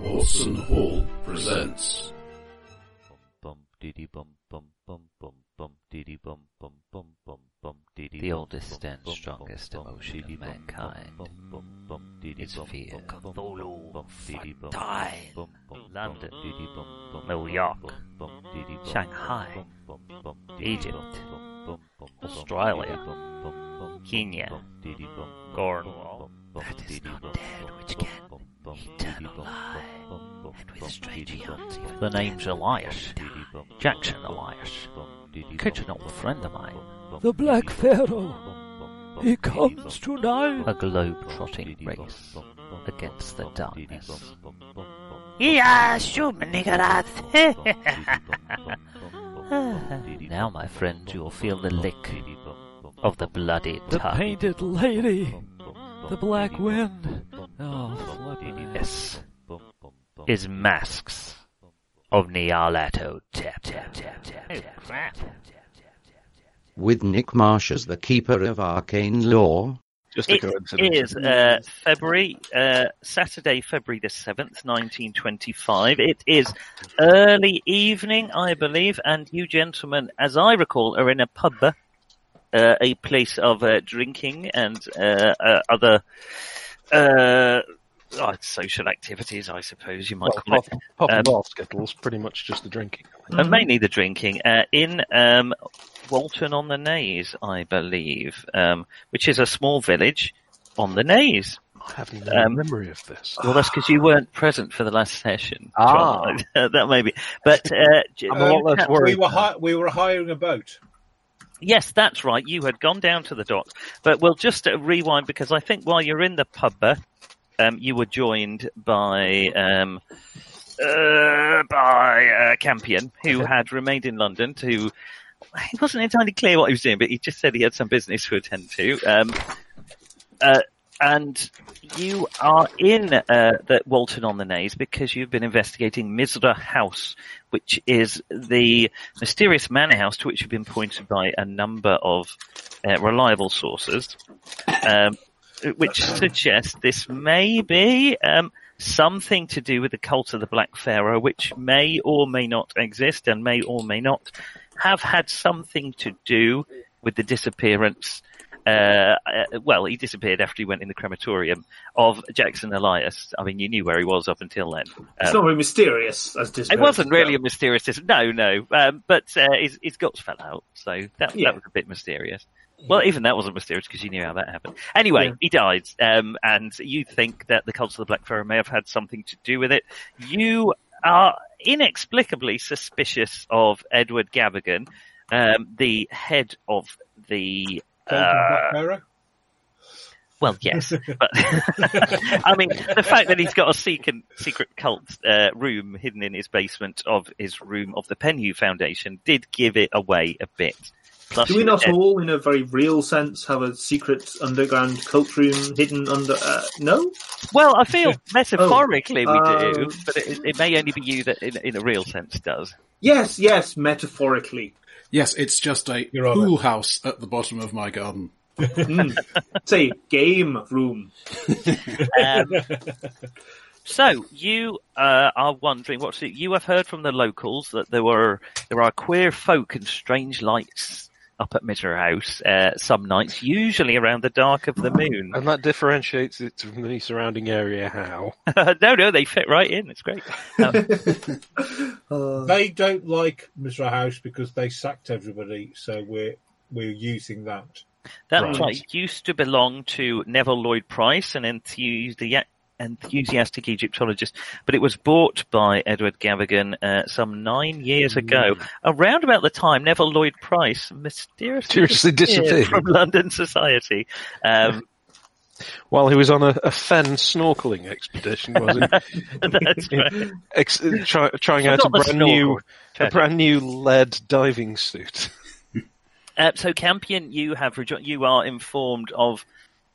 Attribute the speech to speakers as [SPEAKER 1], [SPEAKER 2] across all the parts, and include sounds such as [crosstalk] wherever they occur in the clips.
[SPEAKER 1] Watson Hall presents.
[SPEAKER 2] The oldest and strongest emotion of mankind is fear. Cthulhu, Fontaine, London, New York, Shanghai, Egypt, Australia, Kenya, Cornwall. That is not dead, which can eternal lie, and with strange eons even The name's Elias, Jackson Elias, Kitchen old friend of mine.
[SPEAKER 3] The Black Pharaoh. He comes tonight.
[SPEAKER 2] A globe-trotting race against the darkness. Yeah, shoot me, Now, my friend, you'll feel the lick of the bloody
[SPEAKER 3] The
[SPEAKER 2] tongue.
[SPEAKER 3] painted lady. The black wind. Oh, flippin' heck.
[SPEAKER 2] Yes. Is masks of Nyarlathotep. Tap, tap, tap, tap, tap.
[SPEAKER 4] with Nick Marsh as the keeper of arcane law.
[SPEAKER 5] Just a
[SPEAKER 6] It
[SPEAKER 5] coincidence.
[SPEAKER 6] is uh, February, uh, Saturday, February the 7th, 1925. It is early evening, I believe, and you gentlemen, as I recall, are in a pub, uh, a place of uh, drinking and uh, uh, other uh, oh, social activities, I suppose you might
[SPEAKER 5] Well, mm-hmm.
[SPEAKER 6] call it.
[SPEAKER 5] pop, pop
[SPEAKER 6] Um,
[SPEAKER 5] and off Skittles, pretty much just the drinking.
[SPEAKER 6] and mainly the drinking uh, in um, Walton on the Naze, I believe, um, which is a small village on the Naze.
[SPEAKER 5] I have no
[SPEAKER 6] Um,
[SPEAKER 5] memory of this.
[SPEAKER 6] Well, that's because you weren't present for the last session.
[SPEAKER 5] Ah.
[SPEAKER 6] John. that [laughs] may be. But uh, j-
[SPEAKER 5] I'm a lot less
[SPEAKER 6] Cap-
[SPEAKER 5] worried.
[SPEAKER 7] We were hi- we were hiring a boat.
[SPEAKER 6] yes, that's right. You had gone down to the docks, but we'll just uh, rewind because I think while you're in the pub, uh, um, you were joined by um, uh, by uh, Campion, who had remained in London to. It wasn't entirely clear what he was doing, but he just said he had some business to attend to. Um, uh, and you are in uh, the Walton on the Naze because you've been investigating Misra House, which is the mysterious manor house to which you've been pointed by a number of uh, reliable sources, um, which [laughs] suggests this may be um, something to do with the cult of the Black Pharaoh, which may or may not exist and may or may not have had something to do with the disappearance. Uh, uh, well, he disappeared after he went in the crematorium of Jackson Elias. I mean, you knew where he was up until then. Um,
[SPEAKER 8] It's not very mysterious as
[SPEAKER 6] it
[SPEAKER 8] disappearance.
[SPEAKER 6] wasn't really a
[SPEAKER 8] but-
[SPEAKER 6] mysterious. dis- No, no. Um, but uh, his, his guts fell out, so that
[SPEAKER 8] Yeah.
[SPEAKER 6] that was a bit mysterious. Well, even that wasn't mysterious because you knew how that happened. Anyway,
[SPEAKER 8] Yeah.
[SPEAKER 6] he died, um, and you think that the cult of the Black Pharaoh may have had something to do with it. You are inexplicably suspicious of Edward Gavigan, um, the head of the
[SPEAKER 7] Don't you,
[SPEAKER 6] uh,
[SPEAKER 7] Black Pharaoh?
[SPEAKER 6] well, yes, but [laughs] I mean the fact that he's got a secret secret cult uh, room hidden in his basement of his room of the Penhu Foundation did give it away a bit. Plus,
[SPEAKER 8] Do we not
[SPEAKER 6] uh,
[SPEAKER 8] all, in a very real sense, have a secret underground cult room hidden under? Uh, no,
[SPEAKER 6] Well, I
[SPEAKER 8] [laughs]
[SPEAKER 6] feel metaphorically we do,
[SPEAKER 8] Oh. um,
[SPEAKER 6] but it, it may only be you that, in, in a real sense, does.
[SPEAKER 8] yes, yes, metaphorically.
[SPEAKER 9] Yes, it's just a
[SPEAKER 7] You're on
[SPEAKER 9] pool house at the bottom of my garden.
[SPEAKER 8] Mm. [laughs] Say game room.
[SPEAKER 6] Um, so you uh, are wondering what's it? You have heard from the locals that there were there are queer folk and strange lights up at Mitter House uh, some nights, usually around the dark of the
[SPEAKER 5] [laughs]
[SPEAKER 6] moon. [laughs]
[SPEAKER 5] And that differentiates it from the surrounding area. How?
[SPEAKER 6] no, no, they fit right in. It's great.
[SPEAKER 8] Uh,
[SPEAKER 7] They don't like Mizra House because they sacked everybody, so we're we're using that.
[SPEAKER 6] That
[SPEAKER 5] Right.
[SPEAKER 6] site used to belong to Neville Lloyd Price, an enthusi- enthusiastic Egyptologist, but it was bought by Edward Gavigan uh, some nine years ago.
[SPEAKER 5] Mm.
[SPEAKER 6] Around about the time Neville Lloyd Price mysteriously
[SPEAKER 5] [laughs] Seriously disappeared
[SPEAKER 6] from [laughs] London society. Um, [laughs]
[SPEAKER 5] while he was on a, a fen snorkeling expedition, was
[SPEAKER 6] [laughs]
[SPEAKER 5] he?
[SPEAKER 6] that's right.
[SPEAKER 5] Ex- uh, try, trying out
[SPEAKER 6] Not
[SPEAKER 5] a
[SPEAKER 6] the
[SPEAKER 5] brand new,
[SPEAKER 6] snorkel.
[SPEAKER 5] a brand new lead diving suit.
[SPEAKER 6] Uh, so, Campion, you have rejo- you are informed of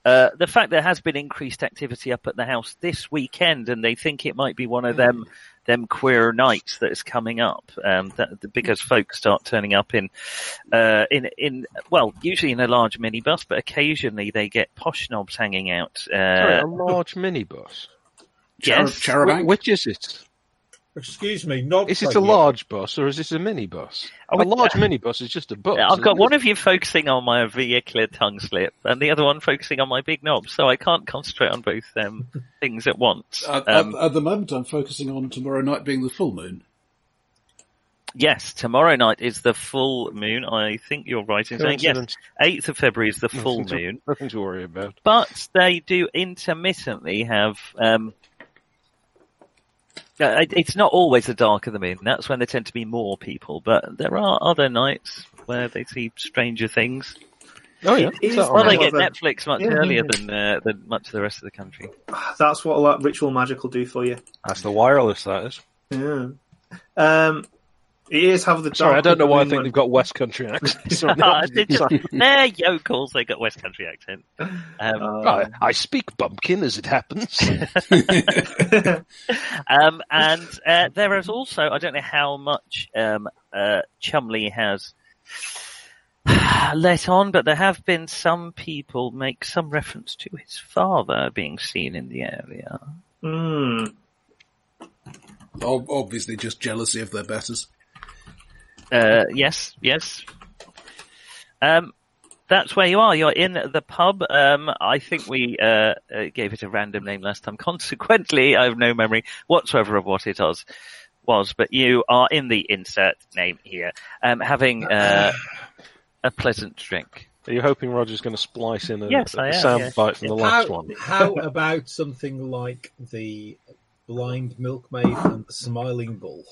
[SPEAKER 6] uh, the fact there has been increased activity up at the house this weekend, and they think it might be one of them them queer nights that is coming up. Um, that, because folks start turning up in uh, in in well, usually in a large minibus,
[SPEAKER 5] [laughs]
[SPEAKER 6] but occasionally they get posh knobs hanging out. Uh,
[SPEAKER 5] Sorry, a large minibus.
[SPEAKER 9] Char-
[SPEAKER 6] Yes.
[SPEAKER 9] Charabanc?
[SPEAKER 5] Which is it?
[SPEAKER 7] Excuse me, not.
[SPEAKER 5] Is it a large bus or is this a minibus? A
[SPEAKER 6] would-
[SPEAKER 5] large minibus is just a bus.
[SPEAKER 6] I've
[SPEAKER 5] isn't
[SPEAKER 6] got
[SPEAKER 5] it?
[SPEAKER 6] one of you focusing on my vehicular tongue slip and the other one focusing on my big knob, so I can't concentrate on both um, things at once.
[SPEAKER 9] At,
[SPEAKER 6] Um,
[SPEAKER 9] at, at the moment, I'm focusing on tomorrow night being the full moon.
[SPEAKER 6] yes, tomorrow night is the full moon. I think you're right in saying yes.
[SPEAKER 5] Coincidence.
[SPEAKER 6] 8th of February is the full
[SPEAKER 5] Nothing to-
[SPEAKER 6] moon.
[SPEAKER 5] Nothing to worry about.
[SPEAKER 6] but they do intermittently have. Um, uh, it- it's not always the dark of the moon. That's when there tend to be more people, but there are other nights where they see stranger things.
[SPEAKER 5] Oh yeah.
[SPEAKER 8] It is
[SPEAKER 5] Is
[SPEAKER 6] Well,
[SPEAKER 5] that
[SPEAKER 8] Oh,
[SPEAKER 5] all
[SPEAKER 6] they
[SPEAKER 8] yeah.
[SPEAKER 5] right?
[SPEAKER 6] get Netflix much
[SPEAKER 8] Yeah, yeah,
[SPEAKER 6] earlier
[SPEAKER 8] yeah.
[SPEAKER 6] than uh, than much of the rest of the country. [laughs]
[SPEAKER 8] That's what all that ritual magic will do for you.
[SPEAKER 5] That's the wireless. That is.
[SPEAKER 8] Yeah. Um, it is have the.
[SPEAKER 5] Sorry, I
[SPEAKER 8] dark
[SPEAKER 5] don't know why I think
[SPEAKER 8] moon.
[SPEAKER 5] they've got West Country [laughs] accents. on
[SPEAKER 6] Ah,
[SPEAKER 5] that.
[SPEAKER 6] they just, they're yokels. They got West Country accent. Um,
[SPEAKER 5] I, I speak bumpkin as it happens.
[SPEAKER 6] Um, and uh, there is also, I don't know how much um, uh, Chumley has [sighs] let on, but there have been some people make some reference to his father being seen in the area.
[SPEAKER 8] Hmm.
[SPEAKER 9] Ob- obviously, just jealousy of their betters.
[SPEAKER 6] Uh, yes, yes. Um, that's where you are. You're in the pub. Um, I think we uh, uh, gave it a random name last time. Consequently, I have no memory whatsoever of what it was. Was, but you are in the insert name here, um, having uh, a pleasant drink.
[SPEAKER 5] [laughs] Are you hoping Roger's going to splice in a,
[SPEAKER 6] Yes, I am,
[SPEAKER 5] a sound
[SPEAKER 6] yes.
[SPEAKER 5] bite from the
[SPEAKER 7] how,
[SPEAKER 5] last one?
[SPEAKER 6] [laughs]
[SPEAKER 7] how about something like the blind milkmaid and the smiling bull?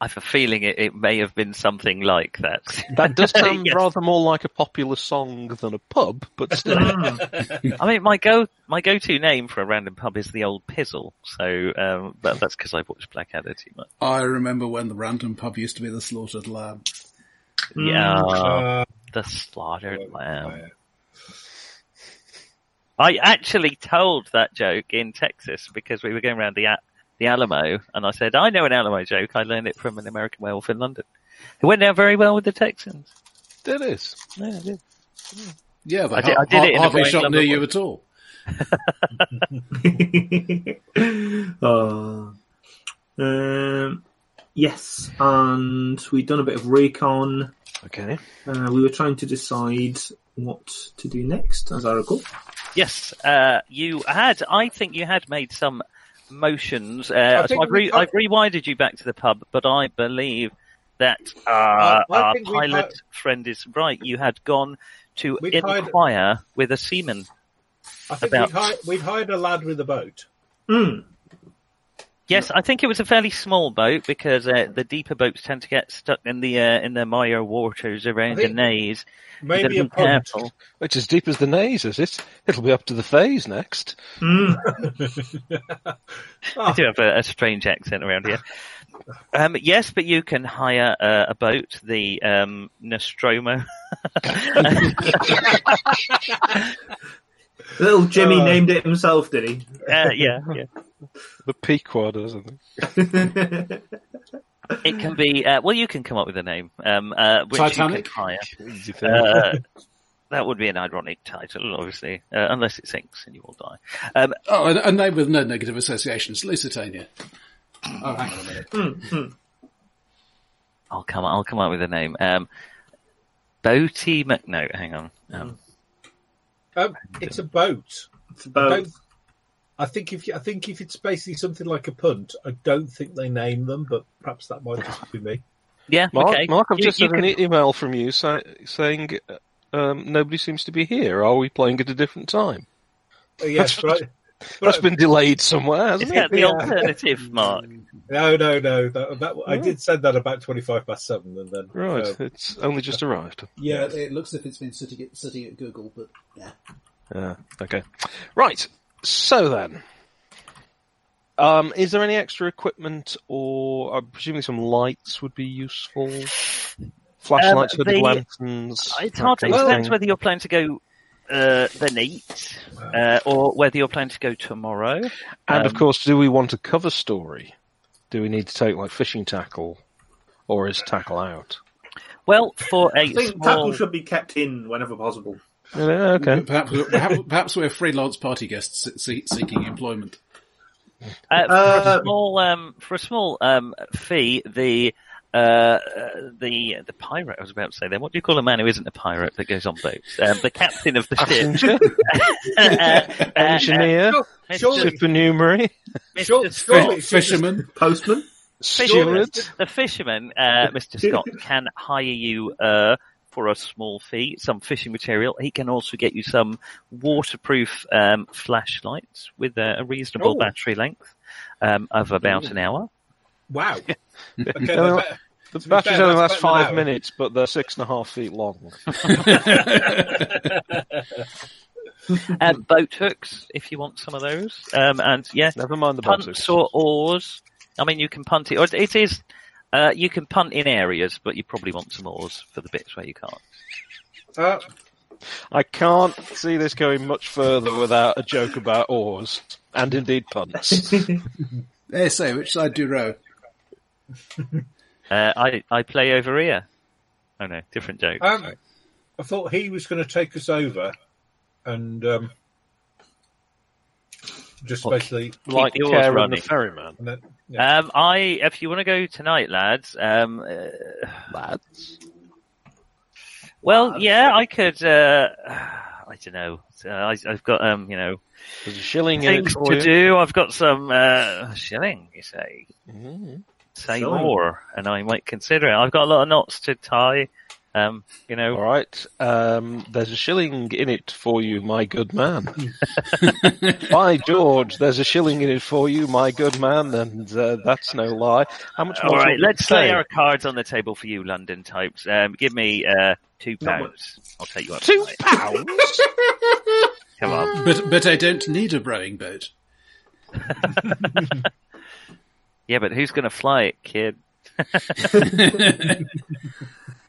[SPEAKER 6] I have a feeling it, it may have been something like that.
[SPEAKER 5] [laughs]
[SPEAKER 6] [laughs]
[SPEAKER 5] That does sound
[SPEAKER 6] Yes.
[SPEAKER 5] rather more like a popular song than a pub, but still.
[SPEAKER 6] Mm. I mean, my go my go to name for a random pub is the old Pizzle, so um, but that's because I watched Blackadder too much.
[SPEAKER 9] I remember when the random pub used to be the slaughtered lamb.
[SPEAKER 6] Yeah,
[SPEAKER 7] Uh,
[SPEAKER 6] the slaughtered lamb. I actually told that joke in Texas because we were going around the A- the Alamo, and I said, "I know an Alamo joke. I learned it from an American werewolf in London." It went down very well with the Texans.
[SPEAKER 5] it is.
[SPEAKER 6] Yeah, it did.
[SPEAKER 9] Yeah, they
[SPEAKER 6] I did-
[SPEAKER 9] ha-
[SPEAKER 6] I did it in a
[SPEAKER 9] hardly
[SPEAKER 6] very
[SPEAKER 9] shot near
[SPEAKER 6] clever
[SPEAKER 9] you
[SPEAKER 6] way.
[SPEAKER 9] at all.
[SPEAKER 8] [laughs] oh. um, yes, and we'd done a bit of recon.
[SPEAKER 5] Okay.
[SPEAKER 8] Uh, we were trying to decide what to do next, as I recall.
[SPEAKER 6] Yes, uh, you had. I think you had made some motions. Uh,
[SPEAKER 7] I
[SPEAKER 6] so
[SPEAKER 7] think
[SPEAKER 6] I've, re-
[SPEAKER 7] we- I-
[SPEAKER 6] I've rewinded you back to the pub, but I believe that uh, our
[SPEAKER 7] think we
[SPEAKER 6] pilot
[SPEAKER 7] had-
[SPEAKER 6] friend is right. You had gone to
[SPEAKER 7] We've hired-
[SPEAKER 6] inquire with a seaman.
[SPEAKER 7] I think
[SPEAKER 6] About-
[SPEAKER 7] we'd, hi- we'd hired a lad with a boat.
[SPEAKER 8] Hmm.
[SPEAKER 6] Yes, I think it was a fairly small boat because uh, the deeper boats tend to get stuck in the uh, in the Maya waters around
[SPEAKER 7] I think-
[SPEAKER 6] the nays. You've got
[SPEAKER 7] Maybe
[SPEAKER 6] to
[SPEAKER 7] a
[SPEAKER 6] be
[SPEAKER 7] punt.
[SPEAKER 6] careful.
[SPEAKER 5] It's as deep as the nays, is it? It'll be up to the phase next.
[SPEAKER 8] Hmm.
[SPEAKER 6] I [laughs] do have a, a strange accent around here. Um, yes, but you can hire uh, a boat, the um, Nostromo. [laughs] Uh,
[SPEAKER 8] Little Jimmy
[SPEAKER 7] Uh.
[SPEAKER 8] named it himself, did he?
[SPEAKER 6] Uh, yeah, yeah.
[SPEAKER 5] The Pequod or something.
[SPEAKER 6] It can be. Uh, well, you can come up with a name. Um, uh, which You
[SPEAKER 9] Titanic?
[SPEAKER 6] can hire.
[SPEAKER 5] Easy thing.
[SPEAKER 6] Uh, that would be an ironic title, obviously, uh, unless it sinks and you will die. Um,
[SPEAKER 9] Oh, a, a name with no negative associations, Lusitania. Oh, hang on a minute.
[SPEAKER 6] I'll come. I'll come up with a name. Um, Boaty Mc. No, hang on. Um,
[SPEAKER 7] Um, it's a boat.
[SPEAKER 8] It's about
[SPEAKER 7] Don't- I think if you, I think if it's basically something like a punt, I don't think they name them, but perhaps that might just be me.
[SPEAKER 6] yeah.
[SPEAKER 5] Mark,
[SPEAKER 6] okay.
[SPEAKER 5] Mark, I've
[SPEAKER 6] You-
[SPEAKER 5] just
[SPEAKER 6] you
[SPEAKER 5] had an e- email from you sa- saying um, nobody seems to be here. Are we playing at a different time?
[SPEAKER 6] [laughs]
[SPEAKER 7] Uh, Yes,
[SPEAKER 5] That's-
[SPEAKER 7] right.
[SPEAKER 5] That's
[SPEAKER 7] Right.
[SPEAKER 5] been delayed somewhere, hasn't
[SPEAKER 6] Is
[SPEAKER 5] it?
[SPEAKER 6] that the
[SPEAKER 7] Yeah.
[SPEAKER 6] alternative, Mark?
[SPEAKER 7] No, no, no. That, that,
[SPEAKER 8] Oh.
[SPEAKER 7] I did send that about twenty-five past seven, and then
[SPEAKER 5] Right,
[SPEAKER 7] uh,
[SPEAKER 5] it's only just arrived.
[SPEAKER 7] yeah,
[SPEAKER 10] it looks as if it's been sitting at, sitting at Google, but yeah.
[SPEAKER 5] Yeah. Okay. Right. So then, um, is there any extra equipment, or I'm presuming some lights would be useful? Flashlights,
[SPEAKER 6] Um,
[SPEAKER 5] hooded
[SPEAKER 6] the- Uh,
[SPEAKER 5] lanterns.
[SPEAKER 6] It's
[SPEAKER 5] that
[SPEAKER 6] hard to
[SPEAKER 5] kind of
[SPEAKER 6] explain
[SPEAKER 5] thing.
[SPEAKER 6] whether you're planning to go uh, the night uh, or whether you're planning to go tomorrow.
[SPEAKER 5] And of
[SPEAKER 6] um,
[SPEAKER 5] course, do we want a cover story? Do we need to take like fishing tackle, or is tackle out?
[SPEAKER 6] Well, for a
[SPEAKER 8] I think
[SPEAKER 6] small...
[SPEAKER 7] Oh.
[SPEAKER 8] tackle should be kept in whenever possible.
[SPEAKER 5] Yeah, Okay.
[SPEAKER 9] Perhaps, perhaps, perhaps we're freelance party guests se- seeking employment.
[SPEAKER 6] Uh, for
[SPEAKER 8] Uh,
[SPEAKER 6] a small, um, for a small um, fee, the uh, uh, the the pirate. I was about to say then. What do you call a man who isn't a pirate that goes on boats? Um, the captain
[SPEAKER 8] [laughs]
[SPEAKER 6] of the ship,
[SPEAKER 5] Passenger,
[SPEAKER 6] [laughs] Uh, uh, [laughs]
[SPEAKER 5] engineer,
[SPEAKER 6] Surely-
[SPEAKER 5] supernumerary,
[SPEAKER 6] Mr.
[SPEAKER 7] Surely,
[SPEAKER 6] Scott.
[SPEAKER 7] surely it's just-
[SPEAKER 9] Fisherman.
[SPEAKER 8] Postman.
[SPEAKER 5] steward.
[SPEAKER 6] The fisherman,
[SPEAKER 5] [laughs]
[SPEAKER 6] uh, Mr. Scott, can hire you uh, for a small fee, some fishing material. He can also get you some waterproof um, flashlights with a, a reasonable
[SPEAKER 7] Oh.
[SPEAKER 6] battery length um, of about an
[SPEAKER 5] [laughs]
[SPEAKER 6] hour.
[SPEAKER 7] Wow. Okay,
[SPEAKER 5] No,
[SPEAKER 7] that's better.
[SPEAKER 5] The
[SPEAKER 7] be
[SPEAKER 5] batteries
[SPEAKER 7] fair,
[SPEAKER 5] only
[SPEAKER 7] that's
[SPEAKER 5] last
[SPEAKER 7] better than
[SPEAKER 5] five
[SPEAKER 7] that.
[SPEAKER 5] minutes, but they're six and a half feet
[SPEAKER 6] [laughs]
[SPEAKER 5] long.
[SPEAKER 6] Um, boat hooks, if you want some of those. Um, and yeah,
[SPEAKER 5] Never mind the
[SPEAKER 6] punts
[SPEAKER 5] bugs.
[SPEAKER 6] or oars. I mean, you can punt it. Or it is. Uh, you can punt in areas, but you probably want some oars for the bits where you can't.
[SPEAKER 7] Uh,
[SPEAKER 5] I can't see this going much further without a joke about oars and indeed
[SPEAKER 6] [laughs]
[SPEAKER 5] punts.
[SPEAKER 9] There, say, which side do you row?
[SPEAKER 6] Uh, I I play over here. Oh no, different joke.
[SPEAKER 7] um, I thought he was going to take us over and um, just
[SPEAKER 6] Okay.
[SPEAKER 7] basically.
[SPEAKER 5] like
[SPEAKER 6] the oars
[SPEAKER 5] Care and the
[SPEAKER 6] running.
[SPEAKER 5] ferryman.
[SPEAKER 7] And then, yeah.
[SPEAKER 6] Um, I, if you want to go tonight, lads. Um, uh,
[SPEAKER 5] Lads.
[SPEAKER 6] well, yeah, I could. Uh, [sighs] I don't know. Uh, I, I've got, um, you know,
[SPEAKER 5] There's a shilling in it
[SPEAKER 6] things
[SPEAKER 5] for
[SPEAKER 6] to
[SPEAKER 5] you.
[SPEAKER 6] do. I've got some uh, shilling. You say,
[SPEAKER 5] Mhm.
[SPEAKER 6] say
[SPEAKER 8] Shilling.
[SPEAKER 6] more, and I might consider it. I've got a lot of knots to tie. Um, you
[SPEAKER 5] All
[SPEAKER 6] know,
[SPEAKER 5] right. Um, there's a shilling in it for you, my
[SPEAKER 6] [laughs]
[SPEAKER 5] good man. By George, there's a shilling in it for you, my good man, and uh, that's no lie. How much more?
[SPEAKER 6] all
[SPEAKER 5] do you
[SPEAKER 6] right.
[SPEAKER 5] want me to
[SPEAKER 6] Let's lay
[SPEAKER 5] say?
[SPEAKER 6] our cards on the table for you, London types. Um, give me uh, two
[SPEAKER 8] Not much.
[SPEAKER 6] pounds. I'll take you up.
[SPEAKER 5] two
[SPEAKER 6] tonight. [laughs]
[SPEAKER 5] pounds.
[SPEAKER 6] Come on.
[SPEAKER 9] But but I don't need a rowing boat.
[SPEAKER 6] Yeah, but who's going to fly it, kid?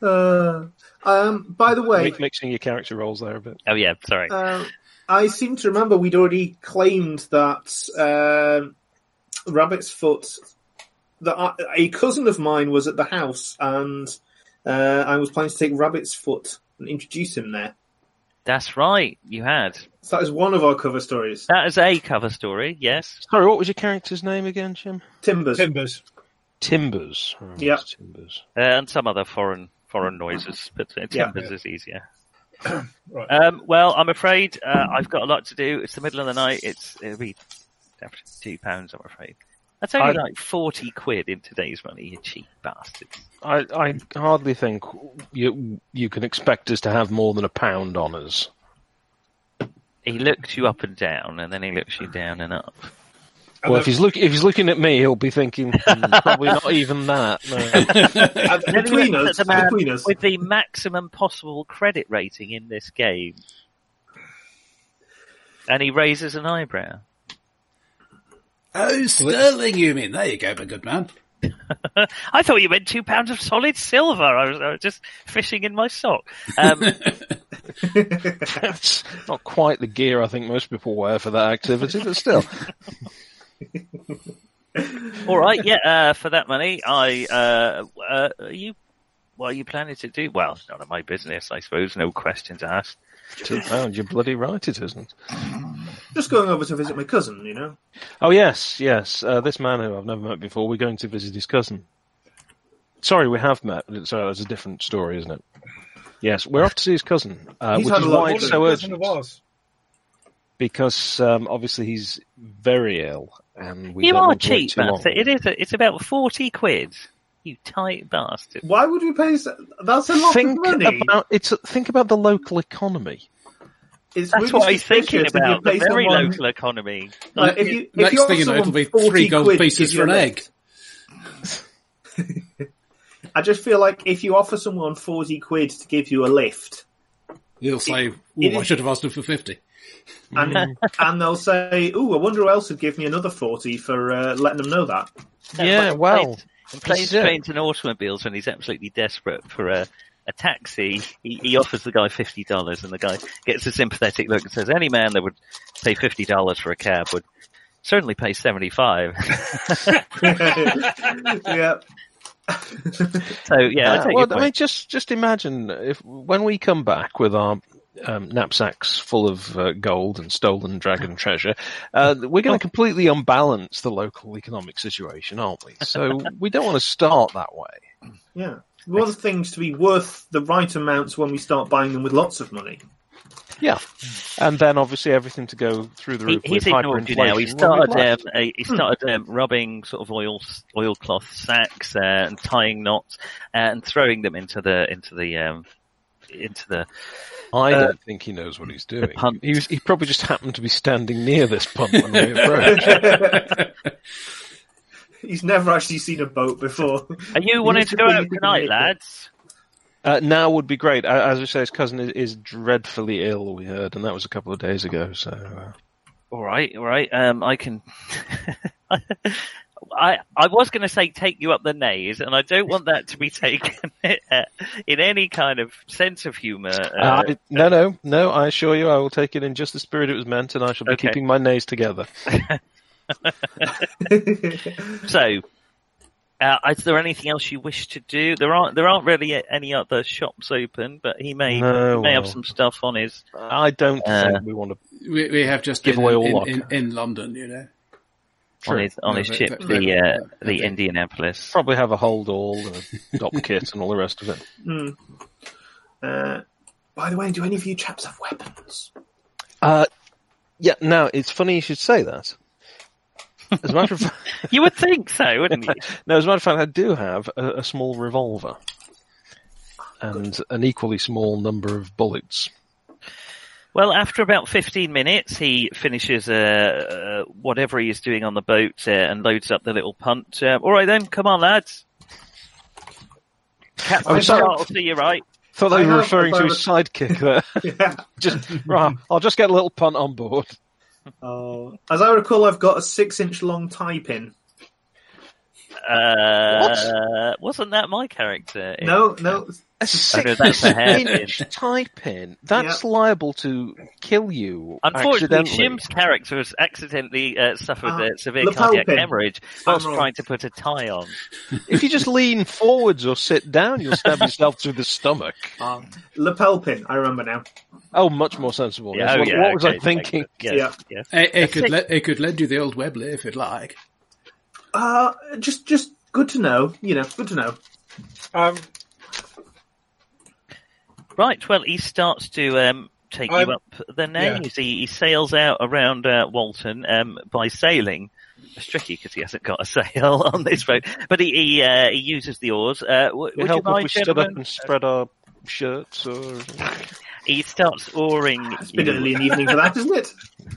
[SPEAKER 8] Uh, um, by the way,
[SPEAKER 5] Mix- Mixing your character roles there a bit.
[SPEAKER 6] Oh yeah, sorry.
[SPEAKER 8] um, I seem to remember we'd already claimed that um Rabbit's Foot, that I, a cousin of mine was at the house and uh, I was planning to take Rabbit's Foot and introduce him there.
[SPEAKER 6] That's right. You had.
[SPEAKER 8] So that is one of our cover stories.
[SPEAKER 6] That is a cover story, yes.
[SPEAKER 5] Sorry, what was your character's name again, Jim?
[SPEAKER 8] Timbers.
[SPEAKER 7] Timbers.
[SPEAKER 5] Timbers. Oh,
[SPEAKER 8] Yeah.
[SPEAKER 5] it's Timbers.
[SPEAKER 6] Uh, and some other foreign foreign noises, but uh,
[SPEAKER 8] Yeah.
[SPEAKER 6] timbers is easier.
[SPEAKER 7] Right.
[SPEAKER 6] Um, well, I'm afraid uh, I've got a lot to do. It's the middle of the night. It's it'll be two pounds, I'm afraid. That's only
[SPEAKER 5] I-
[SPEAKER 6] like forty quid in today's money, you cheap bastards.
[SPEAKER 5] I, I hardly think you you can expect us to have more than a pound on us.
[SPEAKER 6] He looks you up and down, and then he looks you down and up.
[SPEAKER 7] And
[SPEAKER 5] well,
[SPEAKER 7] the-
[SPEAKER 5] if he's look if he's looking at me, he'll be [laughs] thinking "Hmm, probably not even [laughs] that. No.
[SPEAKER 8] Uh, between
[SPEAKER 6] Look at
[SPEAKER 8] us,
[SPEAKER 6] the man
[SPEAKER 8] between us.
[SPEAKER 6] with the maximum possible credit rating in this game, and he raises an eyebrow.
[SPEAKER 9] Oh, Sterling, you mean? There you go, my good man.
[SPEAKER 6] I thought you meant two pounds of solid silver. I was, I was just fishing in my sock.
[SPEAKER 5] [laughs]
[SPEAKER 6] Um,
[SPEAKER 5] That's not quite the gear I think most people wear for that activity, but still,
[SPEAKER 6] all right, yeah. Uh, for that money, I uh, uh, are you. What are you planning to do? Well, it's none of my business, I suppose. No questions asked.
[SPEAKER 5] two pounds. You're bloody right, it isn't.
[SPEAKER 8] Just going over to visit my cousin, you know.
[SPEAKER 5] Oh yes, yes. Uh, this man who I've never met before. We're going to visit his cousin. Sorry, we have met. So that's a different story, isn't it? Yes, we're off to see his cousin, uh,
[SPEAKER 8] He's
[SPEAKER 5] which
[SPEAKER 8] had
[SPEAKER 5] is
[SPEAKER 8] a lot
[SPEAKER 5] why
[SPEAKER 8] of
[SPEAKER 5] it's
[SPEAKER 8] holidays,
[SPEAKER 5] so
[SPEAKER 7] Cousin
[SPEAKER 5] urgent.
[SPEAKER 7] of ours.
[SPEAKER 5] because um, obviously he's very ill, and we
[SPEAKER 6] you
[SPEAKER 5] don't
[SPEAKER 6] are
[SPEAKER 5] want to wait
[SPEAKER 6] cheap,
[SPEAKER 5] too long.
[SPEAKER 6] bastard. It is. A, it's about forty quid. You tight bastard.
[SPEAKER 8] Why would we pay? So, that's a lot
[SPEAKER 5] Think
[SPEAKER 8] of money.
[SPEAKER 5] about it's. Think about the local economy.
[SPEAKER 8] It's
[SPEAKER 6] That's
[SPEAKER 8] really
[SPEAKER 6] what I was thinking
[SPEAKER 8] suspicious if you
[SPEAKER 6] about. The
[SPEAKER 8] pay
[SPEAKER 6] very
[SPEAKER 8] someone-
[SPEAKER 6] local economy.
[SPEAKER 8] Like, Uh, if you, if
[SPEAKER 9] Next
[SPEAKER 8] you
[SPEAKER 9] thing you
[SPEAKER 8] offer
[SPEAKER 9] know, it'll be
[SPEAKER 8] someone
[SPEAKER 9] three
[SPEAKER 8] 40
[SPEAKER 9] gold
[SPEAKER 8] quid to
[SPEAKER 9] pieces
[SPEAKER 8] give
[SPEAKER 9] for
[SPEAKER 8] you
[SPEAKER 9] an
[SPEAKER 8] a
[SPEAKER 9] egg.
[SPEAKER 8] lift. I just feel like if you offer someone 40 quid to give you a lift,
[SPEAKER 9] He'll say,
[SPEAKER 8] it
[SPEAKER 9] oh, I
[SPEAKER 8] is-
[SPEAKER 9] should have asked him for 50.
[SPEAKER 8] and [laughs] and they'll say, "Ooh, I wonder who else would give me another 40 for uh, letting them
[SPEAKER 9] [laughs]
[SPEAKER 8] know that." [laughs]
[SPEAKER 5] Yeah, well,
[SPEAKER 6] And planes,
[SPEAKER 5] That's it.
[SPEAKER 6] trains, and automobiles when he's absolutely desperate for a, a taxi. He, he offers the guy fifty dollars, and the guy gets a sympathetic look and says, "Any man that would pay fifty dollars for a cab would certainly pay seventy-five. [laughs]
[SPEAKER 8] yeah, [laughs]
[SPEAKER 6] so yeah, I
[SPEAKER 5] Uh,
[SPEAKER 6] take your
[SPEAKER 5] well, I
[SPEAKER 6] point.
[SPEAKER 5] mean, just just imagine if when we come back with our um, knapsacks full of uh, gold and stolen dragon treasure, uh, we're
[SPEAKER 6] Oh.
[SPEAKER 5] going to completely unbalance the local economic situation, aren't we? So we don't want to start that way.
[SPEAKER 8] Yeah. We want things to be worth the right amounts when we start buying them with lots of money.
[SPEAKER 5] Yeah, and then obviously everything to go through the
[SPEAKER 6] He,
[SPEAKER 5] roof
[SPEAKER 6] he's
[SPEAKER 5] with
[SPEAKER 6] ignored you now.
[SPEAKER 5] hyperinflation.
[SPEAKER 6] He
[SPEAKER 5] Well, we've
[SPEAKER 6] started,
[SPEAKER 5] left.
[SPEAKER 6] um, uh, he
[SPEAKER 5] Hmm.
[SPEAKER 6] started um, rubbing sort of oil oilcloth sacks uh, and tying knots uh, and throwing them into the into the um, into the
[SPEAKER 5] I
[SPEAKER 6] uh,
[SPEAKER 5] don't think he knows what he's doing.
[SPEAKER 6] punt.
[SPEAKER 5] He, was, he probably just happened to be standing near this pump
[SPEAKER 6] [laughs]
[SPEAKER 5] when we approached.
[SPEAKER 8] He's never actually seen a boat before. [laughs]
[SPEAKER 6] Are you wanting to go out tonight, lads?
[SPEAKER 5] Uh, now would be great. A- As we say, his cousin is, is dreadfully ill. We heard, and that was a couple of days ago. So uh,
[SPEAKER 6] All right, all right. Um, I can. [laughs] I I was going to say take you up the nays, and I don't want that to be [laughs] taken uh, in any kind of sense of humour. Uh,
[SPEAKER 5] I, no, no, no. I assure you, I will take it in just the spirit it was meant, and I shall be
[SPEAKER 6] Okay.
[SPEAKER 5] keeping my nays together.
[SPEAKER 6] so, uh, is there anything else you wish to do? There aren't there aren't really any other shops open, but he may
[SPEAKER 5] No,
[SPEAKER 6] he may have
[SPEAKER 5] well.
[SPEAKER 6] some stuff on his.
[SPEAKER 5] I don't
[SPEAKER 6] Uh,
[SPEAKER 5] think we want to.
[SPEAKER 9] We, we have just
[SPEAKER 5] Give
[SPEAKER 9] been
[SPEAKER 5] away
[SPEAKER 9] in,
[SPEAKER 5] all
[SPEAKER 9] in,
[SPEAKER 5] luck.
[SPEAKER 9] in, in London, you know.
[SPEAKER 6] on his on
[SPEAKER 9] No,
[SPEAKER 6] his
[SPEAKER 9] they-
[SPEAKER 6] ship,
[SPEAKER 9] they-
[SPEAKER 6] the uh,
[SPEAKER 9] they-
[SPEAKER 6] the
[SPEAKER 9] they-
[SPEAKER 6] Indianapolis.
[SPEAKER 5] Probably have a hold all and a dop kit and all the rest of it.
[SPEAKER 8] Uh, by the way, do any of you chaps have weapons? [laughs]
[SPEAKER 5] Uh, yeah. Now it's funny you should say that. As a matter of fact,
[SPEAKER 6] You would think so, wouldn't you?
[SPEAKER 5] no, as a matter of fact, I do have a, a small revolver and an equally small number of bullets.
[SPEAKER 6] Well, after about 15 minutes, he finishes uh, uh, whatever he is doing on the boat uh, and loads up the little punt. Uh, all right, then, come on, lads. Captain
[SPEAKER 8] Oh,
[SPEAKER 5] I'm sorry.
[SPEAKER 6] Charles, see you right.
[SPEAKER 5] Thought they
[SPEAKER 8] I
[SPEAKER 5] were
[SPEAKER 8] have
[SPEAKER 5] referring to his sidekick there.
[SPEAKER 8] Yeah.
[SPEAKER 5] [laughs] just right, I'll just get a little punt on board.
[SPEAKER 8] Oh, as I recall, I've got a six-inch long tie pin.
[SPEAKER 6] Uh, wasn't that my character? in-
[SPEAKER 8] No, no,
[SPEAKER 5] A
[SPEAKER 6] I know that's a hairpin.
[SPEAKER 5] type in.
[SPEAKER 8] That's
[SPEAKER 5] liable to kill you.
[SPEAKER 6] Unfortunately, Jim's character has accidentally uh, suffered
[SPEAKER 8] Ah,
[SPEAKER 6] uh, severe
[SPEAKER 8] lapel
[SPEAKER 6] cardiac
[SPEAKER 8] pin.
[SPEAKER 6] hemorrhage whilst
[SPEAKER 8] wrong.
[SPEAKER 6] trying to put a tie on.
[SPEAKER 5] [laughs] If you just lean forwards or sit down, you'll stab yourself through the [laughs] stomach.
[SPEAKER 8] lapel pin. I remember now.
[SPEAKER 5] Oh, much more sensible.
[SPEAKER 6] Yeah,
[SPEAKER 5] yes.
[SPEAKER 6] oh,
[SPEAKER 5] what,
[SPEAKER 6] yeah,
[SPEAKER 5] what was
[SPEAKER 6] okay,
[SPEAKER 5] I thinking?
[SPEAKER 6] Yeah,
[SPEAKER 8] Yeah.
[SPEAKER 6] yeah.
[SPEAKER 9] It, it could let it could lend you the old Webley if you'd like.
[SPEAKER 8] Uh, just, just good to know. You know, good to know.
[SPEAKER 7] Um,
[SPEAKER 6] Right, well, he starts to um, take
[SPEAKER 7] I'm-
[SPEAKER 6] you up the names. He, he sails out around uh, Walton um, by sailing. It's tricky because he hasn't got a [laughs] sail on this boat, but he he, uh, he uses the oars. Uh, w-
[SPEAKER 5] Would
[SPEAKER 6] would you
[SPEAKER 5] help if
[SPEAKER 6] mind,
[SPEAKER 5] we stood up
[SPEAKER 6] gentlemen?
[SPEAKER 5] and spread our shirts or
[SPEAKER 6] He starts oaring.
[SPEAKER 8] It's been
[SPEAKER 6] you.
[SPEAKER 8] early in the evening for that, isn't [laughs] it?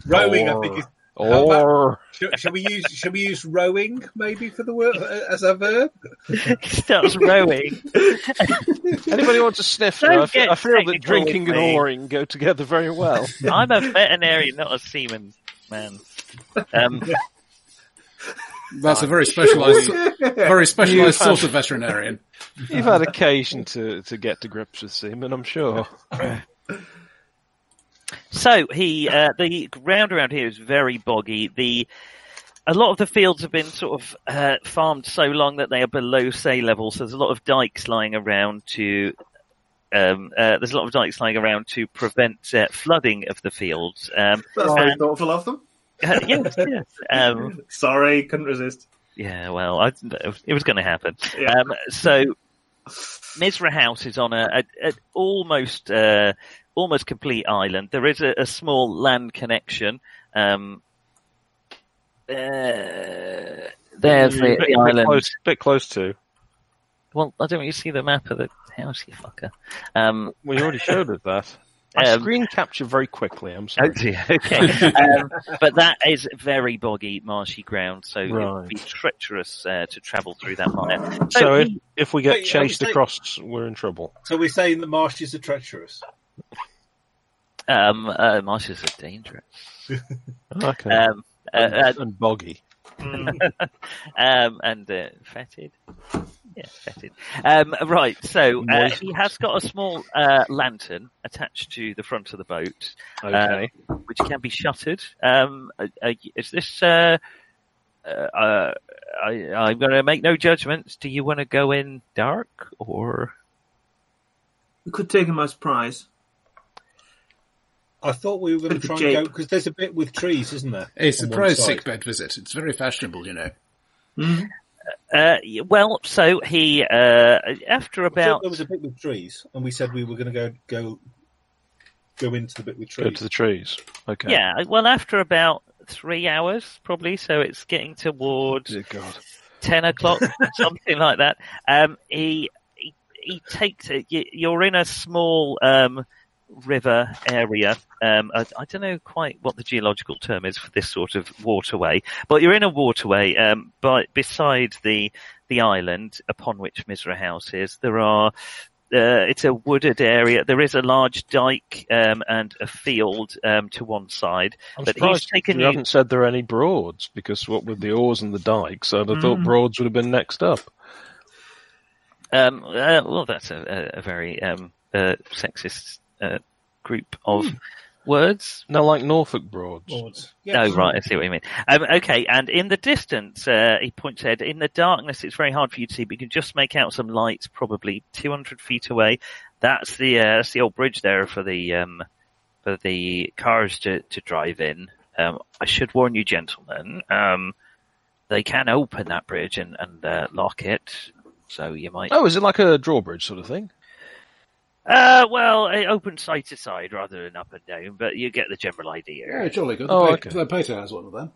[SPEAKER 7] rowing, I
[SPEAKER 5] Or-
[SPEAKER 7] think. Is, How about-
[SPEAKER 5] or
[SPEAKER 7] should, should we use should we use rowing maybe for the word as a verb?
[SPEAKER 6] [laughs] he starts rowing.
[SPEAKER 5] [laughs] anybody want to sniff?
[SPEAKER 6] Don't
[SPEAKER 5] now? I, fe-
[SPEAKER 6] get
[SPEAKER 5] I feel that
[SPEAKER 6] technical
[SPEAKER 5] drinking
[SPEAKER 6] with
[SPEAKER 5] and
[SPEAKER 6] me.
[SPEAKER 5] oaring go together very [laughs] well.
[SPEAKER 6] I'm a veterinarian, not a seaman, man. Um,
[SPEAKER 9] That's a very specialised, very specialised sort of veterinarian.
[SPEAKER 5] You've had occasion to, to get to grips with seamen, I'm sure.
[SPEAKER 6] So he, uh, the ground around here is very boggy. The a lot of the fields have been sort of uh, farmed so long that they are below sea level. So there's a lot of dikes lying around to. Um, uh, there's a lot of dikes lying around to prevent uh, flooding of the fields. Um, [laughs]
[SPEAKER 8] That's very thoughtful of them.
[SPEAKER 6] yes, yes. Um,
[SPEAKER 8] Sorry, couldn't resist.
[SPEAKER 6] yeah, well, I, didn't know. it was going to happen.
[SPEAKER 8] Yeah.
[SPEAKER 6] Um, so, Misra House is on a, a, a almost uh, almost complete island. There is a, a small land connection. Um, uh, there's
[SPEAKER 7] Mm-hmm.
[SPEAKER 6] the,
[SPEAKER 5] bit,
[SPEAKER 6] the
[SPEAKER 5] bit
[SPEAKER 6] island.
[SPEAKER 5] close, bit close to.
[SPEAKER 6] Well, I don't really see the map of the house, you fucker. Um,
[SPEAKER 5] Well, you already showed us
[SPEAKER 6] [laughs]
[SPEAKER 5] that. I
[SPEAKER 6] Um,
[SPEAKER 5] screen capture very quickly. I'm
[SPEAKER 6] oh
[SPEAKER 5] sorry.
[SPEAKER 6] dear, [laughs] okay. um, but that is very boggy, marshy ground, so it
[SPEAKER 5] Right.
[SPEAKER 6] would be treacherous uh, to travel through that mire. So,
[SPEAKER 5] So if,
[SPEAKER 6] he-
[SPEAKER 5] if we get
[SPEAKER 7] Wait, I was
[SPEAKER 5] chased
[SPEAKER 7] saying-
[SPEAKER 5] across, we're in trouble.
[SPEAKER 7] So we're saying the marshes are treacherous.
[SPEAKER 6] um, uh, marshes are dangerous.
[SPEAKER 5] Okay.
[SPEAKER 6] Um, uh, uh,
[SPEAKER 5] and, and boggy.
[SPEAKER 6] um, and uh, fetid. Yeah, fetid. Um, right, so uh,
[SPEAKER 5] Moist.
[SPEAKER 6] he has got a small uh, lantern attached to the front of the boat, uh,
[SPEAKER 5] Okay.
[SPEAKER 6] which can be shuttered. Um, uh, uh, is this? Uh, uh, uh, I, I'm going to make no judgments. Do you want to go in dark or?
[SPEAKER 8] We could take him by surprise.
[SPEAKER 7] I thought we were going to try and go because there's a bit with trees, isn't there?
[SPEAKER 9] A
[SPEAKER 10] [laughs]
[SPEAKER 7] on one
[SPEAKER 9] surprise
[SPEAKER 7] side?
[SPEAKER 9] sickbed visit. It's very fashionable, you know.
[SPEAKER 6] Uh, y- well, so he uh, after
[SPEAKER 7] I thought
[SPEAKER 6] about
[SPEAKER 7] there was a bit with trees, and we said we were going to go go go into the bit with trees.
[SPEAKER 5] Go to the trees. Okay.
[SPEAKER 6] yeah, well after about three hours probably, so it's getting towards
[SPEAKER 5] Dear God.
[SPEAKER 6] ten
[SPEAKER 5] [laughs]
[SPEAKER 6] o'clock, something like that. Um, he, he he takes it. you- You're in a small um, river area. Um, I, I don't know quite what the geological term is for this sort of waterway, but you're in a waterway. Um, by beside the the island upon which Misra House is, there are. Uh, it's a wooded area. There is a large dike um, and a field um, to one side.
[SPEAKER 5] I'm
[SPEAKER 6] but he's
[SPEAKER 5] surprised
[SPEAKER 6] taken
[SPEAKER 5] you
[SPEAKER 6] you.
[SPEAKER 5] haven't said there are any broads because what with the oars and the dikes, I'd have
[SPEAKER 6] Mm.
[SPEAKER 5] thought broads would have been next up.
[SPEAKER 6] Um, uh, well, that's a, a, a very um, uh, sexist uh, group of words.
[SPEAKER 5] No, like Norfolk broads.
[SPEAKER 7] Boards.
[SPEAKER 6] Oh,
[SPEAKER 7] Yes.
[SPEAKER 6] right, I see what you mean. Um, okay, and in the distance, uh, he points ahead, in the darkness, it's very hard for you to see, but you can just make out some lights probably 200 feet away. That's the, uh, that's the old bridge there for the, um, for the cars to, to drive in. Um, I should warn you, gentlemen, um, they can open that bridge and, and uh, lock it, so you might
[SPEAKER 5] Oh, is it like a drawbridge sort of thing?
[SPEAKER 6] Uh, well, it opens side to side rather than up and down, but you get the general idea.
[SPEAKER 10] Yeah, jolly good.
[SPEAKER 5] Oh,
[SPEAKER 10] the,
[SPEAKER 5] okay.
[SPEAKER 10] Pater, the Pater has one of them.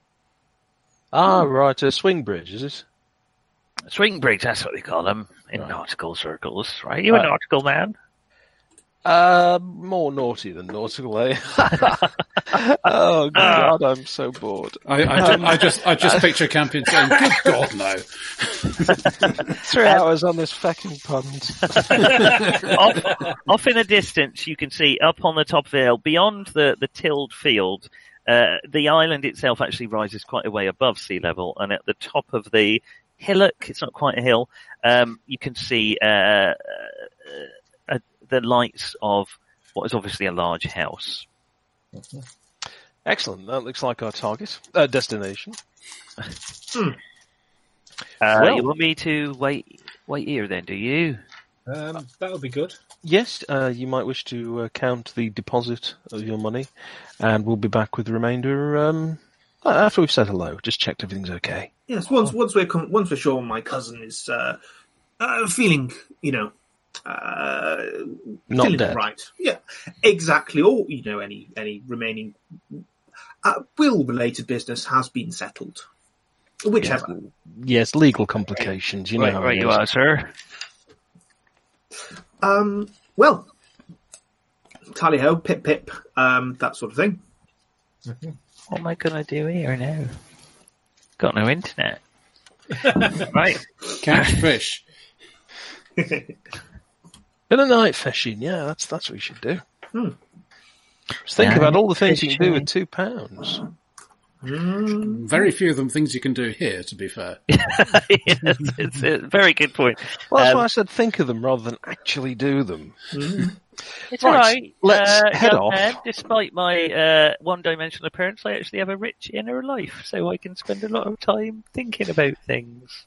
[SPEAKER 5] Ah,
[SPEAKER 6] Mm.
[SPEAKER 5] right, a swing bridge, is it?
[SPEAKER 6] Swing bridge, that's what we call them in nautical circles, right? You a
[SPEAKER 5] Right.
[SPEAKER 6] nautical man?
[SPEAKER 5] Uh, more naughty than nautical, eh? [laughs] oh God, I'm so bored.
[SPEAKER 9] I, I, ju- I just I
[SPEAKER 10] [laughs]
[SPEAKER 9] just picture Campion saying, "Good God, no!"
[SPEAKER 5] Three hours on this fucking pond.
[SPEAKER 6] [laughs] off, off in a distance, you can see up on the top of the hill, beyond the, the tilled field, uh, the island itself actually rises quite a way above sea level, and at the top of the hillock, it's not quite a hill, um, you can see uh, uh, uh, the lights of what is obviously a large house.
[SPEAKER 5] Excellent. That looks like our target uh, destination.
[SPEAKER 6] Uh,
[SPEAKER 5] Well-
[SPEAKER 6] you want me to wait wait here then, do you?
[SPEAKER 7] Um, that would be good.
[SPEAKER 5] Yes, uh, you might wish to uh, count the deposit of your money, and we'll be back with the remainder um, uh, after we've said hello. Just checked everything's okay.
[SPEAKER 8] Yes, once once we're com- once we're sure my cousin is uh, uh, feeling, you know, uh,
[SPEAKER 5] Not
[SPEAKER 8] feeling
[SPEAKER 5] dead.
[SPEAKER 8] right. Yeah, exactly. Or you know, any any remaining uh, will related business has been settled. Whichever.
[SPEAKER 5] Yes, legal complications. You know
[SPEAKER 6] Right,
[SPEAKER 5] how
[SPEAKER 6] right
[SPEAKER 5] it
[SPEAKER 6] you
[SPEAKER 5] is.
[SPEAKER 6] are, sir.
[SPEAKER 8] Um, well, tally ho, pip pip, um, that sort
[SPEAKER 6] [laughs]
[SPEAKER 8] of thing.
[SPEAKER 6] What am I gonna do here now? Got no
[SPEAKER 5] [laughs]
[SPEAKER 6] internet. right. [laughs]
[SPEAKER 9] Catch fish.
[SPEAKER 5] Bit of night fishing. Yeah, that's that's what you should do.
[SPEAKER 8] Hmm.
[SPEAKER 5] Just think
[SPEAKER 6] Night
[SPEAKER 5] about all the things you can do
[SPEAKER 6] fishing.
[SPEAKER 5] with two pounds.
[SPEAKER 9] Very few of them things you can do here. To be
[SPEAKER 6] [laughs]
[SPEAKER 9] fair,
[SPEAKER 6] Yes, it's a very good point.
[SPEAKER 5] Well, that's
[SPEAKER 6] Um,
[SPEAKER 5] why I said think of them rather than actually do them.
[SPEAKER 6] It's
[SPEAKER 5] Right,
[SPEAKER 6] alright.
[SPEAKER 5] let's head
[SPEAKER 6] young
[SPEAKER 5] off.
[SPEAKER 6] man, despite my uh, one dimensional appearance, I actually have a rich inner life, so I can spend a lot of time thinking about things.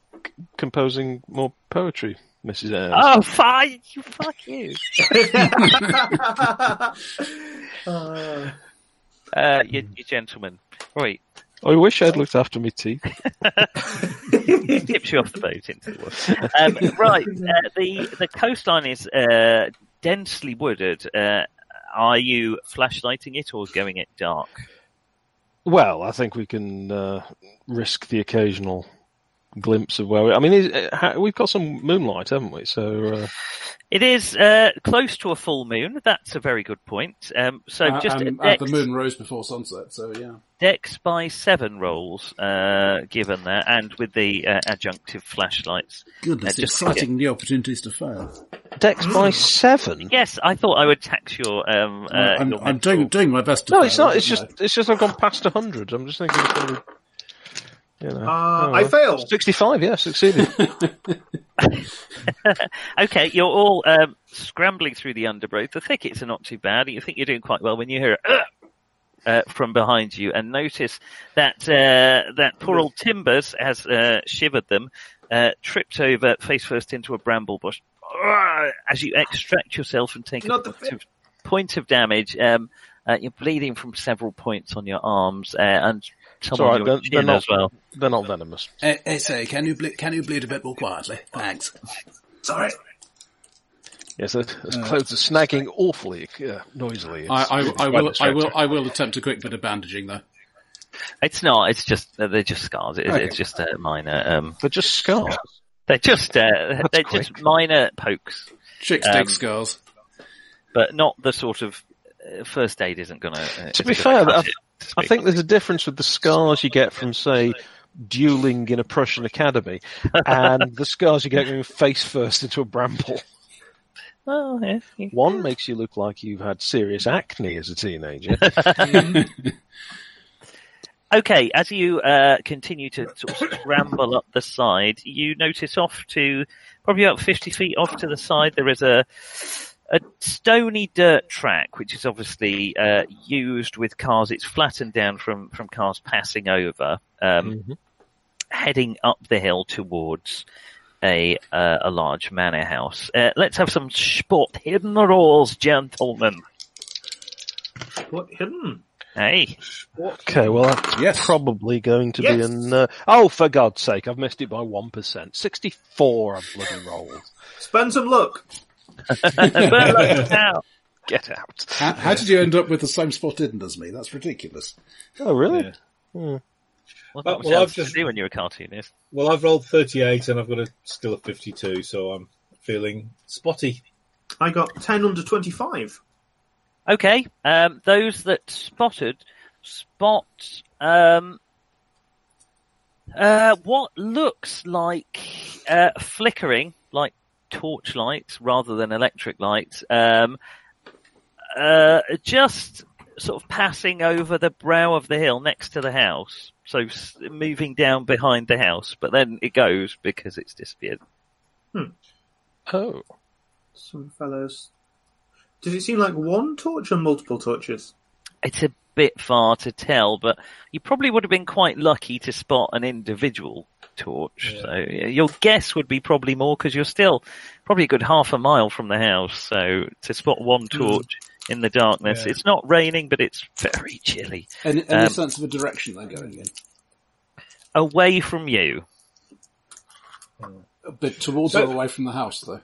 [SPEAKER 5] Composing more poetry, Mrs. Ayres.
[SPEAKER 6] Oh fine you fuck you.
[SPEAKER 8] Uh,
[SPEAKER 6] Uh you, you gentlemen. Right.
[SPEAKER 5] I wish I'd looked after my teeth.
[SPEAKER 6] tips you off the boat into the water. Um,
[SPEAKER 9] [laughs]
[SPEAKER 6] right, uh, the the coastline is uh, densely wooded. Uh, are you flashlighting it or going it dark?
[SPEAKER 5] Well, I think we can uh, risk the occasional glimpse of where we. I mean, is, uh, ha- we've got some moonlight, haven't we? So uh,
[SPEAKER 6] It is uh, close to a full moon. That's a very good point. Um, so
[SPEAKER 9] Uh,
[SPEAKER 6] just
[SPEAKER 9] um, uh,
[SPEAKER 6] dex,
[SPEAKER 9] the moon rose before sunset, so yeah.
[SPEAKER 6] dex by seven rolls uh, given there, and with the uh, adjunctive flashlights.
[SPEAKER 10] Goodness,
[SPEAKER 6] Uh, just
[SPEAKER 10] exciting new opportunities to fail.
[SPEAKER 5] Dex by seven.
[SPEAKER 6] Yes, I thought I would tax your. Um, uh,
[SPEAKER 9] I'm,
[SPEAKER 6] your
[SPEAKER 9] I'm doing doing my best to.
[SPEAKER 5] No,
[SPEAKER 9] fail,
[SPEAKER 5] it's not. It's
[SPEAKER 9] you
[SPEAKER 5] just
[SPEAKER 9] know.
[SPEAKER 5] it's just I've gone past hundred. I'm just thinking. It's gonna be, you know, oh,
[SPEAKER 8] uh, I
[SPEAKER 5] well.
[SPEAKER 8] failed.
[SPEAKER 5] Sixty-five. Yeah, [laughs] succeeded.
[SPEAKER 6] Okay, you're all um, scrambling through the undergrowth. The thickets are not too bad. You think you're doing quite well when you hear it uh, from behind you, and notice that uh, that poor old Timbers has uh, shivered them, uh, tripped over face first into a bramble bush. As you extract yourself and take a
[SPEAKER 8] Not the
[SPEAKER 6] point of, point of damage, um, Uh, you're bleeding from several points on your arms uh, and some
[SPEAKER 5] all right,
[SPEAKER 6] on your
[SPEAKER 5] they're-
[SPEAKER 6] chin
[SPEAKER 5] they're not-
[SPEAKER 6] as well.
[SPEAKER 5] They're not venomous.
[SPEAKER 10] Eh, eh, say, can you ble- can you bleed a bit more quietly? Thanks.
[SPEAKER 8] Sorry.
[SPEAKER 5] Yes, those those clothes are snagging awfully uh, noisily. It's
[SPEAKER 9] I,
[SPEAKER 5] really
[SPEAKER 9] I, I will.
[SPEAKER 5] quite
[SPEAKER 9] I will.
[SPEAKER 5] distracting.
[SPEAKER 9] I will attempt a quick bit of bandaging, though.
[SPEAKER 6] It's not. It's just they're just scars. It's,
[SPEAKER 9] Okay.
[SPEAKER 6] it's just uh, minor. Um,
[SPEAKER 5] They're just scars.
[SPEAKER 6] they're just uh, they're just minor pokes,
[SPEAKER 9] Chick
[SPEAKER 6] Um,
[SPEAKER 9] stick scars.
[SPEAKER 6] but not the sort of uh, first aid isn't going uh,
[SPEAKER 5] To
[SPEAKER 6] isn't
[SPEAKER 5] be
[SPEAKER 6] gonna
[SPEAKER 5] fair,
[SPEAKER 6] cut
[SPEAKER 5] I,
[SPEAKER 6] it, to
[SPEAKER 5] I
[SPEAKER 6] speak.
[SPEAKER 5] think there's a difference with the scars you get from, say, dueling in a Prussian academy,
[SPEAKER 9] [laughs]
[SPEAKER 5] and the scars you get going face first into a bramble.
[SPEAKER 6] Well, yeah, you-
[SPEAKER 5] One makes you look like you've had serious acne as a teenager.
[SPEAKER 6] Okay, as you uh, continue to sort of scramble up the side, you notice off to probably about 50 feet off to the side, there is a a stony dirt track, which is obviously uh, used with cars. It's flattened down from, from cars passing over, um,
[SPEAKER 7] Mm-hmm.
[SPEAKER 6] heading up the hill towards a uh, a large manor house. Uh, let's have some sport hidden rolls, gentlemen.
[SPEAKER 8] What hmm. hidden?
[SPEAKER 6] Hey,
[SPEAKER 5] okay, well, that's
[SPEAKER 10] Yes.
[SPEAKER 5] probably going to be
[SPEAKER 8] Yes.
[SPEAKER 5] an. Uh, oh, for God's sake, I've missed it by 1%. 64 I've bloody rolled.
[SPEAKER 8] Spend some luck.
[SPEAKER 7] [laughs]
[SPEAKER 6] Burn loads now.
[SPEAKER 5] Get out.
[SPEAKER 10] How, how did you end up with the same spot in as me? That's ridiculous.
[SPEAKER 5] Oh, really?
[SPEAKER 10] Yeah.
[SPEAKER 6] Well,
[SPEAKER 7] Well,
[SPEAKER 6] that was
[SPEAKER 7] well,
[SPEAKER 6] how
[SPEAKER 7] I've
[SPEAKER 6] to
[SPEAKER 7] just-
[SPEAKER 6] do when you're a cartoonist.
[SPEAKER 7] Well, I've rolled 38 and I've got a still a 52, so I'm feeling spotty.
[SPEAKER 8] I got 10 under 25.
[SPEAKER 6] Okay. Um, those that spotted spot um, uh, what looks like uh, flickering, like torch lights rather than electric lights, um, uh, just sort of passing over the brow of the hill next to the house. So s- moving down behind the house, but then it goes because it's disappeared.
[SPEAKER 5] Oh.
[SPEAKER 8] Some fellows. Does it seem like one torch or multiple torches?
[SPEAKER 6] it's a bit far to tell, but you probably would have been quite lucky to spot an individual torch. So yeah, your guess would be probably more because you're still probably a good half a mile from the house. So to spot one torch in the darkness, it's not raining, but it's very chilly.
[SPEAKER 10] Any, any
[SPEAKER 6] Um,
[SPEAKER 10] sense of a direction they're going in?
[SPEAKER 6] Away from you,
[SPEAKER 10] A bit towards
[SPEAKER 7] So-
[SPEAKER 10] or away from the house, though.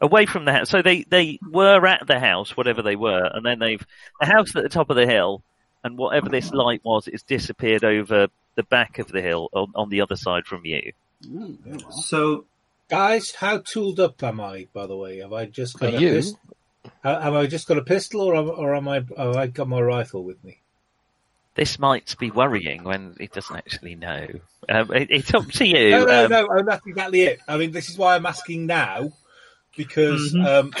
[SPEAKER 6] away from the house. So they they were at the house, whatever they were, and then they've the house at the top of the hill, and whatever this light was, it's disappeared over the back of the hill on, on the other side from you.
[SPEAKER 10] Mm, very well.
[SPEAKER 8] So,
[SPEAKER 7] Guys, how tooled up am I, by the way? Have I just got
[SPEAKER 5] Are
[SPEAKER 7] a
[SPEAKER 5] you?
[SPEAKER 7] pistol? Have I just got a pistol or, am- or am I, have I got my rifle with me?
[SPEAKER 6] this might be worrying when it doesn't actually know. Um, it, it's up to you.
[SPEAKER 7] No, Oh, no,
[SPEAKER 6] um,
[SPEAKER 7] no, and that's exactly it. I mean, this is why I'm asking now, because
[SPEAKER 6] Mm-hmm.
[SPEAKER 7] um,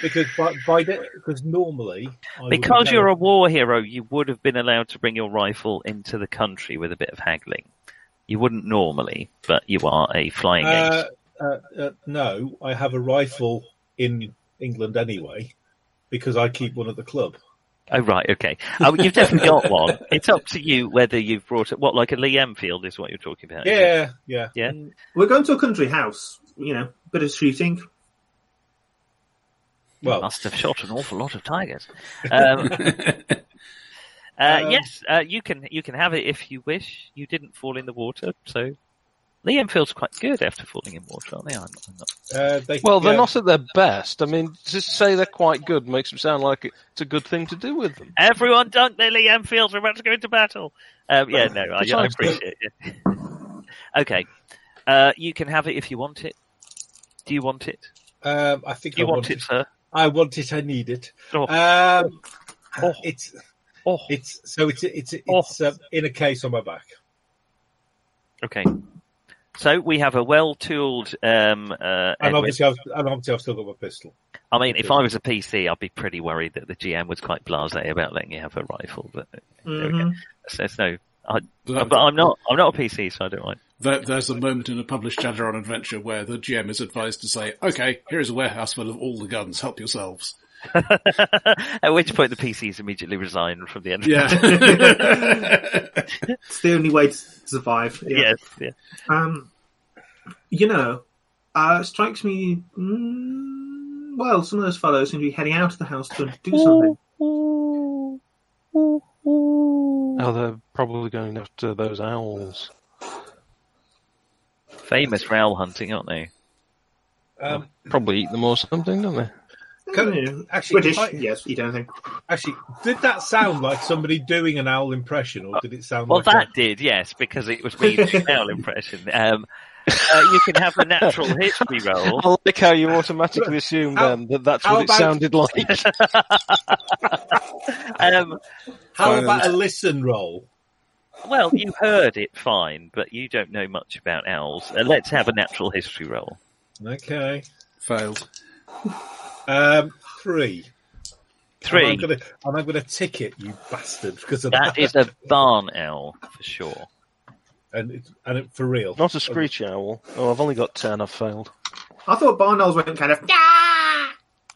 [SPEAKER 7] because by, by the, because normally I would
[SPEAKER 6] Because
[SPEAKER 7] know-
[SPEAKER 6] you're a war hero, you would have been allowed to bring your rifle into the country with a bit of haggling. You wouldn't normally, but you are a flying
[SPEAKER 7] uh,
[SPEAKER 6] ace.
[SPEAKER 7] uh, uh, no, I have a rifle in England anyway, because I keep one at the club.
[SPEAKER 6] Oh right, okay. Um, you've definitely got one. It's up to you whether you've brought it. What, like a Lee Enfield is what you're talking about? is it?
[SPEAKER 7] Yeah, Mm. yeah.
[SPEAKER 6] yeah.
[SPEAKER 8] we're going to a country house. You know, bit of shooting.
[SPEAKER 7] Well,
[SPEAKER 6] Must have shot an awful lot of tigers. [laughs] Um, uh, yes, uh, you can you can have it if you wish. You didn't fall in the water, so Liam feels quite good after falling in water, aren't they? I'm, I'm not...
[SPEAKER 7] uh, they,
[SPEAKER 5] Well, they're
[SPEAKER 7] yeah.
[SPEAKER 5] not at their best. I mean, to say they're quite good makes them sound like it's a good thing to do with them.
[SPEAKER 6] [laughs] Everyone dunk their Liam feels. We're about to go into battle. Um, [laughs] yeah, no, I, I
[SPEAKER 5] Besides-
[SPEAKER 6] appreciate it. [laughs] okay, uh, you can have it if you want it. Do you want it?
[SPEAKER 7] Um, I think
[SPEAKER 6] You
[SPEAKER 7] I
[SPEAKER 6] want it, sir?
[SPEAKER 7] I want it. I need it.
[SPEAKER 6] Oh.
[SPEAKER 7] Um,
[SPEAKER 6] Oh.
[SPEAKER 7] It's
[SPEAKER 6] Oh,
[SPEAKER 7] it's so it's it's it's,
[SPEAKER 6] Oh.
[SPEAKER 7] um, in a case on my back.
[SPEAKER 6] okay. So we have a well-tooled. Um, uh,
[SPEAKER 7] And
[SPEAKER 6] Edwin.
[SPEAKER 7] obviously, I've, and obviously, I've still got my pistol.
[SPEAKER 6] I mean, if I was a PC, I'd be pretty worried that the GM was quite blasé about letting you have a rifle. But there we go.
[SPEAKER 8] Mhm.
[SPEAKER 6] So there's no. I,
[SPEAKER 9] There-
[SPEAKER 6] but I'm not. I'm not a PC, so I don't mind. [laughs]
[SPEAKER 9] there- there's a moment in a published Shadowrun adventure where the GM is advised to say, "Okay, here is a warehouse full of all the guns. Help yourselves."
[SPEAKER 6] At which point, the PCs immediately resign from the end.
[SPEAKER 9] Yeah.
[SPEAKER 8] It's the only way to survive. Yeah.
[SPEAKER 6] [laughs] Yes. Yeah.
[SPEAKER 8] Um, you know, uh, it strikes me. Mm, well, some of those fellows seem to be heading out of the house to do something.
[SPEAKER 5] No, Oh, they're probably going after those owls.
[SPEAKER 6] Famous for owl hunting, aren't they?
[SPEAKER 7] Um,
[SPEAKER 5] Probably eat them or something, don't they?
[SPEAKER 7] Can-
[SPEAKER 8] Yeah.
[SPEAKER 7] actually,
[SPEAKER 8] British,
[SPEAKER 7] I-
[SPEAKER 8] yes, eat anything.
[SPEAKER 7] actually, did that sound like somebody doing an owl impression, or did it sound
[SPEAKER 6] Well,
[SPEAKER 7] like
[SPEAKER 6] that did, yes, because it was me doing owl impression. Um, uh, you can have a natural history roll.
[SPEAKER 5] I like how you automatically assume
[SPEAKER 7] How-
[SPEAKER 5] then that that's
[SPEAKER 7] how
[SPEAKER 5] what it
[SPEAKER 7] about-
[SPEAKER 5] [laughs] sounded like.
[SPEAKER 6] Um,
[SPEAKER 7] A, how about a listen roll?
[SPEAKER 6] well, you heard it fine, but you don't know much about owls. Uh, let's have a natural history roll.
[SPEAKER 7] Okay,
[SPEAKER 9] Failed.
[SPEAKER 7] um, three. And I'm
[SPEAKER 6] Three.
[SPEAKER 7] gonna, and I'm gonna tick it, you bastard, because of that.
[SPEAKER 6] That is a barn owl for sure.
[SPEAKER 7] and it, and it, for real.
[SPEAKER 5] Not a screech owl. Oh, I've only got ten. I've failed.
[SPEAKER 8] I thought barn owls went kind of.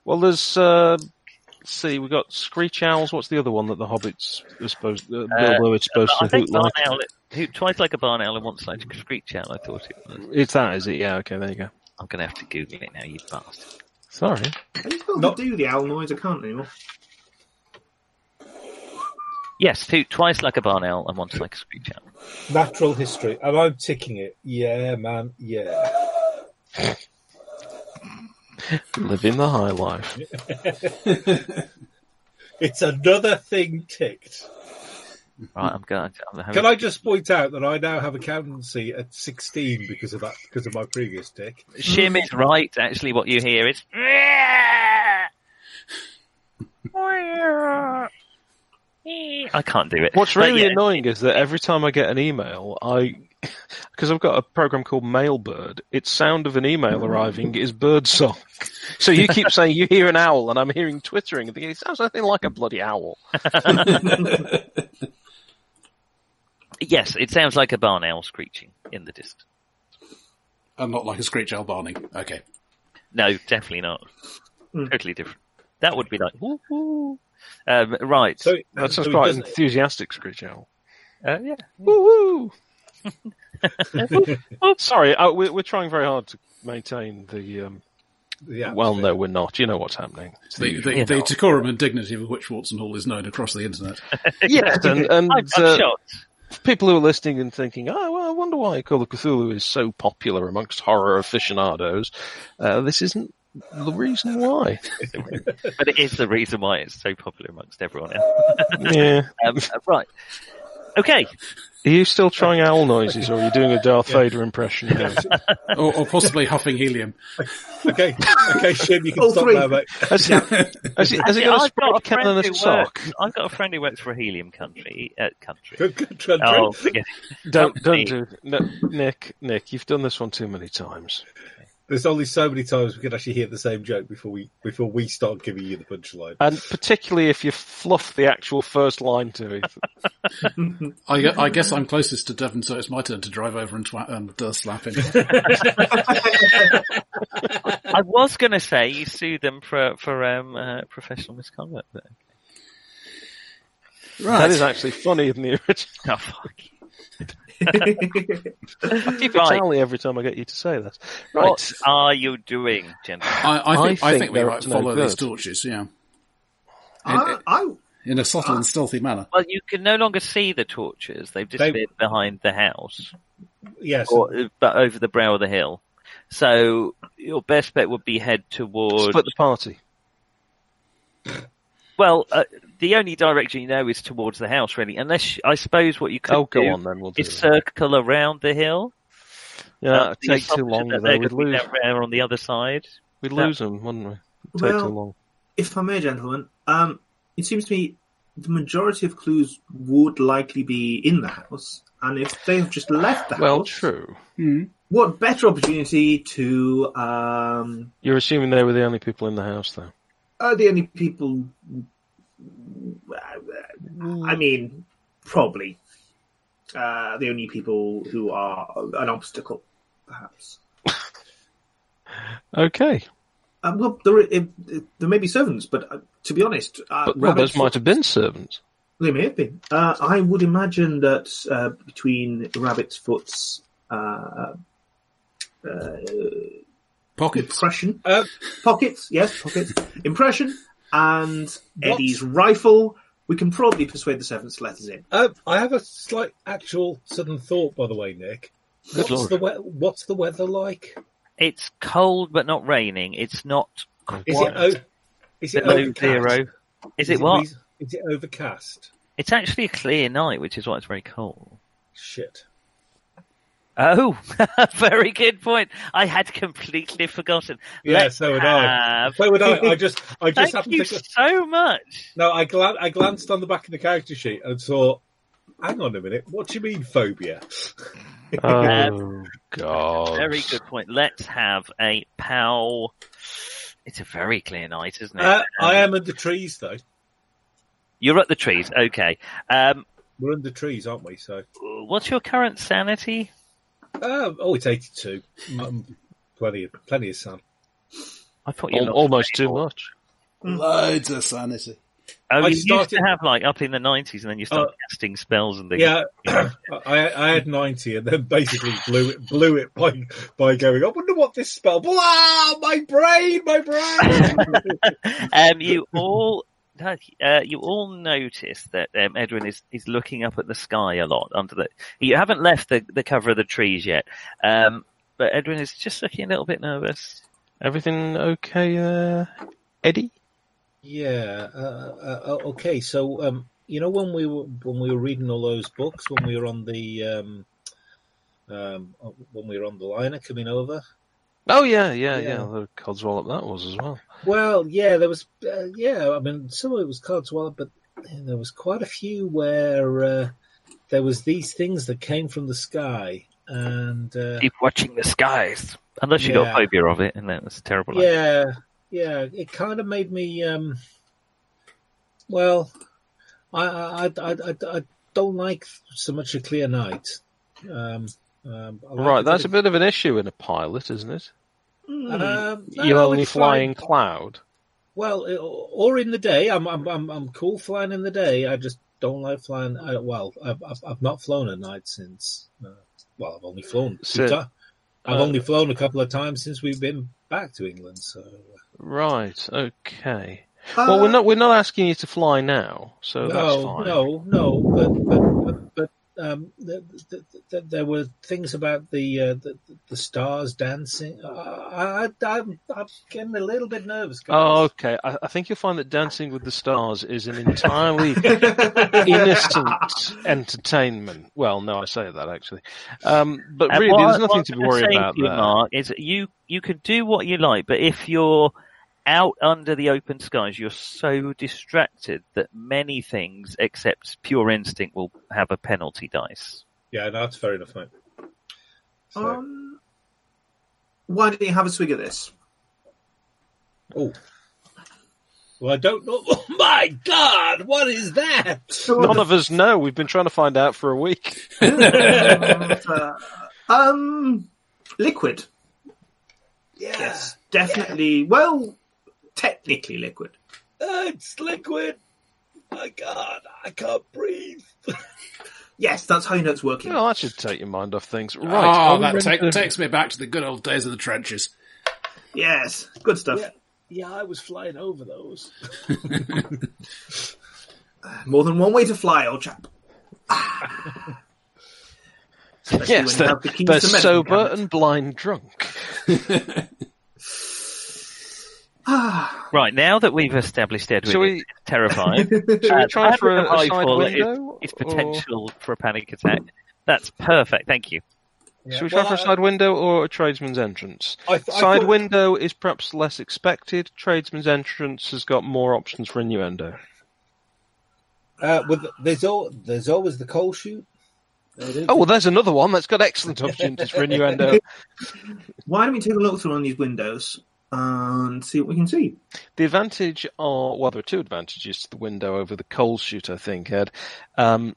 [SPEAKER 5] Well, there's. Uh, let's see, we've got screech owls. What's the other one that the hobbits are supposed? Uh, Bilbo is supposed
[SPEAKER 6] I
[SPEAKER 5] to hoot
[SPEAKER 6] think barn
[SPEAKER 5] like.
[SPEAKER 6] owl, who, twice like a barn owl and once like a screech owl, I thought it was.
[SPEAKER 5] It's that, is it? Yeah. Okay, there you go.
[SPEAKER 6] I'm going to have to Google it now, you bastard.
[SPEAKER 5] Sorry.
[SPEAKER 8] Are you supposed
[SPEAKER 7] Not-
[SPEAKER 8] to do the owl noise? I can't anymore. [laughs]
[SPEAKER 6] Yes, hoot twice like a barn owl and once like a screech owl.
[SPEAKER 7] Natural history, and I'm ticking it. Yeah, man. Yeah. [laughs]
[SPEAKER 5] Living the high life.
[SPEAKER 7] It's another thing ticked.
[SPEAKER 6] Right, I'm going. to- I'm having-
[SPEAKER 7] Can I just point out that I now have accountancy at 16 because of that, because of my previous tick?
[SPEAKER 6] Shim is right. Actually, what you hear is [laughs] I can't do it.
[SPEAKER 5] What's
[SPEAKER 6] But
[SPEAKER 5] really
[SPEAKER 6] yeah,
[SPEAKER 5] annoying is that every time I get an email, I [laughs] because I've got a program called Mailbird, its sound of an email arriving is birdsong. [laughs] So you
[SPEAKER 6] [laughs]
[SPEAKER 5] keep saying you hear an owl, and I'm hearing twittering, and thinking it sounds nothing like a bloody owl.
[SPEAKER 6] Yes, it sounds like a barn owl screeching in the distance.
[SPEAKER 9] [laughs] And not like a Screech Owl Barney. Okay.
[SPEAKER 6] No, definitely not.
[SPEAKER 5] Hmm.
[SPEAKER 6] Totally different. That would be like woo woo. Um, right.
[SPEAKER 7] So
[SPEAKER 5] That
[SPEAKER 7] so
[SPEAKER 5] sounds
[SPEAKER 7] it
[SPEAKER 5] quite an
[SPEAKER 7] doesn't-
[SPEAKER 5] enthusiastic screech owl.
[SPEAKER 6] uh, yeah. [laughs]
[SPEAKER 5] Woo woo! [laughs] Sorry, uh, we're, we're trying very hard to maintain the. Um,
[SPEAKER 7] yeah.
[SPEAKER 5] well, no, we're not. You know what's happening. It's the
[SPEAKER 9] The,
[SPEAKER 5] usual.
[SPEAKER 9] the, the decorum and dignity of which Watson Hall is known across the
[SPEAKER 5] [laughs]
[SPEAKER 9] internet.
[SPEAKER 5] yes, and,
[SPEAKER 6] [laughs] I'm,
[SPEAKER 5] and
[SPEAKER 6] I'm
[SPEAKER 5] uh,
[SPEAKER 6] shocked.
[SPEAKER 5] people who are listening and thinking, oh, well, I wonder why Call of Cthulhu is so popular amongst horror aficionados. Uh, this isn't the reason why.
[SPEAKER 6] But it is the reason why it's so popular amongst everyone else.
[SPEAKER 5] yeah.
[SPEAKER 6] Um, right. Okay.
[SPEAKER 5] Are you still trying owl noises or are you doing a Darth Vader impression? now?
[SPEAKER 9] or, or possibly huffing helium.
[SPEAKER 7] Okay, okay, Shim, you can
[SPEAKER 8] All
[SPEAKER 7] stop
[SPEAKER 8] three.
[SPEAKER 7] there, mate. [laughs]
[SPEAKER 5] has, he, has, he, has
[SPEAKER 6] Actually,
[SPEAKER 5] he got
[SPEAKER 6] I've
[SPEAKER 5] a
[SPEAKER 6] got
[SPEAKER 5] spot
[SPEAKER 6] a friend
[SPEAKER 5] cannon and
[SPEAKER 6] who
[SPEAKER 5] a sock?
[SPEAKER 6] works- I've got a friend who works for a helium country. Uh, country.
[SPEAKER 7] Good, good, good.
[SPEAKER 6] Oh, forget
[SPEAKER 5] Don't,
[SPEAKER 6] Company.
[SPEAKER 5] don't do no, Nick, Nick, you've done this one too many times.
[SPEAKER 7] There's only so many times we can actually hear the same joke before we before we start giving you the punchline.
[SPEAKER 5] And particularly if you fluff the actual first line to it.
[SPEAKER 9] I, gu- I guess I'm closest to Devon, so it's my turn to drive over and, twa- and uh, slap
[SPEAKER 5] [laughs]
[SPEAKER 9] him.
[SPEAKER 6] it. I was going to say you sue them for for um, uh, professional misconduct. But...
[SPEAKER 5] That is actually funny in the original.
[SPEAKER 6] Oh, fuck. you.
[SPEAKER 5] I keep a
[SPEAKER 6] Right.
[SPEAKER 5] tally every time I get you to say that. Right.
[SPEAKER 6] What are you doing, gentlemen?
[SPEAKER 9] I, I, think, I
[SPEAKER 5] think
[SPEAKER 9] think we
[SPEAKER 5] they're
[SPEAKER 9] might
[SPEAKER 5] up to no
[SPEAKER 9] follow these
[SPEAKER 5] good.
[SPEAKER 9] torches, yeah.
[SPEAKER 8] I, I,
[SPEAKER 9] In a subtle and stealthy manner.
[SPEAKER 6] Well, you can no longer see the torches. They've disappeared behind the house,
[SPEAKER 7] Yes,
[SPEAKER 6] or, uh, but over the brow of the hill. So your best bet would be head towards.
[SPEAKER 5] Split the party.
[SPEAKER 6] Well, uh, the only direction you know is towards the house, really. Unless I suppose what you could
[SPEAKER 5] Oh, go
[SPEAKER 6] do
[SPEAKER 5] on then. We'll do
[SPEAKER 6] is
[SPEAKER 5] it.
[SPEAKER 6] circle around the hill.
[SPEAKER 5] Yeah,
[SPEAKER 6] Uh,
[SPEAKER 5] it'd
[SPEAKER 6] the
[SPEAKER 5] take too
[SPEAKER 6] assumption
[SPEAKER 5] long.
[SPEAKER 6] that
[SPEAKER 5] Though.
[SPEAKER 6] they're
[SPEAKER 5] We'd
[SPEAKER 6] gonna be
[SPEAKER 5] lose,
[SPEAKER 6] down there on the other side.
[SPEAKER 5] we'd
[SPEAKER 6] that-
[SPEAKER 5] lose them, wouldn't we? It'd take
[SPEAKER 8] Well-
[SPEAKER 5] too long.
[SPEAKER 8] if I may, gentlemen, um, it seems to me the majority of clues would likely be in the house, and if they have just left the
[SPEAKER 5] Well,
[SPEAKER 8] house,
[SPEAKER 5] true.
[SPEAKER 8] what better opportunity to um,
[SPEAKER 5] You're assuming they were the only people in the house, though.
[SPEAKER 8] are the only people? I mean, probably uh, the only people who are an obstacle, perhaps.
[SPEAKER 5] Okay,
[SPEAKER 8] Uh, well, there, i- i- there may be servants, but uh, to be honest, uh,
[SPEAKER 5] but well,
[SPEAKER 8] Rabbit's
[SPEAKER 5] those might have been servants.
[SPEAKER 8] They may have been. Uh, I would imagine that uh, between Rabbit's Foot's uh,
[SPEAKER 9] Pockets.
[SPEAKER 8] impression,
[SPEAKER 7] Uh,
[SPEAKER 5] [laughs]
[SPEAKER 8] pockets, yes, pockets, impression, and Eddie's rifle, we can probably persuade the seventh letters in.
[SPEAKER 7] Uh, I have a slight actual sudden thought, by the way, Nick.
[SPEAKER 5] Good
[SPEAKER 7] What's
[SPEAKER 5] lord.
[SPEAKER 7] the we- What's the weather like?
[SPEAKER 6] It's cold but not raining. It's not quite
[SPEAKER 7] Is it o- is it
[SPEAKER 6] below
[SPEAKER 7] overcast?
[SPEAKER 6] zero.
[SPEAKER 5] oh.
[SPEAKER 6] Is it what?
[SPEAKER 7] reas- Is it overcast?
[SPEAKER 6] It's actually a clear night, which is why it's very cold.
[SPEAKER 7] Shit.
[SPEAKER 6] Oh, [laughs] very good point. I had completely forgotten.
[SPEAKER 7] Yeah,
[SPEAKER 6] Let's
[SPEAKER 7] so would I.
[SPEAKER 6] have-
[SPEAKER 7] So
[SPEAKER 6] [laughs]
[SPEAKER 7] would I. I just, I just
[SPEAKER 6] Thank
[SPEAKER 7] happened
[SPEAKER 6] you
[SPEAKER 7] to.
[SPEAKER 6] so much.
[SPEAKER 7] No, I, glan- I glanced on the back of the character sheet and thought, hang on a minute, what do you mean phobia?
[SPEAKER 6] Oh,
[SPEAKER 5] God.
[SPEAKER 6] Very good point. Let's have a pow. It's a very clear night, isn't it?
[SPEAKER 7] Uh, I
[SPEAKER 6] Um,
[SPEAKER 7] am under trees, though.
[SPEAKER 6] You're at the trees. Okay. Um,
[SPEAKER 7] We're under trees, aren't we? So,
[SPEAKER 6] what's your current sanity?
[SPEAKER 7] uh, oh, it's eighty-two. Um, plenty of plenty of sun.
[SPEAKER 6] I thought you
[SPEAKER 5] Al-
[SPEAKER 6] lost-
[SPEAKER 5] almost too much.
[SPEAKER 10] Loads of sanity.
[SPEAKER 6] Oh,
[SPEAKER 7] I
[SPEAKER 6] you used to
[SPEAKER 7] started-
[SPEAKER 6] have like up in the nineties, and then you start casting spells and things. [coughs]
[SPEAKER 7] Yeah, I, [coughs] I had ninety, and then basically blew it blew it by by going. I wonder what this spell. Blah, my brain, my brain.
[SPEAKER 6] [laughs] um, you all, uh, you all notice that um, Edwin is is looking up at the sky a lot under the. You haven't left the the cover of the trees yet, um, but Edwin is just looking a little bit nervous.
[SPEAKER 5] Everything okay, uh, Eddie?
[SPEAKER 7] yeah. Uh, uh, uh, okay, so um, you know when we were when we were reading all those books when we were on the um, um, when we were on the liner coming over.
[SPEAKER 5] Oh yeah, yeah,
[SPEAKER 7] Yeah.
[SPEAKER 5] yeah. The Codswallop that was as well.
[SPEAKER 7] Well, yeah, there was. Uh, yeah, I mean, some of it was Codswallop, but there was quite a few where uh, there was these things that came from the sky, and uh,
[SPEAKER 6] Keep watching the skies, unless you got
[SPEAKER 7] Yeah.
[SPEAKER 6] phobia of it, and that was terrible.
[SPEAKER 7] yeah, yeah, it kind of made me. Um, well, I, I, I, I, I don't like so much a clear night. Um, um, I like
[SPEAKER 5] right,
[SPEAKER 7] it
[SPEAKER 5] that's a
[SPEAKER 7] if-
[SPEAKER 5] bit of an issue in a pilot, isn't it?
[SPEAKER 7] Um, no,
[SPEAKER 5] You're
[SPEAKER 7] no,
[SPEAKER 5] only
[SPEAKER 7] it's
[SPEAKER 5] flying
[SPEAKER 7] fine.
[SPEAKER 5] cloud.
[SPEAKER 7] Well, it- or in the day, I'm I'm I'm, I'm cool flying in the day. I just don't like flying. I, well, I've, I've I've not flown at night since. Uh, well, I've only flown.
[SPEAKER 5] So-
[SPEAKER 7] two ti- I've
[SPEAKER 5] uh,
[SPEAKER 7] only flown a couple of times since we've been back to England. So
[SPEAKER 5] Right, okay. well,
[SPEAKER 8] Uh,
[SPEAKER 5] we're not we're not asking you to fly now, so Oh, that's
[SPEAKER 7] no,
[SPEAKER 5] fine.
[SPEAKER 7] no, no. But but but, but um, th th th there were things about the uh, the, the stars dancing. I, I, I'm I'm getting a little bit nervous. Guys.
[SPEAKER 5] Oh, okay. I, I think you'll find that Dancing with the Stars is an entirely innocent entertainment. Well, no, I say that actually, um, but
[SPEAKER 6] And
[SPEAKER 5] really,
[SPEAKER 6] what-
[SPEAKER 5] there's nothing
[SPEAKER 6] what
[SPEAKER 5] to be
[SPEAKER 6] I'm
[SPEAKER 5] worried
[SPEAKER 6] saying
[SPEAKER 5] about
[SPEAKER 6] to you,
[SPEAKER 5] there.
[SPEAKER 6] Mark, is that you you can do what you like, but if you're out under the open skies, you're so distracted that many things, except pure instinct, will have a penalty dice.
[SPEAKER 7] yeah, no, that's fair enough, mate. So,
[SPEAKER 8] Um, why don't you have a swig of this?
[SPEAKER 7] Oh. Well, I don't know. [laughs] Oh my God! What is that?
[SPEAKER 5] None of us know. We've been trying to find out for a week. [laughs]
[SPEAKER 8] Uh, um, liquid.
[SPEAKER 7] Yes,
[SPEAKER 8] Definitely. Well, technically liquid.
[SPEAKER 7] Uh, it's liquid. My God, I can't breathe.
[SPEAKER 8] Yes, that's how you know it's working.
[SPEAKER 5] Well, that should take your mind off things. Right. are
[SPEAKER 9] Ah,
[SPEAKER 5] we
[SPEAKER 9] that
[SPEAKER 5] ready
[SPEAKER 9] take-
[SPEAKER 5] to-
[SPEAKER 9] takes me back to the good old days of the trenches.
[SPEAKER 8] Yes, good stuff.
[SPEAKER 7] Yeah, yeah, I was flying over those.
[SPEAKER 8] More than one way to fly,
[SPEAKER 5] [laughs]
[SPEAKER 8] old chap. Especially
[SPEAKER 5] Yes,
[SPEAKER 8] when you
[SPEAKER 5] they're,
[SPEAKER 8] have the keys
[SPEAKER 5] they're
[SPEAKER 8] to medicine
[SPEAKER 5] sober
[SPEAKER 8] cabinet.
[SPEAKER 5] and blind drunk.
[SPEAKER 6] Right now that we've established Edwin,
[SPEAKER 5] Shall
[SPEAKER 6] is
[SPEAKER 5] we- [laughs]
[SPEAKER 6] terrifying. uh,
[SPEAKER 5] Should we try
[SPEAKER 6] having
[SPEAKER 5] for
[SPEAKER 6] an
[SPEAKER 5] a, a
[SPEAKER 6] eye
[SPEAKER 5] side
[SPEAKER 6] for it
[SPEAKER 5] window?
[SPEAKER 6] It's
[SPEAKER 5] or-
[SPEAKER 6] potential for a panic attack. That's perfect. Thank you.
[SPEAKER 5] Should we try for a side window or a tradesman's entrance?
[SPEAKER 7] uh, I th- I
[SPEAKER 5] side
[SPEAKER 7] thought-
[SPEAKER 5] window is perhaps less expected. Tradesman's entrance has got more options for innuendo.
[SPEAKER 7] Uh, with there's all there's always the coal chute.
[SPEAKER 5] Oh, well, there's another one that's got
[SPEAKER 7] [laughs]
[SPEAKER 5] excellent opportunities for innuendo.
[SPEAKER 8] Why don't we take a look through one of these windows and see what we can see?
[SPEAKER 5] The advantage are, well, there are two advantages to the window over the coal chute, I think, Ed. Um,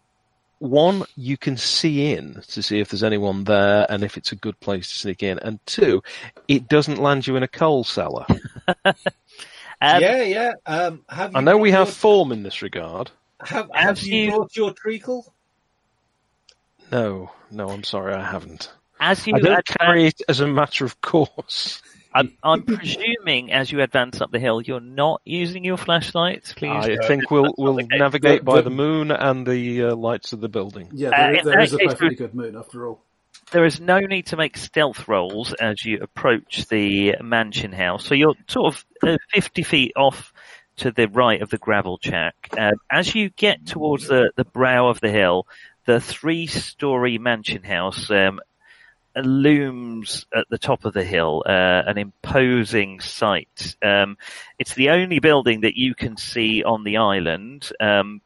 [SPEAKER 5] one, you can see in to see if there's anyone there and if it's a good place to sneak in. And two, it doesn't land you in a coal cellar.
[SPEAKER 6] Um,
[SPEAKER 7] yeah, yeah. Um, have you
[SPEAKER 5] I know we
[SPEAKER 7] brought
[SPEAKER 5] have form in this regard.
[SPEAKER 7] your- have,
[SPEAKER 6] Have
[SPEAKER 7] have you
[SPEAKER 6] you-
[SPEAKER 7] brought your treacle?
[SPEAKER 5] No, no, I'm sorry, I haven't.
[SPEAKER 6] As you
[SPEAKER 5] I don't
[SPEAKER 6] advance,
[SPEAKER 5] carry it as a matter of course.
[SPEAKER 6] I'm, I'm presuming as you advance up the hill, you're not using your flashlights. Please,
[SPEAKER 5] I
[SPEAKER 6] don't.
[SPEAKER 5] think we'll we'll
[SPEAKER 6] uh, Okay.
[SPEAKER 5] navigate
[SPEAKER 9] The-
[SPEAKER 5] by
[SPEAKER 9] the-
[SPEAKER 5] the moon and the uh, lights of the building.
[SPEAKER 9] Yeah,
[SPEAKER 6] Uh,
[SPEAKER 9] there,
[SPEAKER 6] in
[SPEAKER 9] there
[SPEAKER 6] that
[SPEAKER 9] is a
[SPEAKER 6] case,
[SPEAKER 9] perfectly good moon after all.
[SPEAKER 6] There is no need to make stealth rolls as you approach the mansion house. So you're sort of uh, 50 feet off to the right of the gravel track. Um, as you get towards the, the brow of the hill, the three story mansion house um, looms at the top of the hill, uh, an imposing sight. Um, it's the only building that you can see on the island. Um,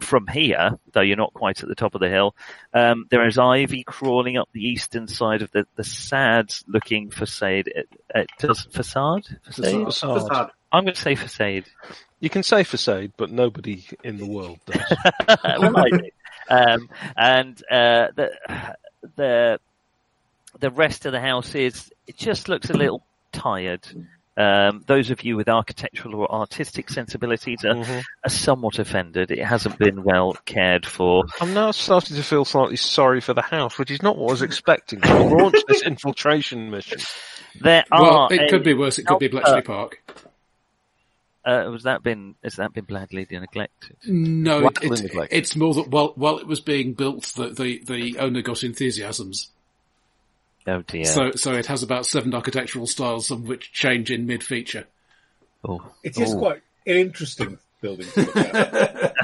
[SPEAKER 6] from here, though you're not quite at the top of the hill, um, there is ivy crawling up the eastern side of the, the sad looking facade. It, it does, facade? facade?
[SPEAKER 5] Facade.
[SPEAKER 8] Facade.
[SPEAKER 6] I'm going to say facade.
[SPEAKER 5] You can say facade, but nobody in the world does.
[SPEAKER 6] Well,
[SPEAKER 9] [laughs]
[SPEAKER 6] I do. um, and uh, the the the rest of the house is it just looks a little tired. Um, those of you with architectural or artistic sensibilities are,
[SPEAKER 9] Mm-hmm.
[SPEAKER 5] Mhm.
[SPEAKER 6] are somewhat offended. It hasn't been well cared for.
[SPEAKER 5] I'm now starting to feel slightly sorry for the house, which is not what I was expecting. We launched this infiltration mission.
[SPEAKER 6] There
[SPEAKER 9] Well,
[SPEAKER 6] are
[SPEAKER 9] it
[SPEAKER 6] a-
[SPEAKER 9] could be worse. It could be
[SPEAKER 6] Alpha.
[SPEAKER 9] Bletchley Park.
[SPEAKER 6] Uh, was that been has that been badly neglected?
[SPEAKER 9] No, it,
[SPEAKER 5] Blackly
[SPEAKER 9] it's-
[SPEAKER 5] neglected.
[SPEAKER 9] it's more that while while it was being built, the the, the owner got enthusiasms.
[SPEAKER 6] Oh dear.
[SPEAKER 9] So so it has about seven architectural styles, some of which change in mid feature.
[SPEAKER 6] Oh.
[SPEAKER 7] It is
[SPEAKER 6] Ooh.
[SPEAKER 7] quite an interesting
[SPEAKER 6] [laughs]
[SPEAKER 7] building to look at.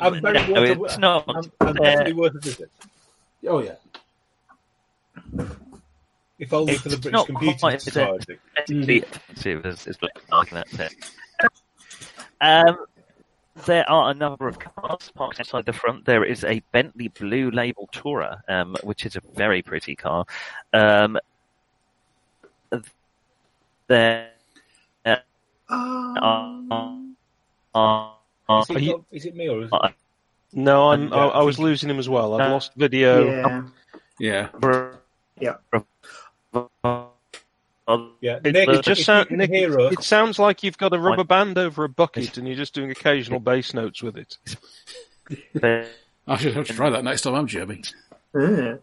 [SPEAKER 6] Um,
[SPEAKER 7] I'm very
[SPEAKER 6] no,
[SPEAKER 7] water-
[SPEAKER 6] it's not.
[SPEAKER 7] I'm, I'm
[SPEAKER 6] Uh,
[SPEAKER 7] definitely worth a visit.
[SPEAKER 9] Oh yeah,
[SPEAKER 7] If only for the
[SPEAKER 6] It's
[SPEAKER 7] British
[SPEAKER 6] not
[SPEAKER 7] Computing
[SPEAKER 6] quite a-
[SPEAKER 7] Society.
[SPEAKER 6] Be offensive as- as black mark, and that's it. Um, there are a number of cars parked outside the front. There is a Bentley Blue Label Tourer, um, which is a very pretty car. Um, there
[SPEAKER 8] Um,
[SPEAKER 6] are, are, are
[SPEAKER 7] Is it,
[SPEAKER 5] you-
[SPEAKER 7] not, is it me or is it?
[SPEAKER 6] Uh,
[SPEAKER 5] No, I'm,
[SPEAKER 6] And,
[SPEAKER 5] I,
[SPEAKER 6] uh,
[SPEAKER 5] I was losing him as well. I've lost video.
[SPEAKER 8] yeah.
[SPEAKER 9] yeah.
[SPEAKER 8] Yeah.
[SPEAKER 7] Yeah, Nick,
[SPEAKER 5] It
[SPEAKER 7] if
[SPEAKER 5] just sound,
[SPEAKER 7] you can
[SPEAKER 5] Nick, it,
[SPEAKER 7] hear us,
[SPEAKER 5] it sounds like you've got a rubber band over a bucket and you're just doing occasional bass notes with it.
[SPEAKER 9] I should have to try that next time I'm Jeremy.
[SPEAKER 8] Yeah.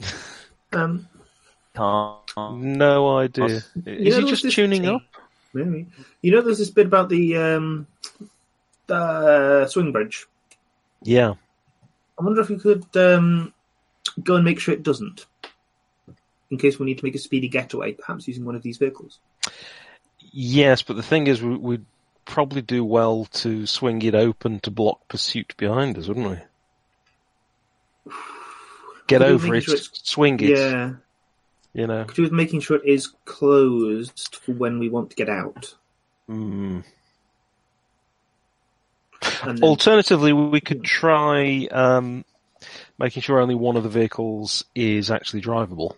[SPEAKER 8] Uh, Um,
[SPEAKER 6] car.
[SPEAKER 5] No idea.
[SPEAKER 8] you
[SPEAKER 5] Is
[SPEAKER 8] know,
[SPEAKER 5] he
[SPEAKER 8] there's
[SPEAKER 5] just
[SPEAKER 8] this
[SPEAKER 5] tuning
[SPEAKER 8] thing-
[SPEAKER 5] up?
[SPEAKER 8] Maybe. You know, there's this bit about the um, uh, swing bridge.
[SPEAKER 5] Yeah.
[SPEAKER 8] I wonder if we could um, go and make sure it doesn't, in case we need to make a speedy getaway, perhaps using one of these vehicles.
[SPEAKER 5] Yes, but the thing is, we, we'd probably do well to swing it open to block pursuit behind us, wouldn't we? Get
[SPEAKER 8] Could we
[SPEAKER 5] over
[SPEAKER 8] make
[SPEAKER 5] it,
[SPEAKER 8] sure it's-
[SPEAKER 5] swing it,
[SPEAKER 8] Yeah,
[SPEAKER 5] you know.
[SPEAKER 8] could do with making sure it is closed for when we want to get out.
[SPEAKER 5] Mm.
[SPEAKER 8] And then-
[SPEAKER 5] Alternatively, we could try um, making sure only one of the vehicles is actually drivable.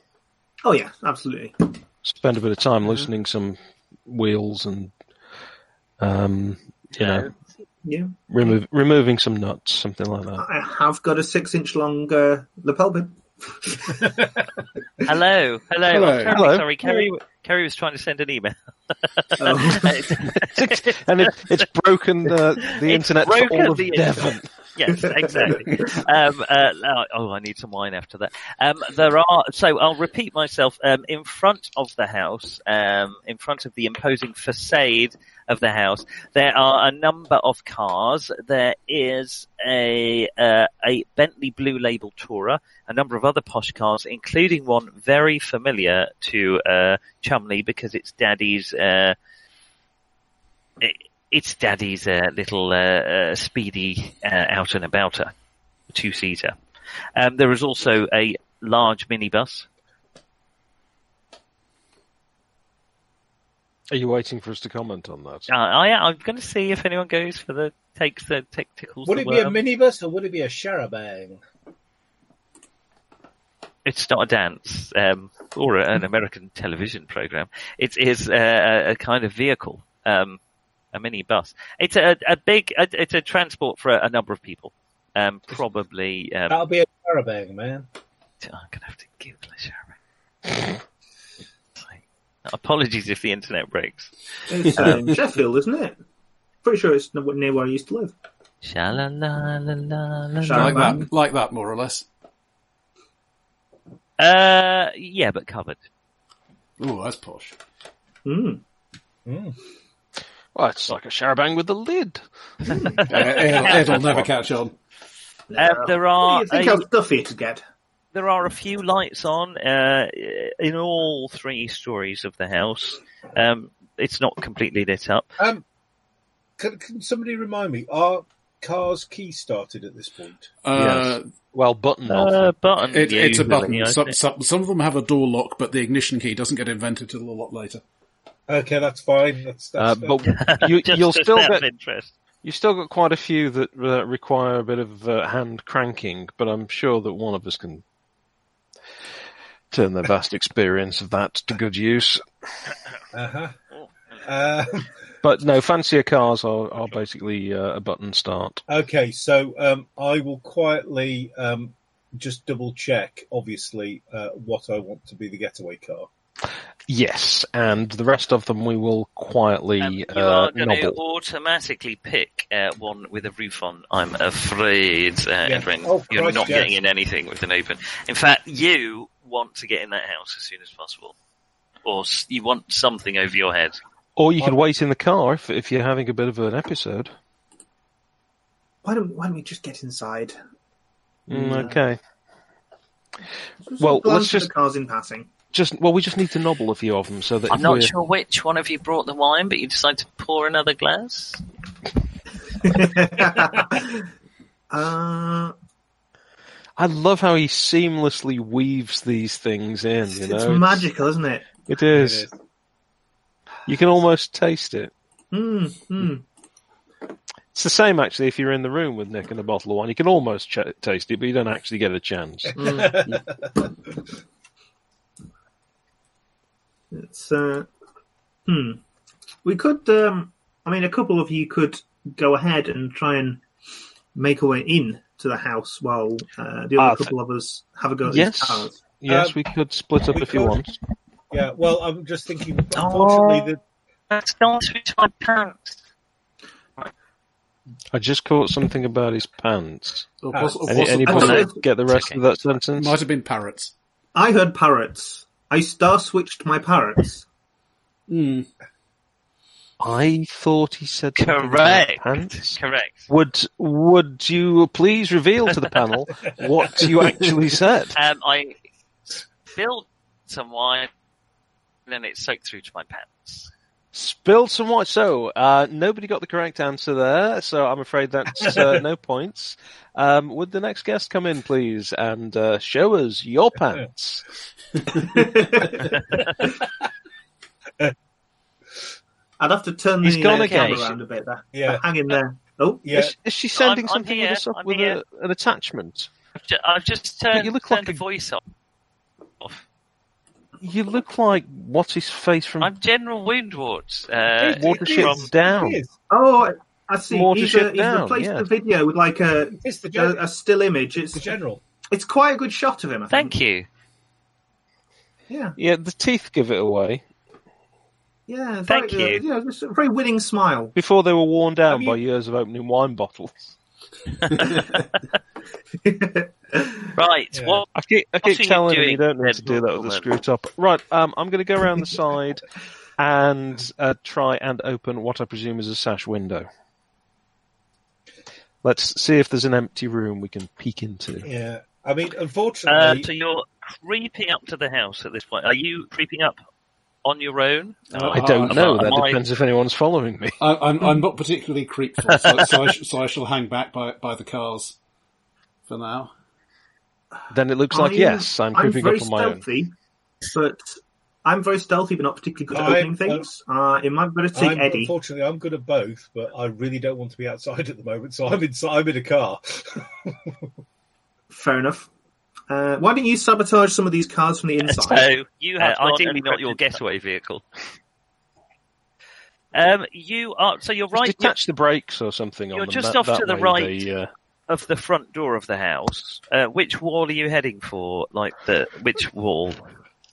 [SPEAKER 8] oh yeah, absolutely.
[SPEAKER 5] Spend a bit of time loosening some wheels and, um, you know,
[SPEAKER 8] Yeah,
[SPEAKER 5] remove, removing some nuts, something like
[SPEAKER 8] [laughs]
[SPEAKER 5] that.
[SPEAKER 8] I have got a six-inch long uh, lapel pin.
[SPEAKER 6] Hello, hello. I'm
[SPEAKER 9] Hello.
[SPEAKER 6] terribly
[SPEAKER 5] Hello.
[SPEAKER 6] Sorry, Kerry. Kerry was trying to send an email.
[SPEAKER 8] Um,
[SPEAKER 5] and it, it's broken uh, the
[SPEAKER 6] It's
[SPEAKER 5] internet for
[SPEAKER 6] broken
[SPEAKER 5] all of
[SPEAKER 6] the
[SPEAKER 5] Devon.
[SPEAKER 6] internet. [laughs] yes, exactly. um, uh, now- oh, I need some wine after that. Um, there are, so I'll repeat myself. Um, in front of the house, um, in front of the imposing facade of the house, there are a number of cars. There is a uh, a Bentley Blue Label Tourer, a number of other posh cars, including one very familiar to uh, Chumley because it's Daddy's. Uh, it- it's Daddy's uh, little uh, uh, speedy uh, out and abouter, two seater. Um, there is also a large minibus.
[SPEAKER 5] Are you waiting for us to comment on that?
[SPEAKER 6] Uh, I, I'm going to see if anyone goes for the takes the tick tickles.
[SPEAKER 7] would
[SPEAKER 6] the
[SPEAKER 7] it be a
[SPEAKER 6] worm.
[SPEAKER 7] minibus or would it be a charabang?
[SPEAKER 6] It's not a dance um, or a- an American television program. It is uh, a, a kind of vehicle, um, a minibus. It's a, a big. A, it's a transport for a, a number of people. Um, probably. Um,
[SPEAKER 7] That'll be a charabang, man.
[SPEAKER 6] I'm gonna have to Google it, Sharon. Apologies if the internet breaks.
[SPEAKER 8] It's uh, in Sheffield, isn't it? Pretty sure it's n- near where I used to live.
[SPEAKER 6] Sha-la-la-la-la-la.
[SPEAKER 8] Shall
[SPEAKER 9] Like
[SPEAKER 8] Um,
[SPEAKER 9] that, like that, more or less.
[SPEAKER 6] Uh, yeah, but covered.
[SPEAKER 9] Oh, that's posh.
[SPEAKER 8] Mm.
[SPEAKER 5] Well, it's like a sharabang with a lid.
[SPEAKER 9] [laughs] Uh, Ed, Ed will never catch on.
[SPEAKER 6] Uh, there
[SPEAKER 8] What
[SPEAKER 6] are
[SPEAKER 8] do you think
[SPEAKER 6] a-
[SPEAKER 8] how stuffy it'd get?
[SPEAKER 6] there are a few lights on uh, in all three stories of the house. Um, it's not completely lit up.
[SPEAKER 7] Um, can, can somebody remind me? Are cars key started at this point?
[SPEAKER 9] Uh,
[SPEAKER 5] Well, button off.
[SPEAKER 6] Uh, button.
[SPEAKER 9] it, it's a
[SPEAKER 6] usually,
[SPEAKER 9] button.
[SPEAKER 6] isn't
[SPEAKER 9] Some,
[SPEAKER 6] it?
[SPEAKER 9] some, some of them have a door lock, but the ignition key doesn't get invented till a lot later.
[SPEAKER 7] Okay, that's fine. That's,
[SPEAKER 5] Uh,
[SPEAKER 7] that's
[SPEAKER 5] but
[SPEAKER 6] [laughs]
[SPEAKER 5] you,
[SPEAKER 6] Just,
[SPEAKER 5] you'll
[SPEAKER 6] just
[SPEAKER 5] still
[SPEAKER 6] out
[SPEAKER 5] get
[SPEAKER 6] of interest.
[SPEAKER 5] you've still got quite a few that uh, require a bit of uh, hand cranking, but I'm sure that one of us can turn their vast experience of that to good use.
[SPEAKER 7] uh-huh. [laughs] uh,
[SPEAKER 5] But no, fancier cars are, are basically uh, a button start.
[SPEAKER 7] okay, so um, I will quietly um, just double check, obviously, uh, what I want to be the getaway car.
[SPEAKER 5] Yes, and the rest of them we will quietly
[SPEAKER 6] Um, you
[SPEAKER 5] uh,
[SPEAKER 6] are going to
[SPEAKER 5] nobble.
[SPEAKER 6] automatically pick uh, one with a roof on. I'm afraid, uh, Edwin,
[SPEAKER 7] Oh,
[SPEAKER 6] you're
[SPEAKER 7] Christ,
[SPEAKER 6] not
[SPEAKER 7] yes.
[SPEAKER 6] getting in anything with an open. In fact, you want to get in that house as soon as possible, or s- you want something over your head.
[SPEAKER 5] Or you could wait in the car if, if you're having a bit of an episode.
[SPEAKER 8] Why don't Why don't we just get inside?
[SPEAKER 5] Mm, okay.
[SPEAKER 8] Just
[SPEAKER 5] Well,
[SPEAKER 8] glance
[SPEAKER 5] let's
[SPEAKER 8] at
[SPEAKER 5] just-
[SPEAKER 8] the cars in passing.
[SPEAKER 5] Just well, we just need to nobble a few of them so that
[SPEAKER 6] I'm
[SPEAKER 5] if
[SPEAKER 6] not
[SPEAKER 5] we're-
[SPEAKER 6] sure which one of you brought the wine, but you decided to pour another glass.
[SPEAKER 8] Uh,
[SPEAKER 5] I love how he seamlessly weaves these things in. You know,
[SPEAKER 8] it's magical, isn't it?
[SPEAKER 5] It is. You can almost taste it.
[SPEAKER 8] Hmm. hmm.
[SPEAKER 5] It's the same actually if you're in the room with Nick and a bottle of wine. You can almost ch- taste it, but you don't actually get a chance.
[SPEAKER 8] It's uh, hmm. We could. Um, I mean, a couple of you could go ahead and try and make a way in to the house while uh, the other
[SPEAKER 5] Ah,
[SPEAKER 8] couple of us have a go at
[SPEAKER 5] yes.
[SPEAKER 8] these cars.
[SPEAKER 5] Yes,
[SPEAKER 7] Um,
[SPEAKER 5] we could split up
[SPEAKER 7] we
[SPEAKER 5] if you
[SPEAKER 7] could.
[SPEAKER 5] want.
[SPEAKER 7] Yeah, well, I'm just thinking,
[SPEAKER 6] Oh.
[SPEAKER 7] unfortunately, the,
[SPEAKER 6] That's not which I can't.
[SPEAKER 5] I just caught something about his pants.
[SPEAKER 9] Or
[SPEAKER 7] Ah,
[SPEAKER 9] poss- or
[SPEAKER 5] Any,
[SPEAKER 9] possibly-
[SPEAKER 5] anybody
[SPEAKER 8] Absolutely.
[SPEAKER 5] get the rest of that sentence?
[SPEAKER 9] might have been parrots.
[SPEAKER 8] I heard parrots. I star switched my parrots.
[SPEAKER 9] Mm.
[SPEAKER 5] I thought he said something about
[SPEAKER 6] Correct.
[SPEAKER 5] pants.
[SPEAKER 6] Correct.
[SPEAKER 5] Would would you please reveal to the panel what you actually said?
[SPEAKER 6] Um, I spilled some wine, and then it soaked through to my pants.
[SPEAKER 5] Spilled some wine. So uh, nobody got the correct answer there. So I'm afraid that's uh, no points. Um, would the next guest come in, please, and uh, show us your pants?
[SPEAKER 8] I'd have to turn
[SPEAKER 5] He's
[SPEAKER 8] the
[SPEAKER 5] gone
[SPEAKER 8] uh,
[SPEAKER 5] again.
[SPEAKER 8] camera around a bit there.
[SPEAKER 7] Yeah.
[SPEAKER 8] But Hang in there. Oh,
[SPEAKER 7] yeah,
[SPEAKER 5] Is, is she sending
[SPEAKER 6] I'm- I'm
[SPEAKER 5] something
[SPEAKER 6] here,
[SPEAKER 5] with us up
[SPEAKER 6] I'm
[SPEAKER 5] with
[SPEAKER 6] here.
[SPEAKER 5] a, an attachment?
[SPEAKER 6] I've ju- I've just turned,
[SPEAKER 5] you look
[SPEAKER 6] turned
[SPEAKER 5] like
[SPEAKER 6] the
[SPEAKER 5] a-
[SPEAKER 6] voice off.
[SPEAKER 5] You look like what's his face from
[SPEAKER 6] I'm General Woundward. Uh,
[SPEAKER 7] It
[SPEAKER 5] Watership
[SPEAKER 7] is,
[SPEAKER 5] Down.
[SPEAKER 7] it is.
[SPEAKER 8] oh, I- I see. He's,
[SPEAKER 5] Watership
[SPEAKER 8] uh, he's
[SPEAKER 5] down,
[SPEAKER 8] replaced
[SPEAKER 5] yeah.
[SPEAKER 8] the video with like a,
[SPEAKER 7] It's the
[SPEAKER 8] a,
[SPEAKER 7] general.
[SPEAKER 8] a still image.
[SPEAKER 7] the
[SPEAKER 8] It's
[SPEAKER 7] general.
[SPEAKER 8] it's quite a good shot of him. I think.
[SPEAKER 6] Thank you.
[SPEAKER 8] Yeah,
[SPEAKER 5] Yeah, the teeth give it away
[SPEAKER 8] yeah. very-
[SPEAKER 6] Thank you.
[SPEAKER 8] Uh, yeah, just a very winning smile. [laughs]
[SPEAKER 5] before they were worn down
[SPEAKER 7] Have
[SPEAKER 5] by
[SPEAKER 7] you-
[SPEAKER 5] years of opening wine bottles.
[SPEAKER 6] Right.
[SPEAKER 7] Yeah.
[SPEAKER 6] What?
[SPEAKER 5] I keep, I
[SPEAKER 6] What
[SPEAKER 5] keep
[SPEAKER 6] are you
[SPEAKER 5] telling him
[SPEAKER 6] doing,
[SPEAKER 5] you don't need
[SPEAKER 6] Red
[SPEAKER 5] to do that with a
[SPEAKER 6] Bull
[SPEAKER 5] screw top. Right, um, I'm going to go around the side and uh, try and open what I presume is a sash window. Let's see if there's an empty room we can peek into.
[SPEAKER 7] Yeah, I mean,
[SPEAKER 6] Uh,
[SPEAKER 7] unfortunately,
[SPEAKER 6] so you're creeping up to the house at this point. Are you creeping up on your own? Uh,
[SPEAKER 5] I don't know. That
[SPEAKER 6] My-
[SPEAKER 5] depends if anyone's following me.
[SPEAKER 9] I, I'm, I'm not particularly creepful, so, so, I sh- so I shall hang back by, by the cars for now.
[SPEAKER 5] Then it looks like,
[SPEAKER 8] I'm-
[SPEAKER 5] yes, I'm creeping
[SPEAKER 8] very
[SPEAKER 5] up on my own.
[SPEAKER 8] stealthy, But I'm very stealthy, but not particularly good at
[SPEAKER 7] I'm-
[SPEAKER 8] opening things. Uh, it might be better to take
[SPEAKER 7] I'm,
[SPEAKER 8] Eddie.
[SPEAKER 7] unfortunately I'm good at both, but I really don't want to be outside [laughs] at the moment, so I'm inside. I'm in a car.
[SPEAKER 8] Fair enough. Uh, why don't you sabotage some of these cars from the inside?
[SPEAKER 6] So you have
[SPEAKER 2] I've got
[SPEAKER 6] ideally
[SPEAKER 2] an
[SPEAKER 6] not your
[SPEAKER 2] encrypted-
[SPEAKER 6] getaway vehicle. Um, you are so you're
[SPEAKER 5] Just
[SPEAKER 6] right you're
[SPEAKER 5] detach the brakes or something on
[SPEAKER 6] You're
[SPEAKER 5] them.
[SPEAKER 6] just
[SPEAKER 5] That-
[SPEAKER 6] off
[SPEAKER 5] that
[SPEAKER 6] to the
[SPEAKER 5] way
[SPEAKER 6] right.
[SPEAKER 5] they, uh,
[SPEAKER 6] of the front door of the house. Uh, which wall are you heading for? Like the which wall?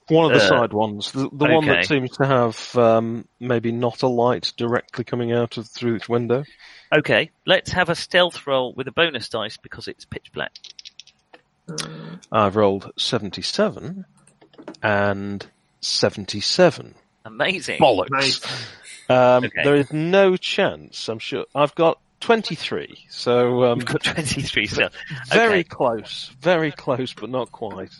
[SPEAKER 5] one of the
[SPEAKER 6] Uh,
[SPEAKER 5] side ones, the, the one that
[SPEAKER 6] okay.
[SPEAKER 5] seems to have um, maybe not a light directly coming out of through its window.
[SPEAKER 6] Okay, let's have a stealth roll with a bonus dice because it's pitch black.
[SPEAKER 5] I've rolled 77 and 77.
[SPEAKER 6] Amazing.
[SPEAKER 5] Bollocks. Um,
[SPEAKER 6] Okay.
[SPEAKER 5] There is no chance, I'm sure. I've got 23, so um,
[SPEAKER 6] We've got [laughs] 23 still.
[SPEAKER 5] very
[SPEAKER 6] Okay.
[SPEAKER 5] close. Very close, but not quite.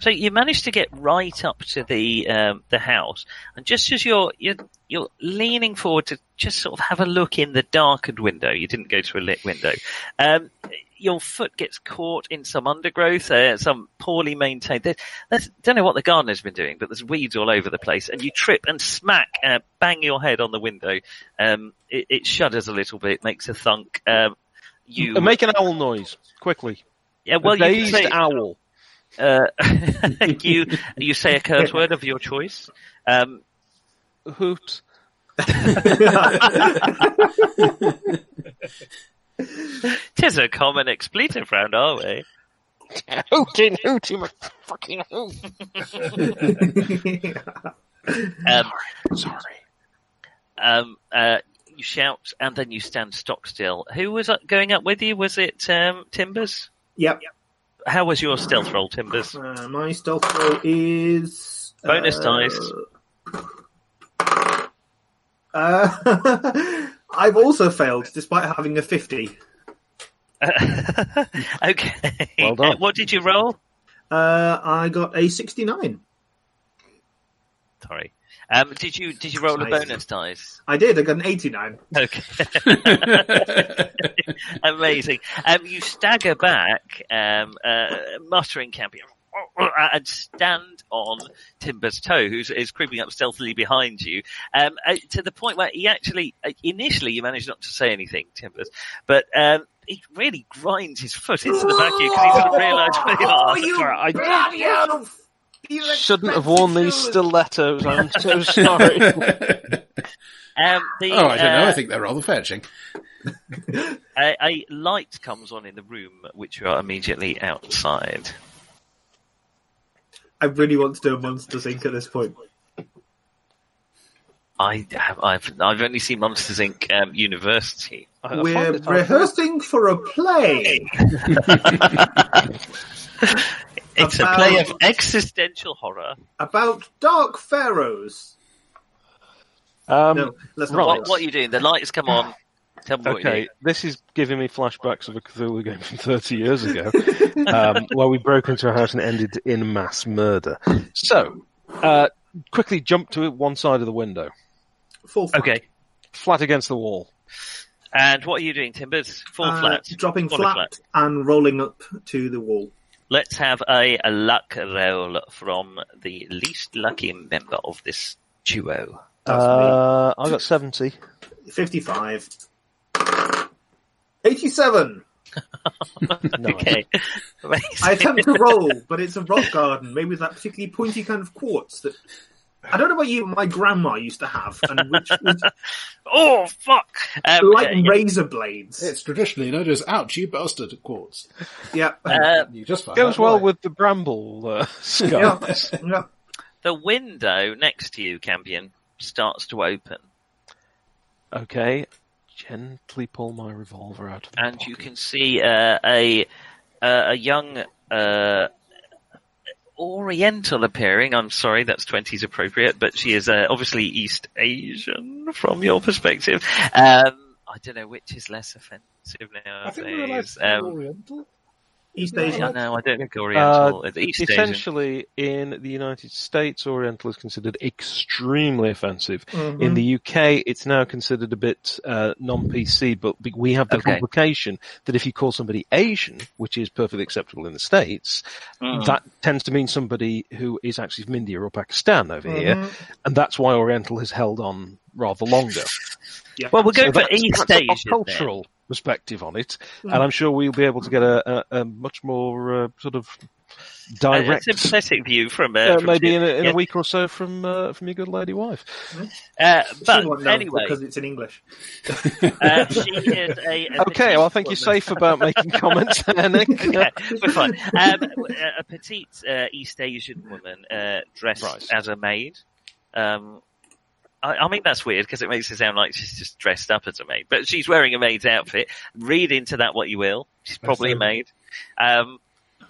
[SPEAKER 6] So you managed to get right up to the um, the house, and just as you're you're you're leaning forward to just sort of have a look in the darkened window, you didn't go to a lit window. Um, your foot gets caught in some undergrowth, uh, some poorly maintained. There, there's, don't know what the gardener's been doing, but there's weeds all over the place, and you trip and smack, uh, bang your head on the window. Um, it, it shudders a little bit, makes a thunk. Um, you
[SPEAKER 5] Uh, Make an owl noise, quickly.
[SPEAKER 6] yeah, well,
[SPEAKER 5] a
[SPEAKER 6] you can
[SPEAKER 5] dazed
[SPEAKER 6] say-
[SPEAKER 5] owl.
[SPEAKER 6] uh, [laughs]
[SPEAKER 5] [laughs]
[SPEAKER 6] you you say a curse word of your choice. Um,
[SPEAKER 5] Hoot.
[SPEAKER 6] tis a common expletive round our way.
[SPEAKER 5] Hooting, hooting, fucking hoot.
[SPEAKER 6] Um,
[SPEAKER 5] Sorry.
[SPEAKER 6] um, uh, you shout and then you stand stock still. Who was up- going up with you? Was it um, Timbers?
[SPEAKER 8] [laughs] Yep.
[SPEAKER 6] How was your stealth roll, Timbers?
[SPEAKER 8] Uh, my stealth roll is
[SPEAKER 6] Bonus
[SPEAKER 8] uh,
[SPEAKER 6] dice. [laughs]
[SPEAKER 8] Uh, [laughs] I've also failed, despite having a fifty.
[SPEAKER 6] okay.
[SPEAKER 5] Well done.
[SPEAKER 6] Uh, [laughs] What did you roll?
[SPEAKER 8] Uh, I got a sixty-nine.
[SPEAKER 6] Sorry. Um, did you did you roll a
[SPEAKER 8] Nice.
[SPEAKER 6] bonus dice?
[SPEAKER 8] I did. I got an eighty-nine.
[SPEAKER 6] Okay. [laughs] Amazing. Um, you stagger back, um, uh, muttering campy, and stand on Timber's toe, who is creeping up stealthily behind you, um, uh, to the point where he actually, uh, initially, you manage not to say anything, Timbers, but um, he really grinds his foot into the back of you because he
[SPEAKER 8] [laughs]
[SPEAKER 6] doesn't realise where you
[SPEAKER 8] Oh,
[SPEAKER 6] are. [laughs]
[SPEAKER 5] I
[SPEAKER 8] Bloody elf! You
[SPEAKER 5] shouldn't have
[SPEAKER 8] expensive
[SPEAKER 5] worn these
[SPEAKER 8] shoes.
[SPEAKER 5] stilettos. I'm so sorry.
[SPEAKER 6] Um, the,
[SPEAKER 9] oh, I don't know.
[SPEAKER 6] uh,
[SPEAKER 9] I think they're rather fetching.
[SPEAKER 6] a, a light comes on in the room, which you are immediately outside.
[SPEAKER 8] I really want to do a monster sync at this point.
[SPEAKER 6] I have, I've, I've only seen Monsters Inc. Um, University.
[SPEAKER 5] I Um,
[SPEAKER 8] We're
[SPEAKER 5] Uh, find it hard-
[SPEAKER 8] rehearsing for a play.
[SPEAKER 6] It's
[SPEAKER 8] About-
[SPEAKER 6] a play of existential horror.
[SPEAKER 8] about dark pharaohs.
[SPEAKER 5] Um,
[SPEAKER 8] No, let's not.
[SPEAKER 5] right.
[SPEAKER 6] What, what are you doing? The lights come on. Tell me what you
[SPEAKER 5] Okay,
[SPEAKER 6] need.
[SPEAKER 5] this is giving me flashbacks of a Cthulhu game from 30
[SPEAKER 6] [laughs]
[SPEAKER 5] years ago, um, where we broke into a house and ended in mass murder. So, uh, quickly jump to one side of the window,
[SPEAKER 8] Full flat.
[SPEAKER 6] Okay.
[SPEAKER 5] flat against the wall.
[SPEAKER 6] And what are you doing, Timbers? Full
[SPEAKER 8] Uh,
[SPEAKER 6] flat.
[SPEAKER 8] dropping
[SPEAKER 6] Full
[SPEAKER 8] flat, and rolling up to the wall.
[SPEAKER 6] Let's have a, a luck roll from the least lucky member of this duo. [laughs]
[SPEAKER 8] That's
[SPEAKER 5] Uh, I got 70.
[SPEAKER 8] me. Fifty-five. Eighty-seven.
[SPEAKER 6] Okay. [laughs]
[SPEAKER 8] I attempt to roll, but it's a rock garden, maybe with that particularly pointy kind of quartz that. I don't know about you, my grandma used to have, and which was
[SPEAKER 6] oh, fuck! Um,
[SPEAKER 8] like
[SPEAKER 6] uh,
[SPEAKER 8] razor blades.
[SPEAKER 9] It's traditionally known as "ouch, you bastard" quartz.
[SPEAKER 8] Yeah.
[SPEAKER 6] Uh,
[SPEAKER 9] You just find
[SPEAKER 5] Goes
[SPEAKER 9] out
[SPEAKER 5] well
[SPEAKER 9] why.
[SPEAKER 5] with the
[SPEAKER 6] [laughs]
[SPEAKER 5] bramble uh,
[SPEAKER 8] yeah.
[SPEAKER 5] scar.
[SPEAKER 8] yeah.
[SPEAKER 6] the window next to you, Campion, starts to open.
[SPEAKER 5] Okay, gently pull my revolver out of the
[SPEAKER 6] and you
[SPEAKER 5] pocket.
[SPEAKER 6] can see uh, a uh, a young uh, Oriental appearing. I'm sorry, that's twenties appropriate, but she is uh, obviously East Asian from your perspective. Um, I don't know which is less offensive
[SPEAKER 10] I think we're allowed
[SPEAKER 6] nowadays.
[SPEAKER 10] to be
[SPEAKER 6] Um,
[SPEAKER 10] Oriental.
[SPEAKER 8] East
[SPEAKER 10] Yeah,
[SPEAKER 8] Asia.
[SPEAKER 6] no, I don't
[SPEAKER 5] Uh,
[SPEAKER 6] think Oriental. is East Asian.
[SPEAKER 5] Essentially, in the United States, Oriental is considered extremely offensive. In
[SPEAKER 6] Mm-hmm.
[SPEAKER 5] the UK, it's now considered a bit uh, non-PC, but b- we have the
[SPEAKER 6] Okay.
[SPEAKER 5] complication that if you call somebody Asian, which is perfectly acceptable in the States,
[SPEAKER 6] Mm.
[SPEAKER 5] that tends to mean somebody who is actually from India or Pakistan over here,
[SPEAKER 6] Mm-hmm.
[SPEAKER 5] and that's why Oriental has held on rather longer.
[SPEAKER 8] Mm-hmm.
[SPEAKER 6] Well, we're going
[SPEAKER 5] So
[SPEAKER 6] for East
[SPEAKER 5] that's
[SPEAKER 6] Asian.
[SPEAKER 5] a
[SPEAKER 6] then. Mm.
[SPEAKER 5] cultural perspective on it, and I'm sure we'll be able to get a, a, a much more uh, sort of
[SPEAKER 6] A- a
[SPEAKER 5] direct
[SPEAKER 6] sympathetic view from, uh,
[SPEAKER 5] uh,
[SPEAKER 6] from
[SPEAKER 5] maybe in, a, in
[SPEAKER 6] Yeah.
[SPEAKER 5] a week or so from uh, from your good lady wife.
[SPEAKER 6] Uh,
[SPEAKER 8] She won't
[SPEAKER 6] but
[SPEAKER 8] know
[SPEAKER 6] anyway,
[SPEAKER 8] because it's in English.
[SPEAKER 6] uh, she is a, a
[SPEAKER 5] [laughs] Okay, well, I
[SPEAKER 6] petite
[SPEAKER 5] think you're safe about making
[SPEAKER 6] [laughs]
[SPEAKER 5] comments there, Nick.
[SPEAKER 6] okay, we're fine. Um, a- a petite uh, East Asian woman uh, dressed
[SPEAKER 5] Right.
[SPEAKER 6] as a maid. Um, I, I mean, that's weird because it makes it sound like she's just dressed up as a maid, but she's wearing a maid's outfit. Read into that what you will. She's probably a maid. Um,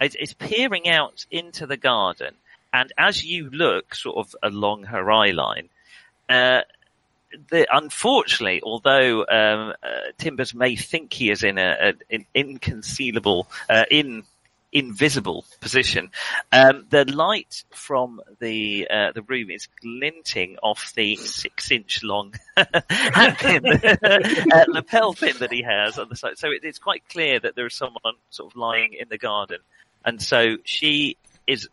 [SPEAKER 6] it's, it's peering out into the garden. And as you look sort of along her eye line, uh, the, unfortunately, although um, uh, Timbers may think he is in a, a, an inconceivable, uh, in invisible position, um, the light from the uh, the room is glinting off the six inch long [laughs] hat pin, [laughs] uh, lapel pin that he has on the side. So it, it's quite clear that there is someone sort of lying in the garden, and so she is.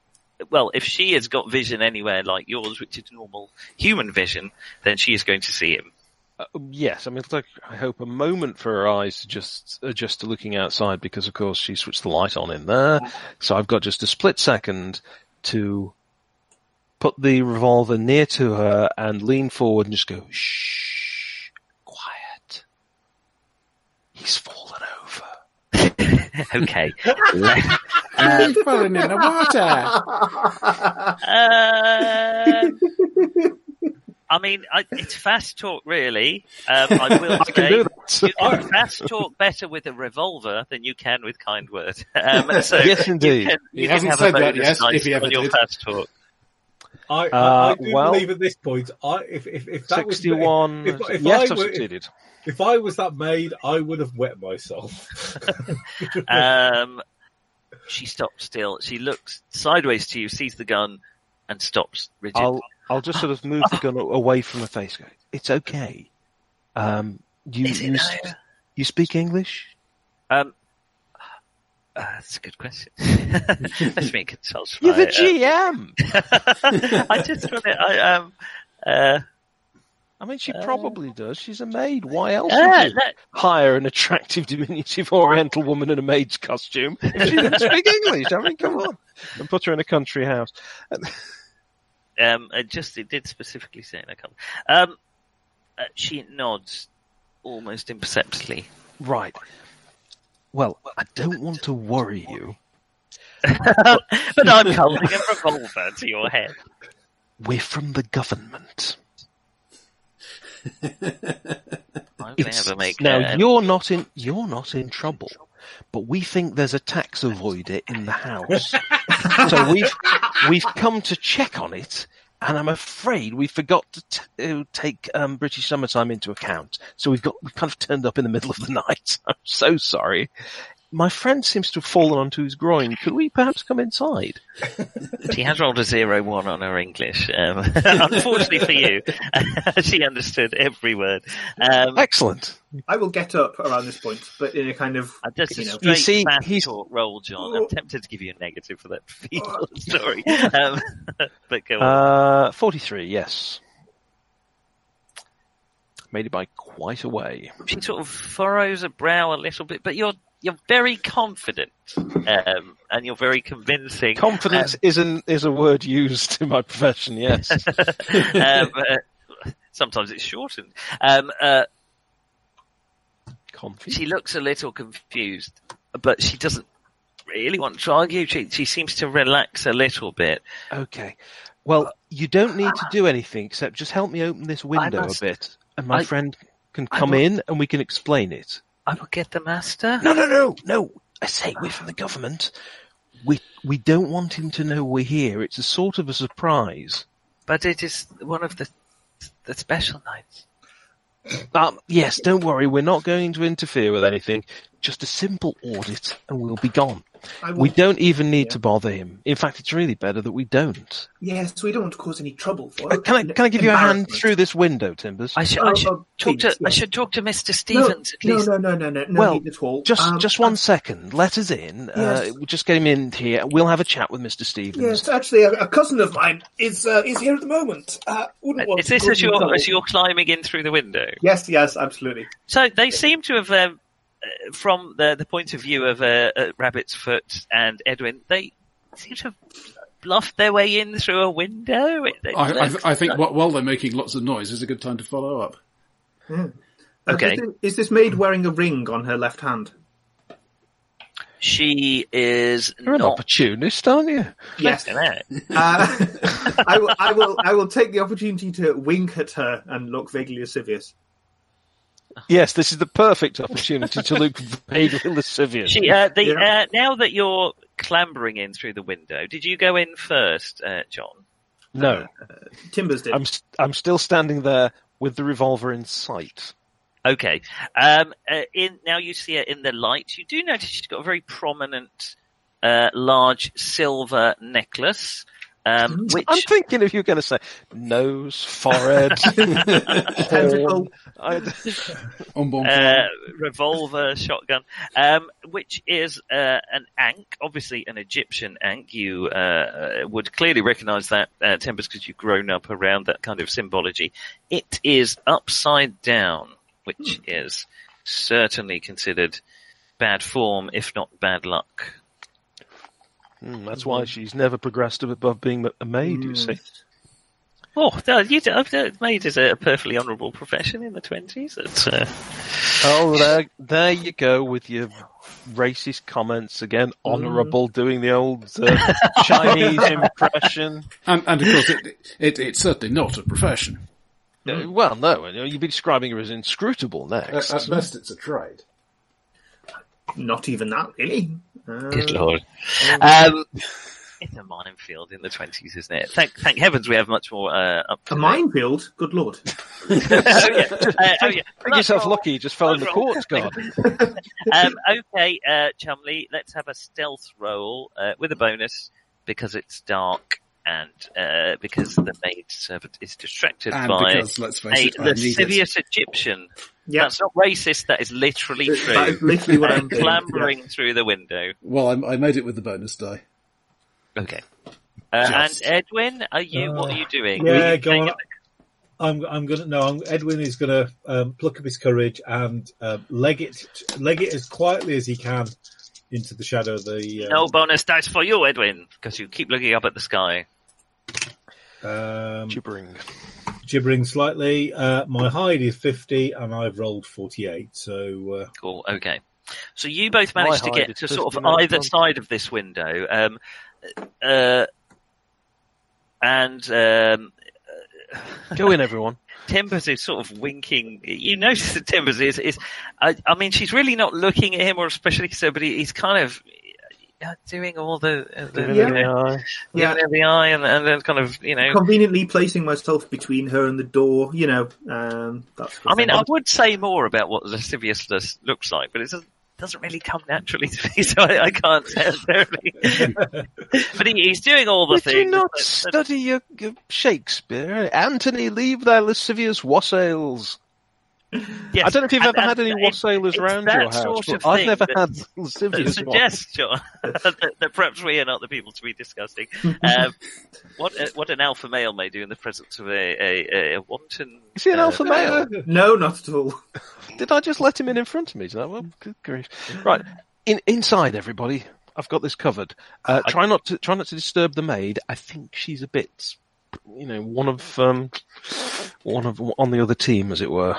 [SPEAKER 6] Well, if she has got vision anywhere like yours, which is normal human vision, then she is going to see him. [laughs]
[SPEAKER 5] Uh, yes, I mean, it's like I hope a moment for her eyes to just adjust to looking outside because, of course, she switched the light on in there. So I've got just a split second to put the revolver near to her and lean forward and just go, shh, quiet. He's fallen over.
[SPEAKER 6] okay.
[SPEAKER 10] He's falling in the
[SPEAKER 9] [laughs]
[SPEAKER 10] water.
[SPEAKER 6] Um, I mean, I, it's fast talk, really. Um, I will
[SPEAKER 5] I can
[SPEAKER 6] say
[SPEAKER 5] do that.
[SPEAKER 6] you can fast talk better with a revolver than you can with kind word. [laughs] Um, so
[SPEAKER 5] [laughs] Yes, indeed.
[SPEAKER 6] You can,
[SPEAKER 10] He
[SPEAKER 6] you can
[SPEAKER 10] hasn't
[SPEAKER 6] have
[SPEAKER 10] said
[SPEAKER 6] a
[SPEAKER 10] that,
[SPEAKER 6] bonus
[SPEAKER 10] yes,
[SPEAKER 6] dice
[SPEAKER 10] if he ever
[SPEAKER 6] on your
[SPEAKER 10] did.
[SPEAKER 6] fast talk.
[SPEAKER 7] I, I, I
[SPEAKER 5] Uh,
[SPEAKER 7] do
[SPEAKER 5] well-
[SPEAKER 7] believe at this point, I if if, if that was me-
[SPEAKER 5] 61.
[SPEAKER 7] if- if
[SPEAKER 5] yes,
[SPEAKER 7] I
[SPEAKER 5] I've
[SPEAKER 7] were-
[SPEAKER 5] succeeded.
[SPEAKER 7] if I was that maid, I would have wet myself. [laughs]
[SPEAKER 6] Um, she stops still. She looks sideways to you, sees the gun, and stops rigid.
[SPEAKER 5] I'll I'll just sort of move the gun a- away from her face. Go, It's okay. Um, you
[SPEAKER 6] Is it
[SPEAKER 5] you, s-
[SPEAKER 6] though?
[SPEAKER 5] you speak English?
[SPEAKER 6] Um, uh, that's a good question. [laughs] Let me consult.
[SPEAKER 5] You're
[SPEAKER 6] my,
[SPEAKER 5] the
[SPEAKER 6] uh,
[SPEAKER 5] GM.
[SPEAKER 6] [laughs] I just want to. I, um, uh,
[SPEAKER 5] I mean, she probably does. She's a maid. Why else
[SPEAKER 6] uh,
[SPEAKER 5] would you hire an attractive, diminutive Oriental woman in a maid's costume if she didn't speak English? I mean, come on. And put her in a country house.
[SPEAKER 6] Um, it just it did specifically say in a couple. Um, uh, she nods almost
[SPEAKER 5] [laughs]
[SPEAKER 6] imperceptibly.
[SPEAKER 5] Right. Well, I don't want to worry you.
[SPEAKER 6] but I'm holding a revolver to your head.
[SPEAKER 5] We're from the government.
[SPEAKER 6] I'm gonna
[SPEAKER 5] It's-
[SPEAKER 6] have a make.
[SPEAKER 5] now
[SPEAKER 6] uh,
[SPEAKER 5] you're not in you're not in trouble, but we think there's a tax avoider in the house, so we've we've come to check on it, and I'm afraid we forgot to t- uh, take um, British summertime into account. So we've got we have kind of turned up in the middle of the [laughs] night. I'm so sorry. My friend seems to have fallen onto his groin. Could we perhaps come inside?
[SPEAKER 6] She has rolled a zero one on her English.
[SPEAKER 5] [laughs]
[SPEAKER 6] Um, unfortunately for you, [laughs] she understood every word. Um,
[SPEAKER 5] Excellent.
[SPEAKER 8] I will get up around this point, but in a kind of
[SPEAKER 6] I just a
[SPEAKER 8] You know.
[SPEAKER 6] straight
[SPEAKER 5] You see,
[SPEAKER 6] fast
[SPEAKER 5] he's- Oh.
[SPEAKER 6] talk roll, John. I'm tempted to give you a negative for that [laughs]
[SPEAKER 5] [laughs]
[SPEAKER 6] feeble story, um, [laughs] but go on.
[SPEAKER 5] Uh, 43, yes. Made it by quite a way.
[SPEAKER 6] she sort of furrows her brow a little bit, but you're you're very confident, um, and you're very convincing.
[SPEAKER 5] Confidence is an, is a word used in my profession. [laughs] Yes.
[SPEAKER 6] um, uh, sometimes it's shortened. Um, uh,
[SPEAKER 5] Confidence.
[SPEAKER 6] she looks a little confused, but she doesn't really want to argue. She she seems to relax a little bit.
[SPEAKER 5] Okay. Well, you don't need to do anything except just help me open this window
[SPEAKER 6] must-
[SPEAKER 5] a bit, and my
[SPEAKER 6] I-
[SPEAKER 5] friend can
[SPEAKER 6] I
[SPEAKER 5] come
[SPEAKER 6] will-
[SPEAKER 5] in and we can explain it.
[SPEAKER 6] I will get the master.
[SPEAKER 5] No, no, no, no. I say we're from the government. We we don't want him to know we're here. It's a sort of a surprise.
[SPEAKER 6] But it is one of the the special nights.
[SPEAKER 5] Um, yes, don't worry. We're not going to interfere with anything. Just a simple audit, and we'll be gone.
[SPEAKER 8] I will,
[SPEAKER 5] We don't even need to bother him. In fact, it's really better that we don't.
[SPEAKER 8] yes, we don't want to cause any trouble for
[SPEAKER 5] Uh,
[SPEAKER 8] it.
[SPEAKER 5] Can I can I give you a hand
[SPEAKER 8] Embarrassment.
[SPEAKER 5] through this window, Timbers?
[SPEAKER 6] I should, I
[SPEAKER 8] Oh,
[SPEAKER 6] should
[SPEAKER 8] oh,
[SPEAKER 6] talk to
[SPEAKER 8] please,
[SPEAKER 6] I
[SPEAKER 8] yes.
[SPEAKER 6] should talk to Mister
[SPEAKER 8] No,
[SPEAKER 6] Stevens at
[SPEAKER 8] no,
[SPEAKER 6] least.
[SPEAKER 8] no, no, no, no, no
[SPEAKER 5] well,
[SPEAKER 8] need at all.
[SPEAKER 5] just
[SPEAKER 8] Um,
[SPEAKER 5] just one second. Let us in. Uh,
[SPEAKER 8] Yes.
[SPEAKER 5] we'll just get him in here. We'll have a chat with Mister Stevens.
[SPEAKER 8] Yes, actually, a, a cousin of mine is uh, is here at the moment. Uh, wouldn't want
[SPEAKER 6] Is this
[SPEAKER 8] to cause
[SPEAKER 6] as
[SPEAKER 8] any trouble.
[SPEAKER 6] you're as you're climbing in through the window?
[SPEAKER 8] Yes, yes, absolutely.
[SPEAKER 6] So they seem to have, um, uh, from the the point of view of uh, uh, Rabbit's Foot and Edwin, they seem to have bluffed their way in through a window. It- it
[SPEAKER 9] I, I,
[SPEAKER 6] looks-
[SPEAKER 9] I think wh- while they're making lots of noise, is a good time to follow up.
[SPEAKER 8] Uh,
[SPEAKER 6] Okay.
[SPEAKER 8] Is this, is this maid wearing a ring on her left hand?
[SPEAKER 6] she is
[SPEAKER 5] You're an
[SPEAKER 6] not.
[SPEAKER 5] opportunist, aren't you?
[SPEAKER 8] Yes. Uh, [laughs]
[SPEAKER 6] there.
[SPEAKER 8] I, will, I will. I will take the opportunity to wink at her and look vaguely lascivious.
[SPEAKER 5] Yes, [laughs] this is the perfect opportunity to look vaguely lascivious.
[SPEAKER 6] She uh, the
[SPEAKER 8] Yeah.
[SPEAKER 6] uh, now that you're clambering in through the window. Did you go in first, uh, John?
[SPEAKER 5] No,
[SPEAKER 8] Timbers did.
[SPEAKER 5] I'm st- I'm still standing there with the revolver in sight.
[SPEAKER 6] Okay. Um, uh, in now you see her in the light. You do notice she's got a very prominent, uh, large silver necklace. Um,
[SPEAKER 8] Mm-hmm.
[SPEAKER 6] which
[SPEAKER 5] I'm thinking if you're going to say nose, [laughs] forehead, horn,
[SPEAKER 8] Tentacle.
[SPEAKER 5] I'd-
[SPEAKER 9] On bomb.
[SPEAKER 6] uh, revolver, shotgun, um, which is uh, an ankh, obviously an Egyptian ankh. You uh, uh, would clearly recognise that, uh, Timbers, because you've grown up around that kind of symbology. It is upside down, which is certainly considered bad form, if not bad luck.
[SPEAKER 5] Mm, that's why she's never progressed above being a maid.
[SPEAKER 8] Hmm.
[SPEAKER 5] You see,
[SPEAKER 6] Oh, no, you do, uh, maid is a perfectly honourable profession in the 20s. It's, uh,
[SPEAKER 5] oh, there, there you go with your racist comments again. Honourable, doing the old [laughs] uh, Chinese impression.
[SPEAKER 9] And, and of course, it, it, it's certainly not a profession.
[SPEAKER 5] Uh, Well, no, you'd be describing her as inscrutable
[SPEAKER 9] Uh,
[SPEAKER 10] At,
[SPEAKER 6] Uh,
[SPEAKER 5] next.
[SPEAKER 10] at best, it's a trade.
[SPEAKER 8] Not even that, really. Uh,
[SPEAKER 6] Good lord. Um, it's a minefield in the twenties, isn't it? Thank, thank heavens we have much more uh, up.
[SPEAKER 8] a minefield? Good lord.
[SPEAKER 6] [laughs] oh, yeah. Uh, oh, yeah.
[SPEAKER 5] Bring yourself
[SPEAKER 6] That's all.
[SPEAKER 5] lucky, you just fell in the
[SPEAKER 6] That's
[SPEAKER 5] courts
[SPEAKER 6] [laughs]
[SPEAKER 5] guard.
[SPEAKER 6] Um, okay, uh, Chumley, let's have a stealth roll uh, with a bonus because it's dark and uh, because the maid servant is distracted
[SPEAKER 9] And
[SPEAKER 6] by
[SPEAKER 9] because, let's face
[SPEAKER 6] a
[SPEAKER 9] it, I need it.
[SPEAKER 6] lascivious Egyptian.
[SPEAKER 8] Yeah,
[SPEAKER 6] That's not racist. That is literally true.
[SPEAKER 8] [laughs] that is literally what
[SPEAKER 6] Uh, [laughs]
[SPEAKER 8] I'm doing.
[SPEAKER 6] clambering through the window.
[SPEAKER 9] Well, I, I made it with the bonus die.
[SPEAKER 6] Okay. Uh, and
[SPEAKER 9] Just.
[SPEAKER 6] Edwin, are you? what are you doing?
[SPEAKER 7] Yeah,
[SPEAKER 6] Are you
[SPEAKER 7] go
[SPEAKER 6] doing
[SPEAKER 7] on.
[SPEAKER 6] it-
[SPEAKER 7] I'm, I'm gonna no. I'm, Edwin is gonna um, pluck up his courage and um, leg it, leg it as quietly as he can into the shadow of the.
[SPEAKER 6] No
[SPEAKER 7] Um,
[SPEAKER 6] bonus dice for you, Edwin, because you keep looking up at the sky.
[SPEAKER 7] um,
[SPEAKER 5] Gibbering.
[SPEAKER 7] gibbering slightly. Uh, my hide is 50 and I've rolled 48. So, uh,
[SPEAKER 6] Cool. Okay. So you both
[SPEAKER 5] My
[SPEAKER 6] managed to
[SPEAKER 5] hide
[SPEAKER 6] get
[SPEAKER 5] is
[SPEAKER 6] to sort of
[SPEAKER 5] 59
[SPEAKER 6] either
[SPEAKER 5] tons.
[SPEAKER 6] side of this window, um, uh, and um,
[SPEAKER 5] Go in, everyone.
[SPEAKER 6] Timbers is sort of winking. You notice that Timbers is is. I, I mean, she's really not looking at him, or especially so, but he, he's kind of uh, doing all the, uh, the
[SPEAKER 8] Yeah.
[SPEAKER 6] you know,
[SPEAKER 8] Yeah.
[SPEAKER 6] giving her the eye, and, and then kind of you know.
[SPEAKER 8] Conveniently placing myself between her and the door, you know. Um, that's
[SPEAKER 6] I mean, I would say more about what lasciviousness looks like, but it doesn't, doesn't really come naturally to me, [laughs] so I, I can't say necessarily. [laughs] but he, he's doing all the
[SPEAKER 5] Did
[SPEAKER 6] things.
[SPEAKER 5] you not
[SPEAKER 6] but- but-
[SPEAKER 5] study your, your Shakespeare? Anthony, leave thy lascivious wassails.
[SPEAKER 6] yes,
[SPEAKER 5] I don't know if you've
[SPEAKER 6] and-
[SPEAKER 5] ever had
[SPEAKER 6] and
[SPEAKER 5] any
[SPEAKER 6] it-
[SPEAKER 5] wassailers
[SPEAKER 6] it's
[SPEAKER 5] round
[SPEAKER 6] that
[SPEAKER 5] your house,
[SPEAKER 6] sort
[SPEAKER 5] but
[SPEAKER 6] of
[SPEAKER 5] I've
[SPEAKER 6] thing
[SPEAKER 5] never
[SPEAKER 6] that-
[SPEAKER 5] had
[SPEAKER 6] that
[SPEAKER 5] lascivious ones.
[SPEAKER 6] suggests, John, [laughs] that, that perhaps we are not the people to be discussing um, what a, what an alpha male may do in the presence of a, a, a wanton.
[SPEAKER 5] Is he an
[SPEAKER 6] uh,
[SPEAKER 5] alpha male?
[SPEAKER 8] No, not at all.
[SPEAKER 5] Did I just let him in in front of me? Is that well? Good grief! Right, in, inside everybody. I've got this covered. Uh, try not to try not to disturb the maid. I think she's a bit, you know, one of um, one of on the other team, as it were.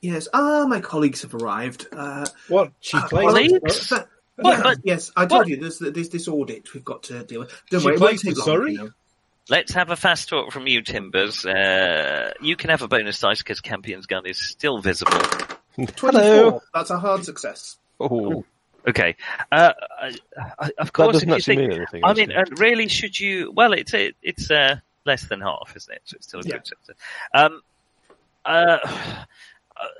[SPEAKER 8] Yes. Ah, my colleagues have arrived. Uh,
[SPEAKER 7] what
[SPEAKER 5] Ah.
[SPEAKER 7] she
[SPEAKER 8] uh,
[SPEAKER 7] plays,
[SPEAKER 6] Colleagues?
[SPEAKER 7] uh,
[SPEAKER 8] uh,
[SPEAKER 6] What, but-
[SPEAKER 8] yes, I told
[SPEAKER 6] what?
[SPEAKER 8] you there's there's this audit we've got to deal with. Don't
[SPEAKER 7] She
[SPEAKER 8] worry, it won't
[SPEAKER 7] plays
[SPEAKER 8] take
[SPEAKER 7] the
[SPEAKER 8] long.
[SPEAKER 7] Surrey?
[SPEAKER 8] you know.
[SPEAKER 6] Let's have a fast talk from you, Timbers. Uh, you can have a bonus dice because Campion's gun is still visible.
[SPEAKER 8] 24.
[SPEAKER 5] Hello.
[SPEAKER 8] That's a hard success.
[SPEAKER 5] Oh,
[SPEAKER 6] Okay. Uh, I- I- of
[SPEAKER 5] that
[SPEAKER 6] course,
[SPEAKER 5] doesn't
[SPEAKER 6] if you
[SPEAKER 5] actually
[SPEAKER 6] think,
[SPEAKER 5] mean anything.
[SPEAKER 6] I
[SPEAKER 5] does
[SPEAKER 6] mean,
[SPEAKER 5] it?
[SPEAKER 6] and really, should you? Well, it's it, it's uh, less than half, isn't it? So it's still a good success. Um, uh,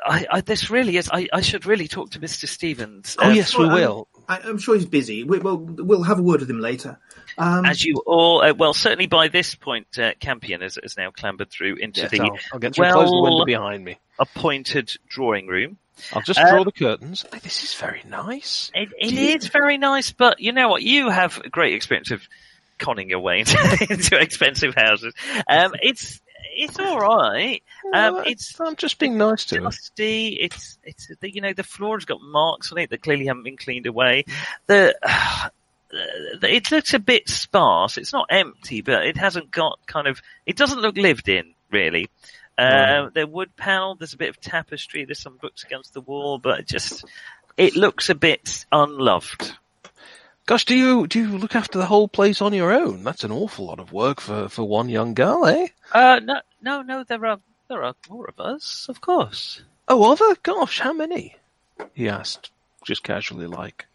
[SPEAKER 6] I, I, this really is. I, I should really talk to Mister Stevens.
[SPEAKER 5] oh
[SPEAKER 6] Um,
[SPEAKER 5] yes, we
[SPEAKER 8] well, um,
[SPEAKER 5] will.
[SPEAKER 8] I, I'm sure he's busy. We, well, we'll have a word with him later. Um,
[SPEAKER 6] As you all, uh, well, certainly by this point, uh, Campion has, has now clambered through into
[SPEAKER 5] Yes,
[SPEAKER 6] the
[SPEAKER 5] I'll, I'll get through. close the window
[SPEAKER 6] well-
[SPEAKER 5] behind me.
[SPEAKER 6] appointed drawing room.
[SPEAKER 5] I'll just
[SPEAKER 6] Um,
[SPEAKER 5] draw the curtains. Hey, this is very nice.
[SPEAKER 6] It, it is very nice, but you know what? You have great experience of conning your way [laughs] into, into expensive houses. Um, it's it's all right. Um, it's
[SPEAKER 5] Uh, I'm just being nice to her.
[SPEAKER 6] dusty. It's it's the- you know the floor's got marks on it that clearly haven't been cleaned away. The [sighs] the- it looks a bit sparse. It's not empty, but it hasn't got kind of. It doesn't look lived in really. Uh, There wood panel. There's a bit of tapestry. There's some books against the wall, but it just it looks a bit unloved.
[SPEAKER 5] Gosh, do you do you look after the whole place on your own? That's an awful lot of work for, for one young girl, eh?
[SPEAKER 6] Uh, no, no, no. There are there are more of us, of course.
[SPEAKER 5] Oh, other gosh, how many? He asked, just casually like.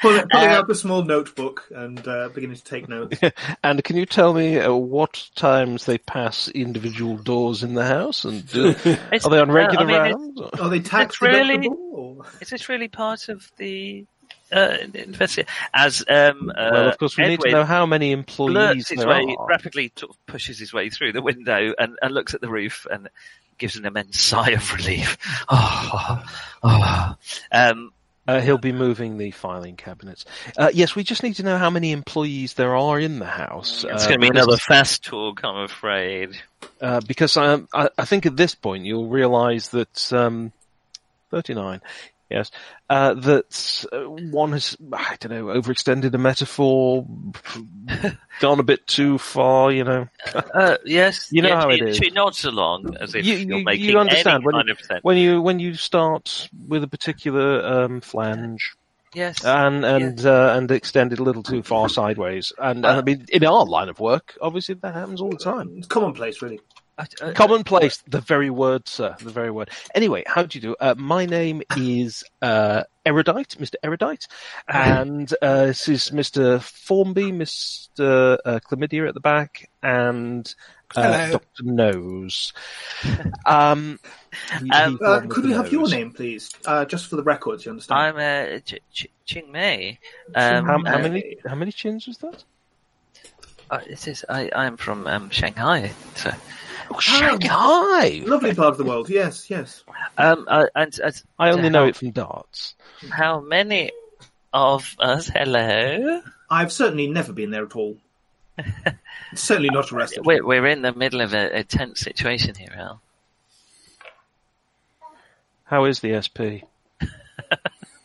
[SPEAKER 8] pulling, pulling
[SPEAKER 6] Uh,
[SPEAKER 8] up a small notebook and uh, beginning to
[SPEAKER 5] [laughs]
[SPEAKER 8] take notes.
[SPEAKER 5] and can you tell me at what times they pass individual doors in the house? And
[SPEAKER 6] [laughs]
[SPEAKER 5] do,
[SPEAKER 6] It's-
[SPEAKER 5] are they on
[SPEAKER 6] uh, I
[SPEAKER 5] regular
[SPEAKER 6] mean, it-
[SPEAKER 5] rounds?
[SPEAKER 8] Are they tax
[SPEAKER 6] That's really-
[SPEAKER 8] deductible? Or...
[SPEAKER 6] Is this really part of the uh, investigation? As um, uh,
[SPEAKER 5] well, of course, we need to
[SPEAKER 6] Edwin
[SPEAKER 5] know how many employees
[SPEAKER 6] blurts his
[SPEAKER 5] there
[SPEAKER 6] way,
[SPEAKER 5] are.
[SPEAKER 6] rapidly sort of pushes his way through the window and, and looks at the roof and gives an immense [laughs] sigh of relief. Oh, oh. Um,
[SPEAKER 5] Uh, he'll be moving the filing cabinets. Uh, yes, we just need to know how many employees there are in the house.
[SPEAKER 6] it's
[SPEAKER 5] uh,
[SPEAKER 6] going to be
[SPEAKER 5] because-
[SPEAKER 6] another fast talk, I'm afraid.
[SPEAKER 5] Uh, because um, I, I think at this point you'll realise that um, 39, yes, uh, that uh, one has, I don't know, overextended a metaphor, gone a bit too far, you know.
[SPEAKER 6] Uh, yes,
[SPEAKER 5] You know
[SPEAKER 6] yes,
[SPEAKER 5] how it
[SPEAKER 6] she,
[SPEAKER 5] is.
[SPEAKER 6] she nods along as if
[SPEAKER 5] You-
[SPEAKER 6] you,
[SPEAKER 5] you-
[SPEAKER 6] are
[SPEAKER 5] you
[SPEAKER 6] making
[SPEAKER 5] understand
[SPEAKER 6] any
[SPEAKER 5] when-
[SPEAKER 6] kind of sense.
[SPEAKER 5] When you when you start with a particular um, flange
[SPEAKER 6] yes,
[SPEAKER 5] and and uh, and extend it a little too far sideways, and, and I mean in our line of work, obviously that happens all the time.
[SPEAKER 8] It's commonplace, really.
[SPEAKER 6] I- I-
[SPEAKER 5] commonplace the very word sir the very word anyway how do you do uh, my name is uh, erudite mr erudite and uh, this is mr formby mr uh, chlamydia at the back and uh,
[SPEAKER 10] Hello.
[SPEAKER 5] dr nose um, he- he
[SPEAKER 6] Um,
[SPEAKER 5] called
[SPEAKER 8] Uh,
[SPEAKER 5] me
[SPEAKER 8] could
[SPEAKER 5] the
[SPEAKER 8] we have your
[SPEAKER 5] Nose.
[SPEAKER 8] name, please? Uh, just for the records, you understand?
[SPEAKER 6] I'm uh, Ch- Ch- Ching Mei. Um,
[SPEAKER 5] how, how
[SPEAKER 6] uh,
[SPEAKER 5] many how many chins was that
[SPEAKER 6] Uh, this is I. I'm from um, Shanghai, so
[SPEAKER 5] oh, shanghai
[SPEAKER 8] Lovely part of the world, yes, yes.
[SPEAKER 6] um. Uh, and uh,
[SPEAKER 5] i only know it from darts
[SPEAKER 6] how many of us? Hello,
[SPEAKER 8] I've certainly never been there at
[SPEAKER 6] [laughs]
[SPEAKER 8] all. certainly not arrested.
[SPEAKER 6] we're, we're in the middle of a, a tense situation here, Al.
[SPEAKER 5] how is the sp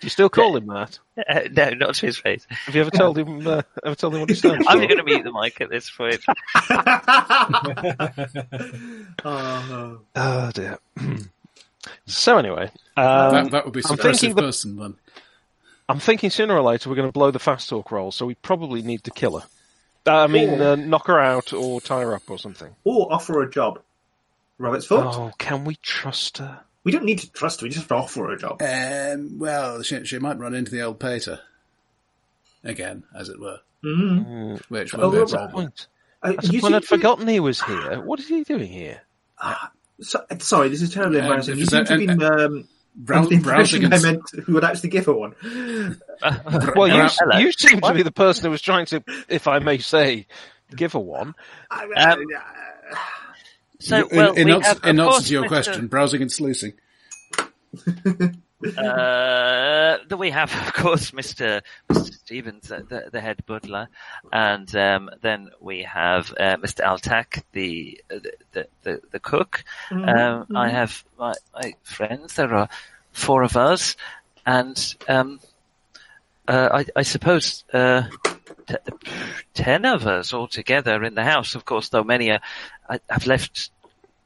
[SPEAKER 5] you still call him that
[SPEAKER 6] Uh, [laughs] no, not to his face.
[SPEAKER 5] have you ever told him uh, ever told him what he stands for
[SPEAKER 6] I'm going to mute the mic at this [laughs] point.
[SPEAKER 8] Oh,
[SPEAKER 5] Oh dear. [clears throat] so anyway,
[SPEAKER 9] that,
[SPEAKER 6] Uh,
[SPEAKER 5] um,
[SPEAKER 9] that would be
[SPEAKER 5] I'm thinking
[SPEAKER 9] subversive
[SPEAKER 5] the-
[SPEAKER 9] person then.
[SPEAKER 5] I'm thinking sooner or later we're going to blow the fast talk roll, so we probably need to kill her. Uh, I mean, uh, knock her out or tie her up or something.
[SPEAKER 8] or offer a job. Robert's fault.
[SPEAKER 5] Oh, can we trust her?
[SPEAKER 8] We don't need to trust her, we just have to offer her a job.
[SPEAKER 9] Um, well, she, she might run into the old pater again, as it were,
[SPEAKER 8] Mm.
[SPEAKER 5] Mm-hmm.
[SPEAKER 9] which will
[SPEAKER 8] Oh,
[SPEAKER 9] be
[SPEAKER 8] well,
[SPEAKER 5] Good
[SPEAKER 9] problem.
[SPEAKER 5] point.
[SPEAKER 8] Uh,
[SPEAKER 5] That's
[SPEAKER 8] you
[SPEAKER 5] the point. I'd
[SPEAKER 8] seem-
[SPEAKER 5] forgotten he was here. What is he doing here?
[SPEAKER 8] So, sorry, this is terribly
[SPEAKER 9] Um,
[SPEAKER 8] embarrassing. you
[SPEAKER 9] is
[SPEAKER 8] seem
[SPEAKER 9] that-
[SPEAKER 8] to have been um, under
[SPEAKER 9] Brow-
[SPEAKER 8] the
[SPEAKER 9] browsing
[SPEAKER 8] impression
[SPEAKER 9] and
[SPEAKER 8] I
[SPEAKER 5] [laughs]
[SPEAKER 8] meant who would actually give her one.
[SPEAKER 5] Well, you,
[SPEAKER 6] Hello.
[SPEAKER 5] you seem to be the person who was trying to, if I may say, give her one.
[SPEAKER 8] I-
[SPEAKER 6] Um, So,
[SPEAKER 9] in,
[SPEAKER 6] well,
[SPEAKER 9] in
[SPEAKER 6] we
[SPEAKER 9] answer,
[SPEAKER 6] have, of
[SPEAKER 9] in answer
[SPEAKER 6] course,
[SPEAKER 9] to your
[SPEAKER 6] Mr.
[SPEAKER 9] question, browsing and sluicing.
[SPEAKER 6] Uh, that we have, [laughs] of course, Mr. Stevens, uh, the, the head butler, and um, then we have uh, Mr. Altak, the the the, the cook.
[SPEAKER 5] Mm-hmm,
[SPEAKER 6] Um, I have my, my friends. There are four of us, and um, uh, I, I suppose uh, t- ten of us altogether in the house. Of course, though many are, I, have left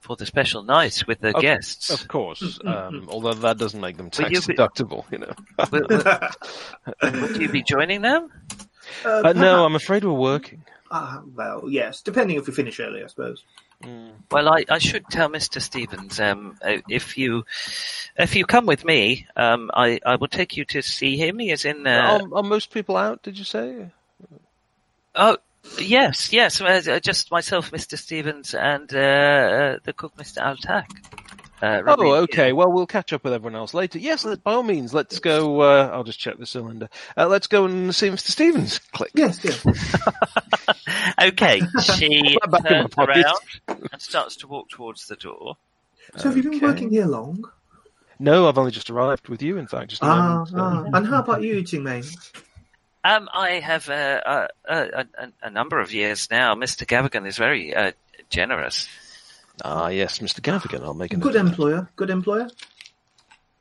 [SPEAKER 6] for the special night with the
[SPEAKER 5] Of-
[SPEAKER 6] guests. [laughs]
[SPEAKER 5] Of course, um, although that doesn't make them
[SPEAKER 6] Well,
[SPEAKER 5] tax
[SPEAKER 6] you-
[SPEAKER 5] deductible, you know.
[SPEAKER 6] Will-
[SPEAKER 5] [laughs]
[SPEAKER 6] will- would you be joining them?
[SPEAKER 5] Uh, no, I'm afraid we're working.
[SPEAKER 8] Ah, well, yes, depending if we finish early, I suppose.
[SPEAKER 6] Well, I, I should tell Mr. Stevens um, uh, if you if you come with me, um, I, I will take you to see him. He is in. Uh,
[SPEAKER 5] are, are most people out? Did you say?
[SPEAKER 6] oh, yes, yes. uh, uh, Just myself, Mr. Stevens, and uh, uh, the cook, Mr. Altak. Uh,
[SPEAKER 5] Oh,
[SPEAKER 6] remain
[SPEAKER 5] okay. Well, we'll catch up with everyone else later. Yes, let- by all means, let's go. Uh, I'll just check the cylinder. Uh, let's go and see Mr. Stevens. [laughs] Click.
[SPEAKER 8] Yes, yes.
[SPEAKER 6] here.
[SPEAKER 5] [laughs]
[SPEAKER 6] Okay. She
[SPEAKER 5] Put that back in my
[SPEAKER 6] turns
[SPEAKER 5] pocket.
[SPEAKER 6] around and starts to walk towards the door.
[SPEAKER 8] So have you been
[SPEAKER 5] Okay.
[SPEAKER 8] working here long?
[SPEAKER 5] No, I've only just arrived with you. In fact, just a
[SPEAKER 8] Ah,
[SPEAKER 5] moment.
[SPEAKER 8] ah. And how about you, Jingmei?
[SPEAKER 6] Um, I have uh, uh, uh, a, a, a number of years now. Mr. Gavigan is very uh, generous.
[SPEAKER 5] Ah, yes, Mr. Gavigan. I'll make a
[SPEAKER 8] Good
[SPEAKER 5] note of that.
[SPEAKER 8] employer, good employer.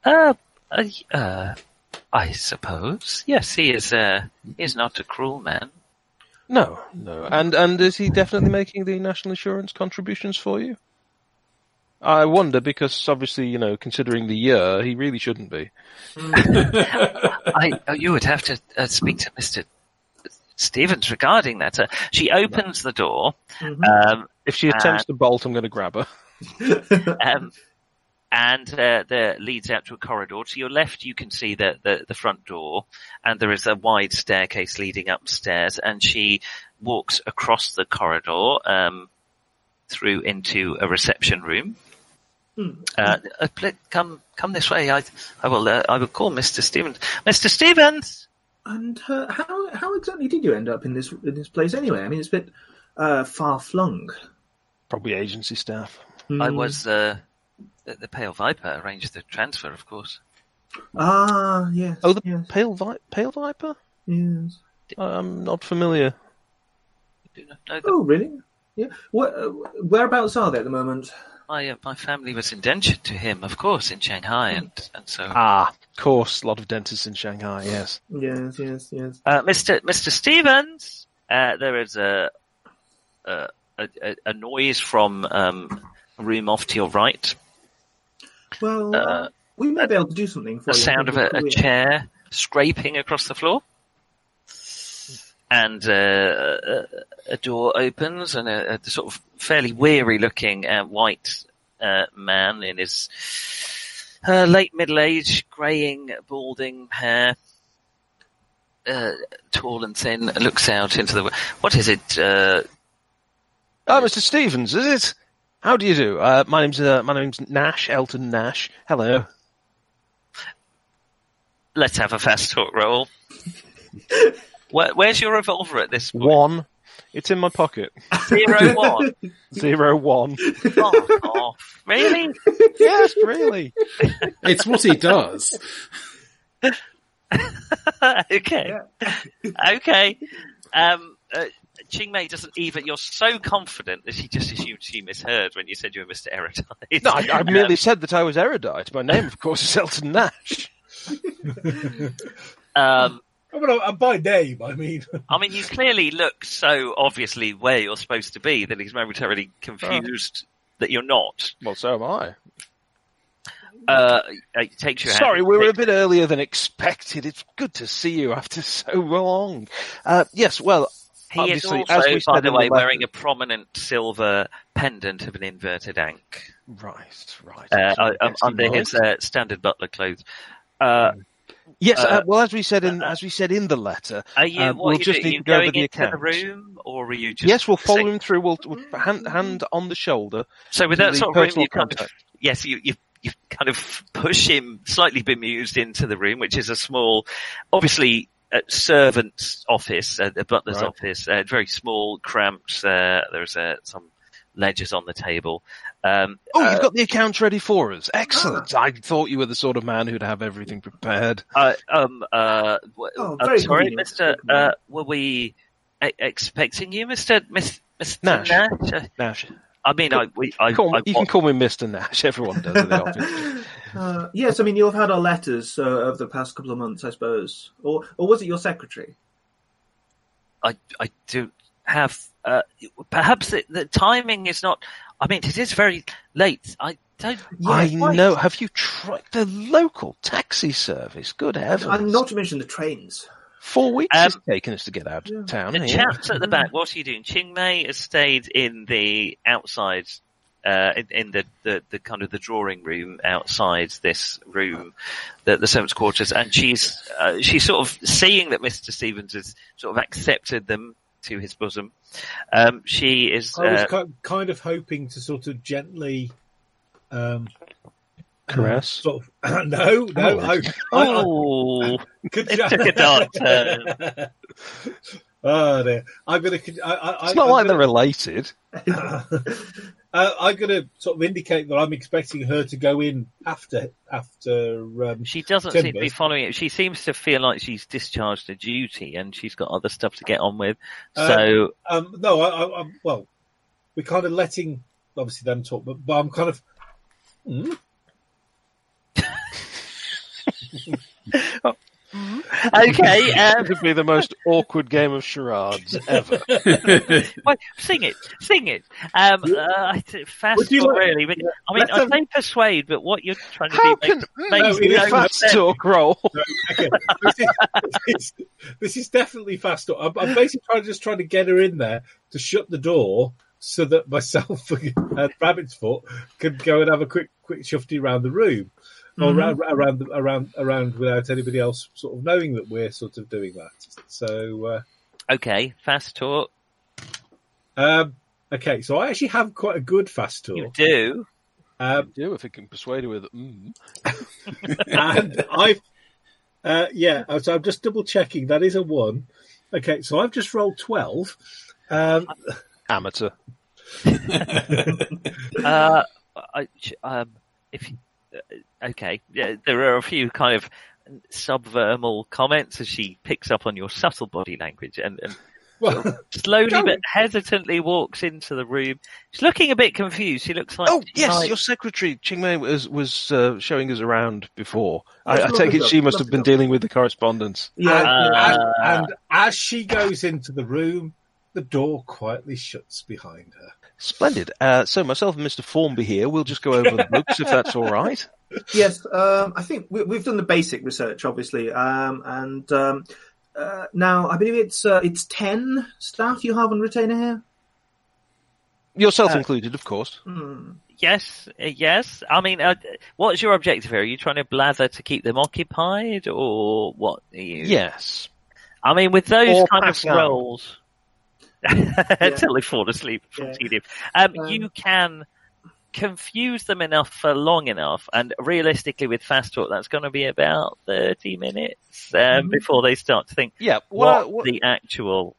[SPEAKER 6] Uh, I, uh, I suppose. Yes, he is. Uh, he is not a cruel man.
[SPEAKER 5] No, no. And and is he definitely making the national insurance contributions for you? I wonder because obviously, you know, considering the year, he really shouldn't be.
[SPEAKER 6] I, uh, you would have to uh, speak to Mister Stevens regarding that. Uh, she opens the door. Um,
[SPEAKER 5] If she attempts
[SPEAKER 6] Uh,
[SPEAKER 5] to bolt, I'm going to grab her.
[SPEAKER 6] um, and uh, there leads out to a corridor. To your left, you can see the, the the front door, and there is a wide staircase leading upstairs. And she walks across the corridor um, through into a reception room. Uh, uh, pl- come, come this way. I, I will, uh, I will call Mister Stevens. Mister Stevens.
[SPEAKER 11] And uh, how how exactly did you end up in this in this place anyway? I mean, it's a bit uh, far flung.
[SPEAKER 5] Probably agency staff.
[SPEAKER 8] Hmm.
[SPEAKER 11] Hmm.
[SPEAKER 6] I was uh, the, the Pale Viper arranged the transfer, of course.
[SPEAKER 11] Ah, yes.
[SPEAKER 5] Oh, the pale vi- pale viper.
[SPEAKER 11] Yes.
[SPEAKER 5] I'm not familiar.
[SPEAKER 11] Oh, really? Yeah. What, uh, whereabouts are they at the moment?
[SPEAKER 6] My uh, my family was indentured to him, of course, in Shanghai, and and so.
[SPEAKER 5] Ah, of course, a lot of dentists in Shanghai. Yes.
[SPEAKER 11] Yes, yes, yes.
[SPEAKER 6] Uh, Mr. Mr. Stevens, uh, there is a a, a, a noise from um, a room off to your right.
[SPEAKER 11] Well,
[SPEAKER 6] Uh,
[SPEAKER 11] we may be able to do something for
[SPEAKER 6] the
[SPEAKER 11] you.
[SPEAKER 6] sound of a, a
[SPEAKER 11] Yeah.
[SPEAKER 6] chair scraping across the floor, and uh, a, a door opens, and a, a sort of fairly weary-looking uh, white uh, man in his uh, late middle age, greying, balding hair. Uh, tall and thin, looks out into the. What is it? Uh,
[SPEAKER 5] Oh, Mr. Stevens, is it? How do you do? Uh, my name's uh, my name's Nash Elton Nash. Hello.
[SPEAKER 6] let's have a fast talk roll. Where, where's your revolver at this point?
[SPEAKER 5] One. It's in my pocket.
[SPEAKER 6] Zero one.
[SPEAKER 5] Zero one.
[SPEAKER 6] Oh, oh, really?
[SPEAKER 5] [laughs] yes, really.
[SPEAKER 9] It's what he does. [laughs]
[SPEAKER 6] [laughs] okay. okay. Um, uh, Chingmei doesn't even. You're so confident that she just assumed she misheard when you said you were Mr. Erudite.
[SPEAKER 5] No, I, I merely said that I was erudite. My name, of course, is Elton Nash.
[SPEAKER 6] [laughs] Um,
[SPEAKER 7] I mean, I- I- by name, I mean. [laughs]
[SPEAKER 6] I mean, you clearly look so obviously where you're supposed to be that he's momentarily confused that you're not.
[SPEAKER 5] Well, so am I.
[SPEAKER 6] Uh, it takes your hand.
[SPEAKER 5] Sorry, we were a bit earlier than expected. It's good to see you after [laughs] so long. Uh, yes, well,
[SPEAKER 6] He is
[SPEAKER 5] obviously,
[SPEAKER 6] also,
[SPEAKER 5] as we
[SPEAKER 6] by
[SPEAKER 5] said
[SPEAKER 6] the
[SPEAKER 5] in
[SPEAKER 6] way,
[SPEAKER 5] the letter-
[SPEAKER 6] wearing a prominent silver pendant of an inverted ank.
[SPEAKER 5] Right, right.
[SPEAKER 6] uh,
[SPEAKER 5] Sorry,
[SPEAKER 6] uh, um,
[SPEAKER 5] yes, he
[SPEAKER 6] under
[SPEAKER 5] was.
[SPEAKER 6] his uh, standard butler clothes. Uh,
[SPEAKER 5] Yes, uh,
[SPEAKER 6] uh,
[SPEAKER 5] well, as we said in as we said in the letter,
[SPEAKER 6] are you?
[SPEAKER 5] um,
[SPEAKER 6] what
[SPEAKER 5] we'll
[SPEAKER 6] are you,
[SPEAKER 5] just
[SPEAKER 6] doing?
[SPEAKER 5] need
[SPEAKER 6] you
[SPEAKER 5] to go
[SPEAKER 6] going
[SPEAKER 5] over the
[SPEAKER 6] into the
[SPEAKER 5] account.
[SPEAKER 6] room, or are you just?
[SPEAKER 5] yes, we'll follow
[SPEAKER 6] sitting-
[SPEAKER 5] him through. We'll, we'll hand hand on the shoulder.
[SPEAKER 6] So with
[SPEAKER 5] to
[SPEAKER 6] that
[SPEAKER 5] the
[SPEAKER 6] sort of room,
[SPEAKER 5] personal
[SPEAKER 6] you kind of,
[SPEAKER 5] contact.
[SPEAKER 6] yes, you you you kind of push him slightly bemused into the room, which is a small, obviously. Uh, servant's office, uh, the butler's
[SPEAKER 5] Right.
[SPEAKER 6] office, uh, very small, cramped. Uh, there's uh, some ledgers on the table. Um,
[SPEAKER 5] Oh, you've got the accounts ready for us.
[SPEAKER 6] Ah.
[SPEAKER 5] Excellent. I thought you were the sort of man who'd have everything prepared.
[SPEAKER 6] Uh, um, uh, w-
[SPEAKER 11] Oh,
[SPEAKER 6] I'm
[SPEAKER 11] very
[SPEAKER 6] sorry,
[SPEAKER 11] convenient.
[SPEAKER 6] Mister. Uh, were we e- expecting you, Mister? Miss, Mister
[SPEAKER 5] Nash.
[SPEAKER 6] Nash. Uh,
[SPEAKER 5] Nash,
[SPEAKER 6] I mean, I, we, I,
[SPEAKER 5] call,
[SPEAKER 6] I
[SPEAKER 5] you can
[SPEAKER 6] want-
[SPEAKER 5] call me Mister Nash. [laughs] Everyone does in the
[SPEAKER 6] [laughs]
[SPEAKER 5] office.
[SPEAKER 11] [laughs] Uh, yes, I mean you've had our letters uh, over the past couple of months, I suppose, or or was it your secretary?
[SPEAKER 6] I, I do have. Uh, perhaps the, the timing is not. I mean, it is very late. I don't.
[SPEAKER 5] I
[SPEAKER 11] quite.
[SPEAKER 5] know. Have you tried the local taxi service? Good heavens!
[SPEAKER 11] And not to mention the trains.
[SPEAKER 5] Four weeks
[SPEAKER 6] Um,
[SPEAKER 5] it's taken us to get out of town.
[SPEAKER 6] The
[SPEAKER 5] here.
[SPEAKER 6] chaps at the back. What are you doing? Ching Mei has stayed in the outside, uh, in, in the, the, the kind of the drawing room outside this room, the, the servants' quarters, and she's uh, she's sort of seeing that Mister Stevens has sort of accepted them to his bosom. Um, she is.
[SPEAKER 7] I was
[SPEAKER 6] Uh,
[SPEAKER 7] ki- kind of hoping to sort of gently. Um,
[SPEAKER 5] Caress.
[SPEAKER 7] Sort of, [clears throat] no, no. I, I, I,
[SPEAKER 6] oh,
[SPEAKER 7] could,
[SPEAKER 6] it took a dark turn.
[SPEAKER 7] [laughs] Oh dear! I'm gonna. I, I,
[SPEAKER 5] It's not
[SPEAKER 7] I'm
[SPEAKER 5] like
[SPEAKER 7] gonna,
[SPEAKER 5] they're related.
[SPEAKER 7] uh, [laughs] I'm going to sort of indicate that I'm expecting her to go in after after. Um,
[SPEAKER 6] She doesn't
[SPEAKER 7] Ten
[SPEAKER 6] seem to be
[SPEAKER 7] minutes.
[SPEAKER 6] following it. She seems to feel like she's discharged her duty and she's got other stuff to get on with.
[SPEAKER 7] Um,
[SPEAKER 6] So
[SPEAKER 7] [laughs] um, no, I, I, I'm well. We're kind of letting obviously them talk, but, but I'm kind of. Hmm?
[SPEAKER 6] okay, um,
[SPEAKER 5] It would be the most awkward game of charades ever.
[SPEAKER 6] Well, sing it, sing it. Um, uh, t- fast
[SPEAKER 7] Would you
[SPEAKER 6] talk,
[SPEAKER 7] like-
[SPEAKER 6] really. But, I mean,
[SPEAKER 7] let's
[SPEAKER 6] I
[SPEAKER 7] have-
[SPEAKER 6] say persuade, but what you're trying to
[SPEAKER 5] How
[SPEAKER 6] do
[SPEAKER 5] can
[SPEAKER 6] makes, makes
[SPEAKER 7] it is
[SPEAKER 6] no
[SPEAKER 5] fast
[SPEAKER 6] sense.
[SPEAKER 5] talk roll?
[SPEAKER 7] Okay, this, is, this, is, this is definitely fast. I'm, I'm basically trying, just trying to get her in there to shut the door so that myself [laughs] and Rabbit's Foot could go and have a quick quick shufty around the room or ra- ra- around the, around around without anybody else sort of knowing that we're sort of doing that. So uh,
[SPEAKER 6] Okay, fast talk.
[SPEAKER 7] um, okay, so I actually have quite a good fast talk. You
[SPEAKER 6] do.
[SPEAKER 7] Um,
[SPEAKER 5] do if it can persuade her with mm.
[SPEAKER 7] [laughs] and I've uh, yeah, so I'm just double checking. That is a one. Okay, so I've just rolled twelve. Um,
[SPEAKER 5] amateur.
[SPEAKER 6] uh, I, ch- um, if you- uh, okay, yeah, there are a few kind of subvermal comments as she picks up on your subtle body language and, and
[SPEAKER 7] Well,
[SPEAKER 6] slowly but hesitantly walks into the room. She's looking a bit confused. She looks like
[SPEAKER 5] Oh yes,
[SPEAKER 6] like-
[SPEAKER 5] your secretary Chingmei was was uh, showing us around before. I,
[SPEAKER 7] Let's
[SPEAKER 5] I
[SPEAKER 7] look
[SPEAKER 5] take
[SPEAKER 7] it
[SPEAKER 5] it
[SPEAKER 7] up,
[SPEAKER 5] she must
[SPEAKER 7] look
[SPEAKER 5] have
[SPEAKER 7] it
[SPEAKER 5] been
[SPEAKER 7] up.
[SPEAKER 5] dealing with the correspondence.
[SPEAKER 7] And,
[SPEAKER 6] Uh,
[SPEAKER 7] and, and as she goes into the room, the door quietly shuts behind her.
[SPEAKER 5] Splendid. Uh, so myself and Mister Formby here, we'll just go over the books if that's all right.
[SPEAKER 11] Yes, um, I think we, we've done the basic research, obviously, um, and um, uh, now I believe it's uh, it's ten staff you have on retainer here.
[SPEAKER 5] Yourself
[SPEAKER 11] Uh,
[SPEAKER 5] included, of course.
[SPEAKER 11] Hmm.
[SPEAKER 6] yes, uh, yes. I mean, uh, what's your objective here? Are you trying to blather to keep them occupied, or what? Are you...
[SPEAKER 5] Yes.
[SPEAKER 6] I mean, with those
[SPEAKER 5] Or
[SPEAKER 6] kind
[SPEAKER 5] pass
[SPEAKER 6] of
[SPEAKER 5] out.
[SPEAKER 6] roles, [laughs] until they fall asleep from
[SPEAKER 11] Yeah.
[SPEAKER 6] tedium, um, you can confuse them enough for long enough, and realistically, with fast talk, that's going to be about thirty minutes um,
[SPEAKER 5] Mm-hmm.
[SPEAKER 6] before they start to think
[SPEAKER 5] Yeah.
[SPEAKER 6] what,
[SPEAKER 5] What, what,
[SPEAKER 6] the actual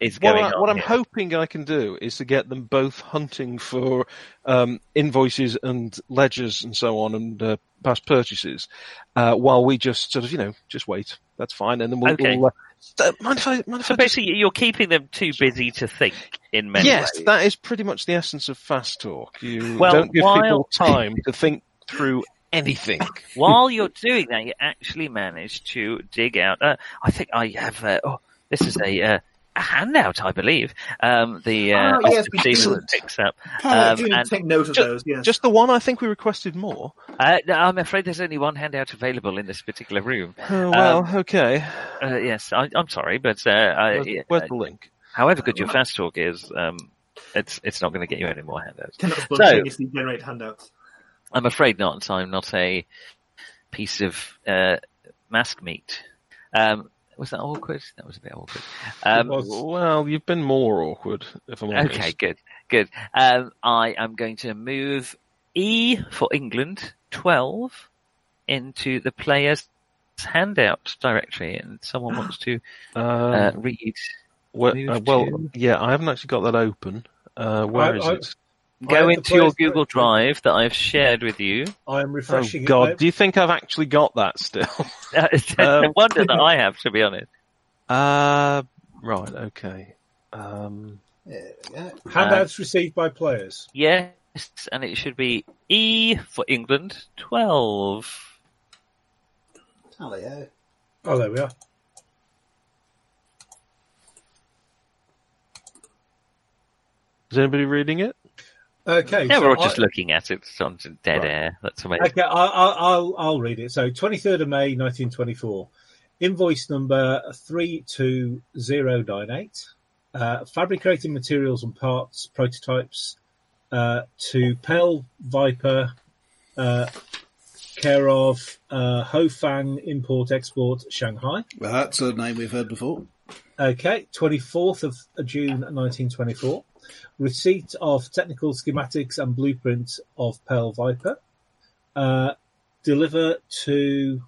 [SPEAKER 6] is
[SPEAKER 5] what,
[SPEAKER 6] going
[SPEAKER 5] I,
[SPEAKER 6] on.
[SPEAKER 5] what I'm
[SPEAKER 6] here.
[SPEAKER 5] hoping I can do is to get them both hunting for um, invoices and ledgers and so on and uh, past purchases, uh, while we just sort of you know just wait. That's fine, and then we'll.
[SPEAKER 6] Okay.
[SPEAKER 5] we'll, uh, uh, mind if I? Mind if
[SPEAKER 6] So
[SPEAKER 5] I just
[SPEAKER 6] basically, you're keeping them too busy to think in many
[SPEAKER 5] yes,
[SPEAKER 6] ways.
[SPEAKER 5] that is pretty much the essence of fast talk. You
[SPEAKER 6] Well,
[SPEAKER 5] don't give
[SPEAKER 6] while-
[SPEAKER 5] people time to think through
[SPEAKER 6] [laughs]
[SPEAKER 5] anything.
[SPEAKER 6] While you're doing that, you actually manage to dig out. Uh, I think I have. Uh, oh, this is a, uh, a handout, I believe. Um, the uh,
[SPEAKER 11] Ah, yes, we
[SPEAKER 6] Stephen
[SPEAKER 11] excellent.
[SPEAKER 6] picks up.
[SPEAKER 11] Paolo,
[SPEAKER 6] Um,
[SPEAKER 11] do you need to
[SPEAKER 6] and
[SPEAKER 11] take note of
[SPEAKER 5] Ju-
[SPEAKER 11] those. Yes.
[SPEAKER 5] Just the one I think we requested more.
[SPEAKER 6] uh, no, I'm afraid there's only one handout available in this particular room.
[SPEAKER 5] Oh, well, okay.
[SPEAKER 6] Um, Uh, yes, I, I'm sorry, but uh, I,
[SPEAKER 5] Where's, where's the link?
[SPEAKER 6] however good your fast talk is, um, it's it's not going to get you any more handouts.
[SPEAKER 11] cannot spontaneously generate handouts.
[SPEAKER 6] I'm afraid not. I'm not a piece of uh, mask meat. Um, was that awkward? That was a bit awkward. Um,
[SPEAKER 7] was.
[SPEAKER 5] Well, you've been more awkward, if I'm honest.
[SPEAKER 6] Okay, good, good. Um, I am going to move E for England twelve into the player's handout directory, and someone wants
[SPEAKER 7] [gasps]
[SPEAKER 6] to
[SPEAKER 5] Uh,
[SPEAKER 7] Um,
[SPEAKER 6] uh, read.
[SPEAKER 5] well,
[SPEAKER 6] move
[SPEAKER 5] uh, well,
[SPEAKER 6] to-
[SPEAKER 5] yeah, I haven't actually got that open. Uh, where
[SPEAKER 7] I-
[SPEAKER 5] is
[SPEAKER 7] I-
[SPEAKER 5] it?
[SPEAKER 7] I
[SPEAKER 6] Go
[SPEAKER 7] have the
[SPEAKER 6] into your
[SPEAKER 7] player's
[SPEAKER 6] Google
[SPEAKER 7] directory.
[SPEAKER 6] Drive that I've shared with you. [laughs]
[SPEAKER 7] I am
[SPEAKER 5] Oh
[SPEAKER 7] refreshing. it.
[SPEAKER 5] God!
[SPEAKER 7] I-
[SPEAKER 5] Do you think I've actually got that still? [laughs]
[SPEAKER 6] it's
[SPEAKER 5] Um,
[SPEAKER 6] no wonder
[SPEAKER 7] [laughs]
[SPEAKER 6] that I have, to be honest.
[SPEAKER 5] uh, right. Okay. Um,
[SPEAKER 7] handouts received by players.
[SPEAKER 6] Yes, and it should be E for England twelve.
[SPEAKER 10] Tally-ho.
[SPEAKER 7] Oh, there we are.
[SPEAKER 5] is anybody reading it?
[SPEAKER 7] Okay,
[SPEAKER 6] Yeah,
[SPEAKER 7] so
[SPEAKER 6] we're all just
[SPEAKER 7] I-
[SPEAKER 6] looking at it. It's on dead
[SPEAKER 5] Right.
[SPEAKER 6] air. That's amazing.
[SPEAKER 7] Okay, I'll, I'll, I'll, I'll read it. So, 23rd of May, 1924. Invoice number 32098. Uh, fabricating materials and parts, prototypes uh, to Pell Viper, uh, care of uh, Hofang Import Export, Shanghai.
[SPEAKER 10] Well, that's a name we've heard before.
[SPEAKER 7] Okay, 24th of uh, June 1924. Receipt of technical schematics and blueprint of Pearl Viper. Uh, deliver to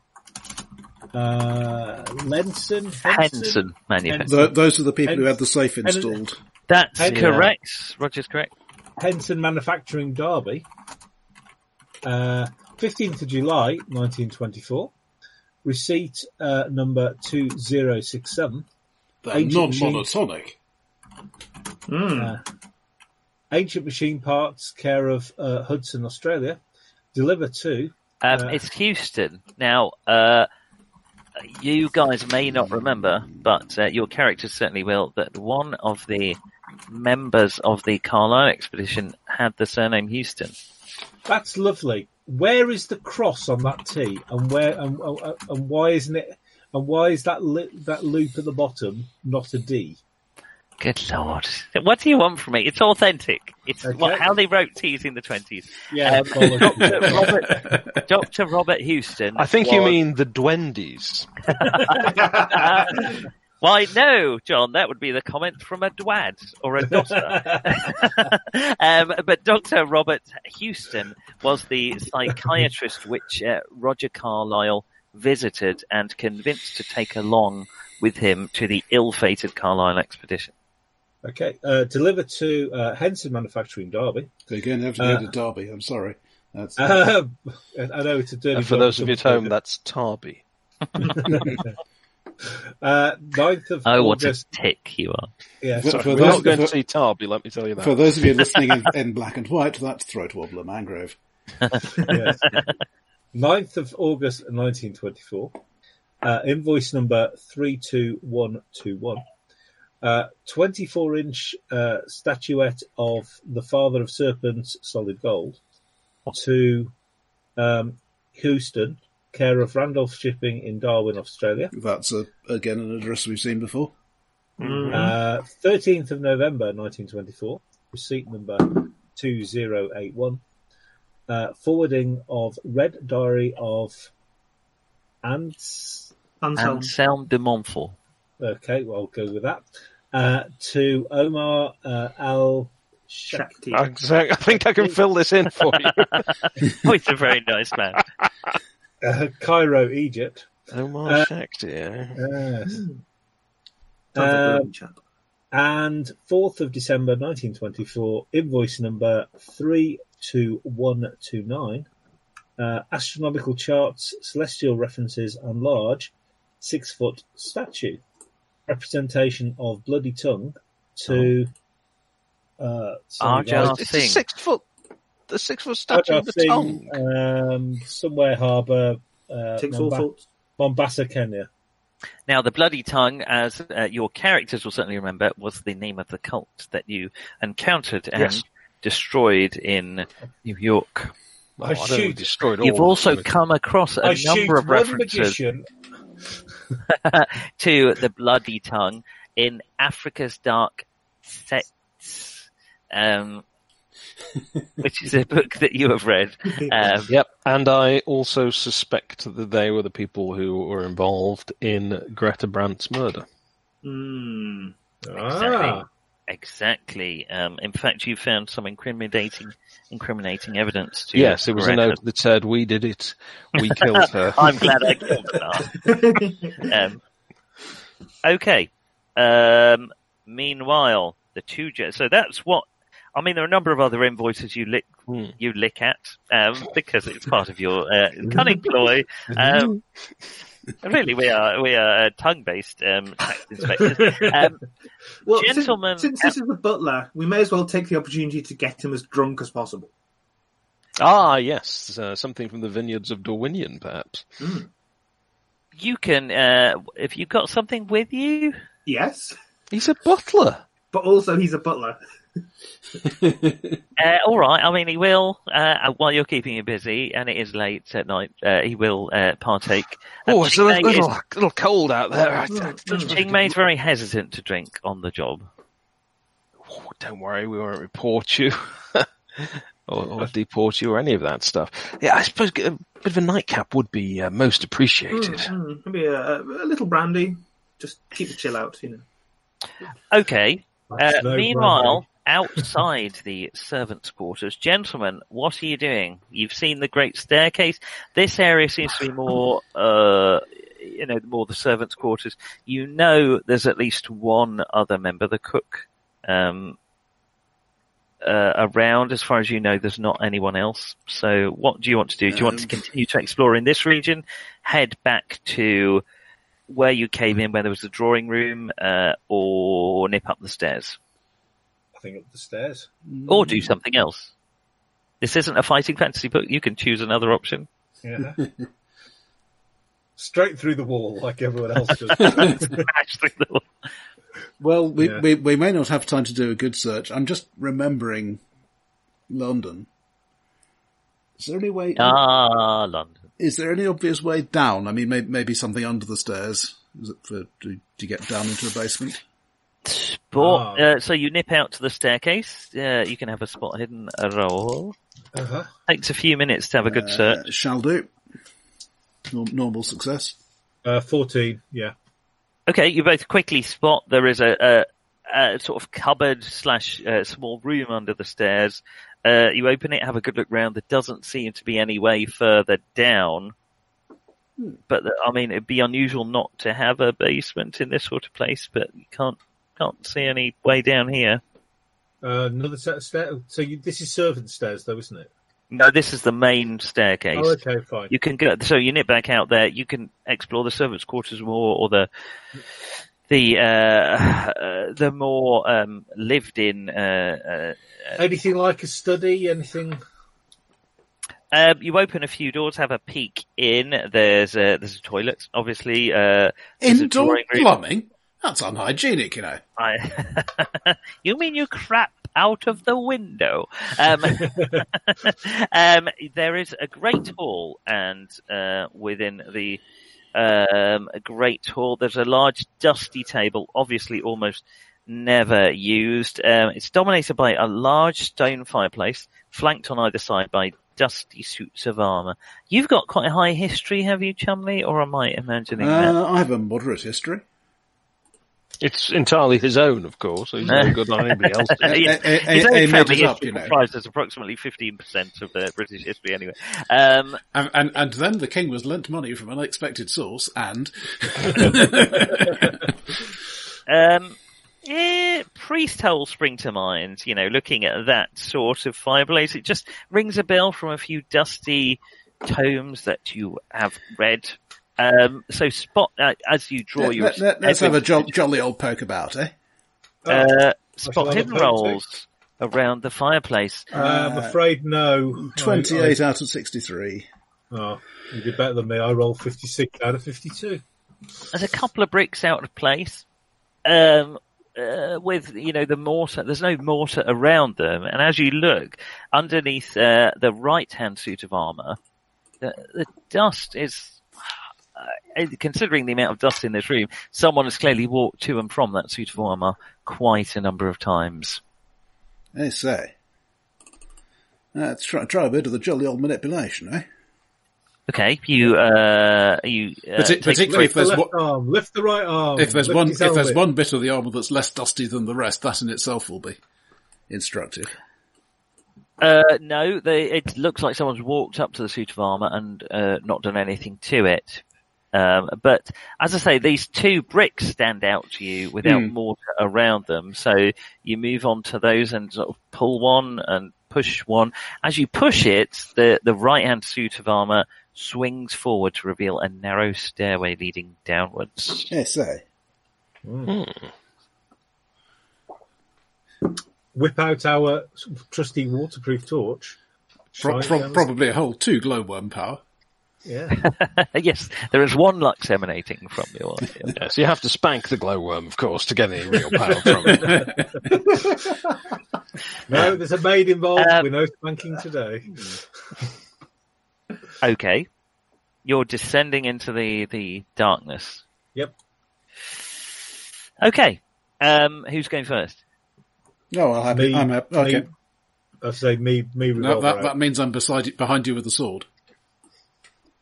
[SPEAKER 7] uh, Lenson.
[SPEAKER 6] Henson manufacturer.
[SPEAKER 10] Th those are the people who
[SPEAKER 7] And-
[SPEAKER 10] had the safe
[SPEAKER 7] and-
[SPEAKER 5] [laughs]
[SPEAKER 10] installed.
[SPEAKER 6] That's
[SPEAKER 7] Henson.
[SPEAKER 6] correct. Roger's correct.
[SPEAKER 7] Henson Manufacturing Derby, uh, 15th of July 1924. Receipt uh, number 2067.
[SPEAKER 10] They're
[SPEAKER 7] Ancient
[SPEAKER 10] non-monotonic.
[SPEAKER 7] Ancient machine parts, care of uh, Hudson, Australia. Deliver to
[SPEAKER 6] Um,
[SPEAKER 7] Uh,
[SPEAKER 6] it's Houston. Now, uh, you guys may not remember, but uh, your characters certainly will, that one of the members of the Carlisle expedition had the surname Houston.
[SPEAKER 7] That's lovely. Where is the cross on that T, and where and, and, and why isn't it? And why is that li- that loop at the bottom not a D?
[SPEAKER 6] Good lord. [laughs] What do you want from me? It's authentic. It's what, how they wrote teas in the 20s.
[SPEAKER 7] Yeah,
[SPEAKER 6] Um, Dr. Robert, Dr. Robert Houston.
[SPEAKER 5] I think you
[SPEAKER 6] was-
[SPEAKER 5] mean the Duendes.
[SPEAKER 6] Why, no, John, that would be the comment from a dwad or a daughter. um, but Dr. Robert Houston was the psychiatrist which uh, Roger Carlyle visited and convinced to take along with him to the ill-fated Carlisle expedition.
[SPEAKER 7] [laughs] Okay, uh, delivered to uh, Henson Manufacturing, Derby. [laughs]
[SPEAKER 9] They're going to have to go
[SPEAKER 7] Uh,
[SPEAKER 9] to Derby. I'm sorry. That's,
[SPEAKER 7] Um, I know it's a dirty.
[SPEAKER 5] And for
[SPEAKER 7] job
[SPEAKER 5] those of you at
[SPEAKER 7] someone-
[SPEAKER 5] home, that's Tarby.
[SPEAKER 7] uh, 9th of
[SPEAKER 6] Oh, what a
[SPEAKER 7] August.
[SPEAKER 6] tick you are.
[SPEAKER 5] [laughs]
[SPEAKER 7] Yeah,
[SPEAKER 9] For-
[SPEAKER 7] sorry.
[SPEAKER 9] for
[SPEAKER 5] We're
[SPEAKER 9] those-
[SPEAKER 5] not going to
[SPEAKER 9] for-
[SPEAKER 5] see Tarby, let me tell you that.
[SPEAKER 9] For those of you listening in,
[SPEAKER 5] [laughs]
[SPEAKER 9] in black and white, that's Throat Wobbler Mangrove.
[SPEAKER 7] yes. 9th of August 1924. Uh, invoice number 32121. Uh, 24 inch uh, statuette of the father of serpents, solid gold, to um, Houston, care of Randolph Shipping in Darwin, Australia.
[SPEAKER 9] That's, a, again, an address we've seen before.
[SPEAKER 11] Hmm.
[SPEAKER 7] Uh, 13th of November 1924, receipt number 2081, uh, forwarding of Red Diary of Ants.
[SPEAKER 11] Anselm.
[SPEAKER 6] Anselm de Montfort.
[SPEAKER 7] Okay, well, I'll go with that. Uh, to Omar uh, Al
[SPEAKER 11] Shakti.
[SPEAKER 5] Exactly. [laughs] I think I
[SPEAKER 7] [laughs]
[SPEAKER 5] can fill this in for [laughs] you.
[SPEAKER 6] Oh, he's a very nice man.
[SPEAKER 7] uh, Cairo, Egypt.
[SPEAKER 5] Omar
[SPEAKER 7] Uh,
[SPEAKER 5] Shakti.
[SPEAKER 7] Yes.
[SPEAKER 5] Hmm.
[SPEAKER 11] Sounds like a
[SPEAKER 7] Um,
[SPEAKER 11] lovely chap.
[SPEAKER 7] and 4th of December 1924, invoice number 32129, uh, astronomical charts, celestial references, and large six foot statue, representation of bloody tongue to. Uh, sorry,
[SPEAKER 6] Arjar
[SPEAKER 7] guys.
[SPEAKER 5] It's a
[SPEAKER 6] Singh.
[SPEAKER 5] six foot, the six foot statue
[SPEAKER 7] Arjar
[SPEAKER 5] of the
[SPEAKER 7] Singh,
[SPEAKER 5] tongue.
[SPEAKER 7] um, somewhere harbour, uh,
[SPEAKER 11] Ticks all
[SPEAKER 7] Momba-
[SPEAKER 11] sorts.
[SPEAKER 7] Mombasa, Kenya.
[SPEAKER 6] Now, the bloody tongue, as uh, your characters will certainly remember, was the name of the cult that you encountered and
[SPEAKER 5] Yes.
[SPEAKER 6] destroyed in New York.
[SPEAKER 5] Oh,
[SPEAKER 7] I
[SPEAKER 5] I know we
[SPEAKER 7] shoot-
[SPEAKER 5] destroyed all
[SPEAKER 6] You've
[SPEAKER 5] of
[SPEAKER 6] also
[SPEAKER 5] them.
[SPEAKER 6] come across a
[SPEAKER 7] I shoot
[SPEAKER 6] number of
[SPEAKER 7] one
[SPEAKER 6] references
[SPEAKER 7] magician.
[SPEAKER 6] to the bloody tongue in Africa's Dark Sects,
[SPEAKER 5] [laughs]
[SPEAKER 6] um, which is a book that you have read. Um,
[SPEAKER 5] Yep, and I also suspect that they were the people who were involved in Greta Brandt's murder.
[SPEAKER 11] Mm.
[SPEAKER 7] Hmm. Ah,
[SPEAKER 6] Exactly. Um, in fact, you found some incriminating, incriminating evidence. To
[SPEAKER 5] yes, it was a
[SPEAKER 6] correct
[SPEAKER 5] note that said, "We did it, we killed her."
[SPEAKER 6] I'm glad I killed that. um, okay. Um, meanwhile, the two jets. So that's what. I mean, there are a number of other invoices you lick
[SPEAKER 5] Hmm.
[SPEAKER 6] you lick at um, because it's part of your uh, cunning ploy. Um, really, we are we are tongue based um, tax inspectors. Um,
[SPEAKER 11] Well,
[SPEAKER 6] Gentlemen-
[SPEAKER 11] since, since this is the butler, we may as well take the opportunity to get him as drunk as possible.
[SPEAKER 5] ah, yes, uh, something from the vineyards of Darwinian, perhaps.
[SPEAKER 6] you can uh, if you've got something with you.
[SPEAKER 11] Yes,
[SPEAKER 5] He's a butler.
[SPEAKER 11] but also he's a butler.
[SPEAKER 6] Uh, all right. I mean, he will uh, while you're keeping him busy, and it is late at night. Uh, he will uh, partake.
[SPEAKER 5] Oh,
[SPEAKER 6] Um,
[SPEAKER 5] it's a little,
[SPEAKER 6] Ching Mei
[SPEAKER 5] little, little cold out there.
[SPEAKER 11] Hmm,
[SPEAKER 5] I, I,
[SPEAKER 6] is- Ching Mei's very hesitant to drink on the job.
[SPEAKER 5] Oh, don't worry, we won't report you. [laughs] Or, or deport you or any of that stuff. Yeah, I suppose a bit of a nightcap would be uh, most appreciated.
[SPEAKER 8] Hmm.
[SPEAKER 11] Mm, mm. Maybe a, a little brandy. Just keep the chill out, you know.
[SPEAKER 6] Okay. Uh,
[SPEAKER 7] that's no [laughs]
[SPEAKER 6] meanwhile, outside the servants' quarters, gentlemen, what are you doing? You've seen the great staircase. This area seems to be more, uh, you know, more the servants' quarters. You know, there's at least one other member, the cook, um, uh, around. As far as you know, there's not anyone else. So, what do you want to do? Do you want to
[SPEAKER 7] Um,
[SPEAKER 6] continue to explore in this region? Head back to where you came in, where there was the drawing room, uh, or nip up the stairs,
[SPEAKER 7] I think up the stairs.
[SPEAKER 6] or do something else. This isn't a fighting fantasy book. You can choose another option. [laughs]
[SPEAKER 7] Yeah. [laughs] Straight through the wall, like everyone else does. [laughs]
[SPEAKER 6] Actually, no.
[SPEAKER 9] Well, we,
[SPEAKER 7] Yeah.
[SPEAKER 9] we, we may not have time to do a good search. I'm just remembering London. Is there any way?
[SPEAKER 6] ah, London.
[SPEAKER 9] Is there any obvious way down? I mean, maybe, maybe something under the stairs Is it for to, to get down into a basement.
[SPEAKER 6] But uh, so you nip out to the staircase. Uh, you can have a spot hidden roll.
[SPEAKER 7] Uh-huh.
[SPEAKER 6] Takes a few minutes to have a good search.
[SPEAKER 9] Uh, Shall do. Norm- normal success.
[SPEAKER 7] Uh, 14, yeah.
[SPEAKER 6] Okay, you both quickly spot there is a, a, a sort of cupboard slash uh, small room under the stairs. Uh, you open it, have a good look round. There doesn't seem to be any way further down. But the- I mean, it'd be unusual not to have a basement in this sort of place, but you can't can't see any way down here.
[SPEAKER 7] Uh, another set of stairs. So you, this is servant stairs, though, isn't it?
[SPEAKER 6] No, this is the main staircase.
[SPEAKER 7] Oh, okay, fine.
[SPEAKER 6] You can go, so you nip back out there. You can explore the servants' quarters more, or the the uh, uh, the more um, lived-in. Uh, uh,
[SPEAKER 7] Anything like a study? Anything?
[SPEAKER 6] um, you open a few doors, have a peek in. There's a there's a toilet, obviously. Uh, there's a
[SPEAKER 9] Indoor
[SPEAKER 6] drawing room.
[SPEAKER 9] plumbing? That's unhygienic, you know.
[SPEAKER 6] I, [laughs] you mean you crap out of the window? Um, [laughs] um, there is a great hall, and uh, within the um, great hall, there's a large, dusty table, obviously almost never used. Um, it's dominated by a large stone fireplace, flanked on either side by dusty suits of armour. You've got quite a high history, have you, Chumley? Or am I imagining that?
[SPEAKER 9] Uh, I have a moderate history.
[SPEAKER 5] It's entirely his own, of course. He's no good on anybody else's.
[SPEAKER 6] Uh, Yeah. His own
[SPEAKER 9] eh, made
[SPEAKER 6] family
[SPEAKER 9] it up,
[SPEAKER 6] history
[SPEAKER 9] you know.
[SPEAKER 6] comprises approximately 15% of uh, British history anyway. Um,
[SPEAKER 9] And, and, and then the king was lent money from an unexpected source
[SPEAKER 6] [laughs]
[SPEAKER 9] and...
[SPEAKER 6] um, eh, priest holes spring to mind, you know, looking at that sort of fireplace. It just rings a bell from a few dusty tomes that you have read. Um, so spot, uh, as you draw your...
[SPEAKER 9] [laughs] let, us have a jo- jolly old poke about, eh?
[SPEAKER 6] uh,
[SPEAKER 7] shall
[SPEAKER 6] spot
[SPEAKER 7] have a
[SPEAKER 6] hidden
[SPEAKER 7] poke too.
[SPEAKER 6] rolls around the fireplace.
[SPEAKER 9] Uh,
[SPEAKER 7] I'm afraid no.
[SPEAKER 9] 28 out of 63.
[SPEAKER 7] Oh, you did better than me. I rolled 56 out of 52.
[SPEAKER 6] there's a couple of bricks out of place, um, uh, with you know the mortar. There's no mortar around them, and as you look underneath uh, the right-hand suit of armor, the, the dust is. Uh, considering the amount of dust in this room, someone has clearly walked to and from that suit of armor quite a number of times.
[SPEAKER 9] I say. Let's try, try a bit of the jolly old manipulation, eh?
[SPEAKER 6] Okay, you uh, you uh,
[SPEAKER 9] Parti-
[SPEAKER 6] take-
[SPEAKER 9] particularly if
[SPEAKER 7] Lift the
[SPEAKER 9] there's
[SPEAKER 7] left
[SPEAKER 9] one,
[SPEAKER 7] arm. Lift the right arm.
[SPEAKER 9] if there's
[SPEAKER 7] lift
[SPEAKER 9] one
[SPEAKER 7] his
[SPEAKER 9] if there's
[SPEAKER 7] helmet.
[SPEAKER 9] one bit of the armor that's less dusty than the rest, that in itself will be instructive.
[SPEAKER 6] Uh, no, they, it looks like someone's walked up to the suit of armor and uh, not done anything to it. Um, but as I say, these two bricks stand out to you without mortar around them. So you move on to those and sort of pull one and push one. As you push it, the, the right hand suit of armor swings forward to reveal a narrow stairway leading downwards. [laughs]
[SPEAKER 9] Yes, eh?
[SPEAKER 7] Whip out our trusty waterproof torch.
[SPEAKER 9] Pro-
[SPEAKER 7] Shine
[SPEAKER 9] pro-
[SPEAKER 7] down the-
[SPEAKER 9] probably a whole two glowworm power.
[SPEAKER 7] Yeah.
[SPEAKER 6] yes, there is one lux emanating from your. your
[SPEAKER 5] Yeah, so you have to spank the glowworm, of course, to get any real power from it.
[SPEAKER 7] No, there's a maid involved.
[SPEAKER 6] Um,
[SPEAKER 7] We're no spanking today.
[SPEAKER 6] Okay. You're descending into the, the darkness.
[SPEAKER 7] Yep.
[SPEAKER 6] Okay. Um, who's going first?
[SPEAKER 9] No, I'll have it.
[SPEAKER 7] Me,
[SPEAKER 9] I'm happy. Okay.
[SPEAKER 7] me, I say me, me
[SPEAKER 9] No,
[SPEAKER 7] revolver.
[SPEAKER 9] that, that
[SPEAKER 7] out.
[SPEAKER 9] means I'm beside you, behind you with a sword.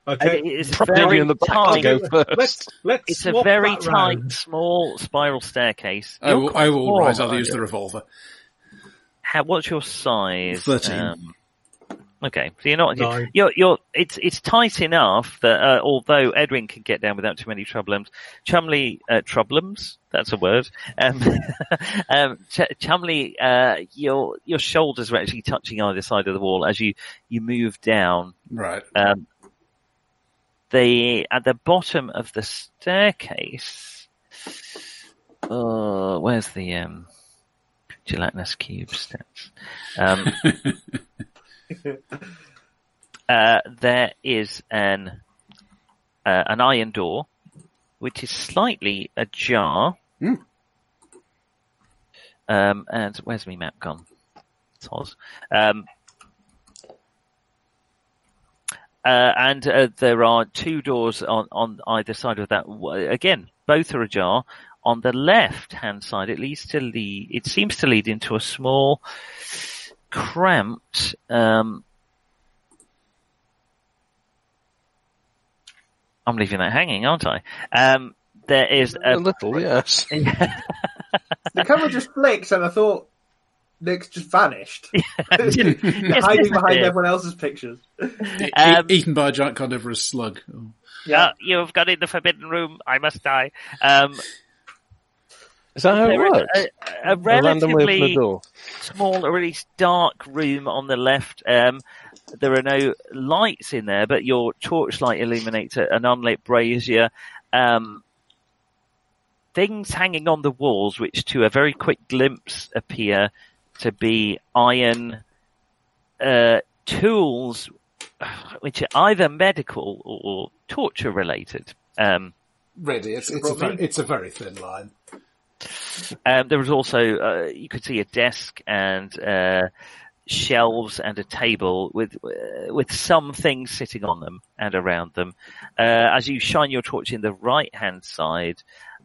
[SPEAKER 7] okay.
[SPEAKER 6] And it's
[SPEAKER 5] Uh, Probably
[SPEAKER 6] very
[SPEAKER 5] in the back
[SPEAKER 6] tight.
[SPEAKER 5] to go first.
[SPEAKER 7] Let's let's
[SPEAKER 6] It's a
[SPEAKER 7] swap
[SPEAKER 6] very
[SPEAKER 7] that
[SPEAKER 6] tight,
[SPEAKER 7] round.
[SPEAKER 6] small spiral staircase.
[SPEAKER 9] I
[SPEAKER 6] You're
[SPEAKER 9] will,
[SPEAKER 6] quite
[SPEAKER 9] I will
[SPEAKER 6] small,
[SPEAKER 9] rise. I'll
[SPEAKER 6] aren't
[SPEAKER 9] use
[SPEAKER 6] you?
[SPEAKER 9] the revolver.
[SPEAKER 6] How, what's your size? um,
[SPEAKER 9] 13.
[SPEAKER 6] okay, so you're not.
[SPEAKER 7] Nine.
[SPEAKER 6] You're, you're. It's it's tight enough that uh, although Edwin can get down without too many troublums, Chumley uh, troublums. That's a word. Um, [laughs] um, Ch- Chumley, uh, your your shoulders were actually touching either side of the wall as you you move down.
[SPEAKER 9] Right.
[SPEAKER 6] Um, the at the bottom of the staircase. Uh, where's the um, gelatinous cube steps? Um, uh, there is an uh, an iron door, which is slightly ajar.
[SPEAKER 9] Hmm.
[SPEAKER 6] Um, and where's my map gone? It's Oz. Um, uh, and uh, there are two doors on, on either side of that. W- Again, both are ajar. on the left hand side, it leads to lead, it seems to lead into a small, cramped, um, I'm leaving that hanging, aren't I? Um, there is a,
[SPEAKER 5] a little, yes.
[SPEAKER 8] the camera just flicks, and I thought Nick's
[SPEAKER 6] [laughs]
[SPEAKER 8] just vanished,
[SPEAKER 6] didn't- yes,
[SPEAKER 8] hiding
[SPEAKER 6] didn't
[SPEAKER 8] behind
[SPEAKER 6] it?
[SPEAKER 8] everyone else's pictous.
[SPEAKER 9] E-
[SPEAKER 6] Um,
[SPEAKER 9] eaten by a giant carnivorous slug. Oh.
[SPEAKER 6] yeah, Uh, you've got in the forbidden room. I must die. Um,
[SPEAKER 5] Is that how it
[SPEAKER 6] there is
[SPEAKER 5] works?
[SPEAKER 6] a, a
[SPEAKER 5] I randomly open the
[SPEAKER 6] uh, relatively
[SPEAKER 5] door.
[SPEAKER 6] small, or at least dark room on the left. Um, there are no lights in there, but your torchlight illuminates a- an unlit brazier. Um, things hanging on the walls, which to a very quick glimpse appear to be iron uh, tools, which are either medical or torture related. Um,
[SPEAKER 9] Really, it's, it's, a, very, it's a very thin line.
[SPEAKER 6] Um, there was also uh, you could see a desk and uh, shelves and a table with uh, with some things sitting on them and around them. Uh, as you shine your torch in the right hand side,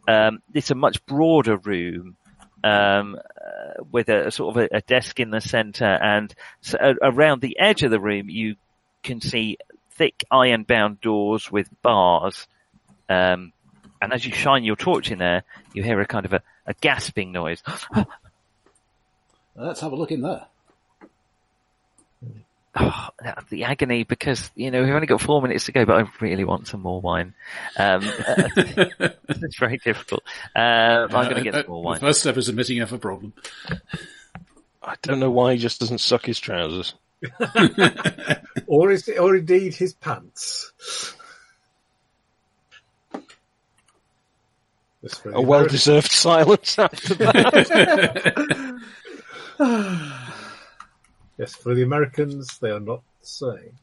[SPEAKER 6] um, it's a much broader room um, uh, with a sort of a, a desk in the centre, and s a around the edge of the room you can see thick iron bound doors with bars. Um, and as you shine your torch in there, you hear a kind of a, a gasping noise. [gasps]
[SPEAKER 9] Let's have a look in there.
[SPEAKER 6] Oh, that- the agony because, you know, we've only got four minutes to go, but I really want some more wine. Um, [laughs] uh, it's very difficult. Um, I'm going to get some more
[SPEAKER 9] Uh, uh,
[SPEAKER 6] wine.
[SPEAKER 9] The first step is admitting you have a problem.
[SPEAKER 5] I don't know why he just doesn't suck his trousers.
[SPEAKER 7] or is or indeed his pants. That's very
[SPEAKER 5] A well deserved [laughs] silence after that.
[SPEAKER 7] Yes, for the Americans, they are not the same.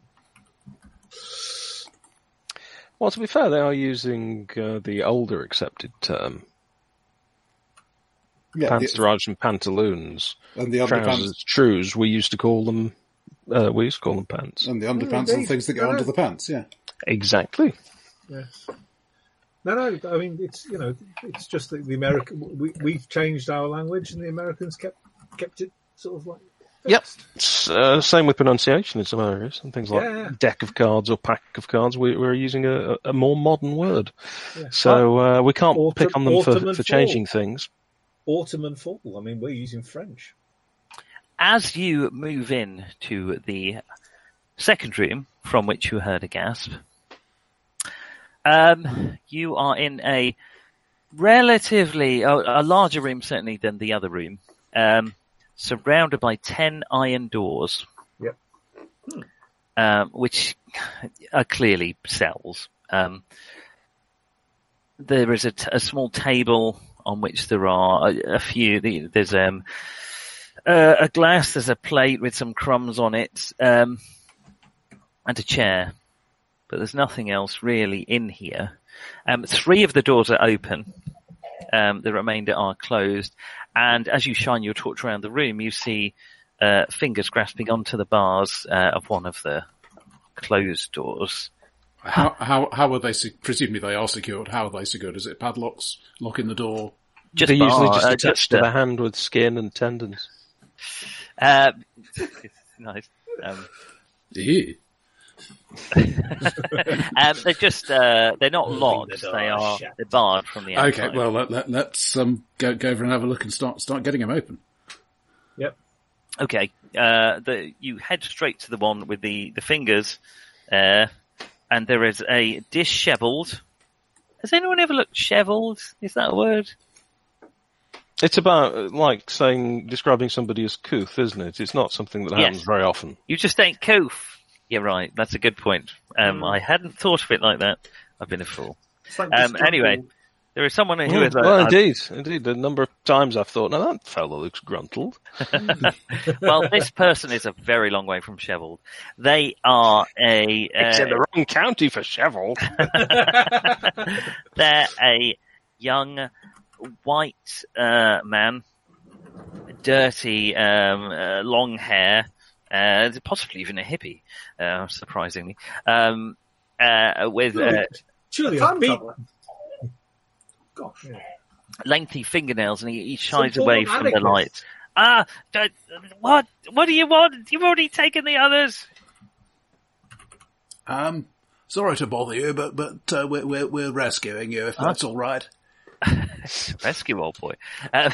[SPEAKER 5] [laughs] well, to be fair, they are using uh, the older accepted term
[SPEAKER 9] Yeah,
[SPEAKER 5] pants,
[SPEAKER 9] the,
[SPEAKER 5] derived from pantaloons.
[SPEAKER 9] and the underpants,
[SPEAKER 5] Trousers, trues, we used to call them. Uh, we used to call them pants.
[SPEAKER 9] and the underpants are the
[SPEAKER 7] indeed.
[SPEAKER 9] things that Oh, go
[SPEAKER 7] No, no.
[SPEAKER 9] under the pants. Yeah,
[SPEAKER 5] Exactly.
[SPEAKER 7] Yes. No, no. I mean, it's you know, it's just that the American we we've changed our language, and the Americans kept kept it sort of like
[SPEAKER 5] Yep. It's, uh, same with pronunciation in some areas and things like
[SPEAKER 7] Yeah.
[SPEAKER 5] deck of cards or pack of cards. We, we're using a, a more modern word, so uh, we can't
[SPEAKER 7] Autumn-
[SPEAKER 5] pick on them for,
[SPEAKER 7] autumn and
[SPEAKER 5] for changing things.
[SPEAKER 7] autumn and fall. I mean, we're using French.
[SPEAKER 6] as you move in to the second room from which you heard a gasp, um, you are in a relatively a, a larger room certainly than the other room, um, surrounded by ten iron doors.
[SPEAKER 7] Yep.
[SPEAKER 6] Um, which are clearly cells. Um, there is a, t- a small table on which there are a, a few. the- There's um, uh, a glass, there's a plate with some crumbs on it, um, and a chair. But there's nothing else really in here. Um, three of the doors are open. Um, the remainder are closed. And as you shine your torch around the room, you see uh, fingers grasping onto the bars uh, of one of the closed doors. [laughs]
[SPEAKER 9] how how how are they? se- Presumably, they are secured. How are they secured? Is it padlocks, locking the door?
[SPEAKER 6] Just
[SPEAKER 5] They're usually
[SPEAKER 6] bar-
[SPEAKER 5] just
[SPEAKER 6] uh,
[SPEAKER 5] attached
[SPEAKER 6] just,
[SPEAKER 5] to
[SPEAKER 6] uh,
[SPEAKER 5] the hand with skin and tendons.
[SPEAKER 6] Uh, [laughs] it's nice. Um,
[SPEAKER 9] Ew.
[SPEAKER 6] um, they're just, uh, they're not
[SPEAKER 7] Moving
[SPEAKER 6] locked.
[SPEAKER 7] the door
[SPEAKER 6] They are
[SPEAKER 7] shut.
[SPEAKER 6] they're barred from the outside.
[SPEAKER 9] Okay, well let, let, let's um, go go over and have a look and start start getting them open.
[SPEAKER 6] Okay. Uh, the, you head straight to the one with the, the fingers, uh, and there is a disheveled. Has anyone ever looked sheveled? Is that a word?
[SPEAKER 5] It's about uh, like saying describing somebody as couth, isn't it? It's not something that
[SPEAKER 6] Yes.
[SPEAKER 5] happens very often.
[SPEAKER 6] You just ain't coof. You're right. That's a good point. Um,
[SPEAKER 5] Mm.
[SPEAKER 6] I hadn't thought of it like that. I've been a fool.
[SPEAKER 8] It's like
[SPEAKER 6] Um,
[SPEAKER 8] disgruntled-
[SPEAKER 6] anyway, there is someone who is. a-
[SPEAKER 5] Oh, Hmm. well,
[SPEAKER 6] a-
[SPEAKER 5] indeed, indeed. The number of times I've thought, now that fellow looks gruntled.
[SPEAKER 6] well, this person is a very long way from sheveled. They are a.
[SPEAKER 5] it's
[SPEAKER 6] uh,
[SPEAKER 5] in the wrong county for [laughs] Cheval.
[SPEAKER 6] They're a young white uh, man, dirty, um, uh, long hair, uh, possibly even a hippie, uh, surprisingly, um, uh, with uh,
[SPEAKER 7] Surely,
[SPEAKER 8] Time
[SPEAKER 7] I've been,
[SPEAKER 8] traveller. Gosh.
[SPEAKER 6] lengthy fingernails and he, he
[SPEAKER 2] Some
[SPEAKER 6] shies
[SPEAKER 2] form
[SPEAKER 6] away
[SPEAKER 2] of
[SPEAKER 6] from the
[SPEAKER 2] anarchist.
[SPEAKER 6] light. Ah, don't- what? What do you want? You've already taken the others. [laughs]
[SPEAKER 9] Um, sorry to bother you, but but uh, we're, we're we're rescuing you if
[SPEAKER 6] Huh?
[SPEAKER 9] that's all right.
[SPEAKER 6] Rescue old boy. Um,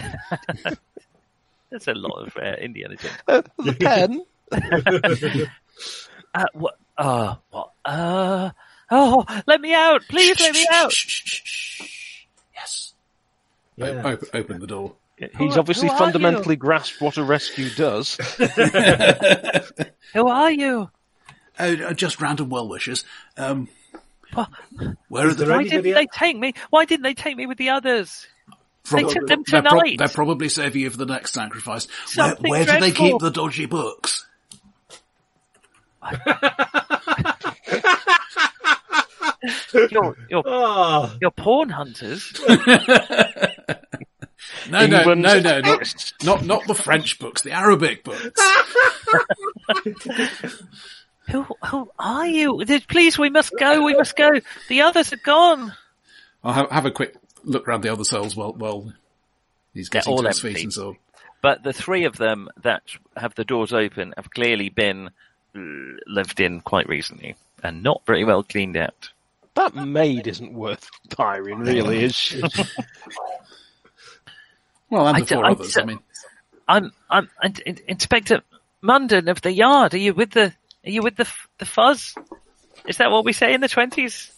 [SPEAKER 6] [laughs] there's a lot of uh, Indiana Jones.
[SPEAKER 5] the [laughs] pen.
[SPEAKER 6] uh, what? Uh, what? Uh, oh, let me out, please, let me out.
[SPEAKER 9] Yes.
[SPEAKER 7] Yeah.
[SPEAKER 9] O- open, open the door.
[SPEAKER 5] He's obviously
[SPEAKER 6] who are
[SPEAKER 5] fundamentally grasped what a rescue does.
[SPEAKER 6] Who are you?
[SPEAKER 9] Oh, uh, just random well wishes. Um,
[SPEAKER 6] What?
[SPEAKER 9] where are
[SPEAKER 7] Is
[SPEAKER 9] the
[SPEAKER 7] there
[SPEAKER 6] Why
[SPEAKER 7] any-
[SPEAKER 6] didn't
[SPEAKER 7] anybody
[SPEAKER 6] they take me? Why didn't they take me with the others?
[SPEAKER 9] Probably-
[SPEAKER 6] they took them
[SPEAKER 9] they're, prob-
[SPEAKER 6] tonight.
[SPEAKER 9] they're probably saving you for the next sacrifice. Where,
[SPEAKER 6] Something
[SPEAKER 9] where do they
[SPEAKER 6] dreadful.
[SPEAKER 9] keep the dodgy books?
[SPEAKER 6] you're, you're,
[SPEAKER 7] Oh,
[SPEAKER 6] you're porn hunters.
[SPEAKER 9] No, no, no,
[SPEAKER 5] England-
[SPEAKER 9] no, not, not not the French books, the Arabic
[SPEAKER 6] [laughs]
[SPEAKER 9] books.
[SPEAKER 6] Who who are you? Th- Please, we must go. We must go. The others are gone.
[SPEAKER 9] I'll have, have a quick look round the other cells while while he's
[SPEAKER 6] They're
[SPEAKER 9] getting
[SPEAKER 6] all
[SPEAKER 9] to his
[SPEAKER 6] empty.
[SPEAKER 9] feet and so.
[SPEAKER 6] But the three of them that have the doors open have clearly been uh, lived in quite recently and not very well cleaned out.
[SPEAKER 5] [laughs] That maid isn't worth [laughs] hiring, really, is she?
[SPEAKER 9] Well, and
[SPEAKER 6] I
[SPEAKER 9] the
[SPEAKER 6] d-
[SPEAKER 9] four
[SPEAKER 6] I
[SPEAKER 9] others.
[SPEAKER 6] d-
[SPEAKER 9] I mean,
[SPEAKER 6] I'm I'm and, and, Inspector Munden of the Yard. Are you with the Are you with the f- the fuzz? Is that what we say in the twenties?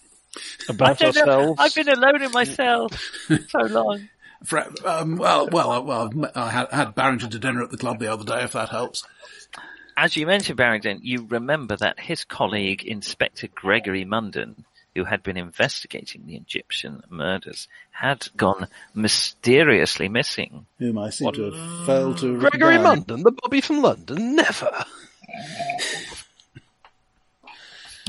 [SPEAKER 5] About
[SPEAKER 6] I don't know.
[SPEAKER 5] ourselves.
[SPEAKER 6] I've been alone in my cell so long.
[SPEAKER 9] Fra- um, well, well, well. I had, had Barrington to dinner at the club the other day. If that helps.
[SPEAKER 6] [laughs] As you mentioned, Barrington, you remember that his colleague, Inspector Gregory Munden, who had been investigating the Egyptian murders, had gone mysteriously missing.
[SPEAKER 10] Whom I seem to have failed to have written
[SPEAKER 5] Gregory
[SPEAKER 10] down.
[SPEAKER 5] Munden, the Bobby from London, never.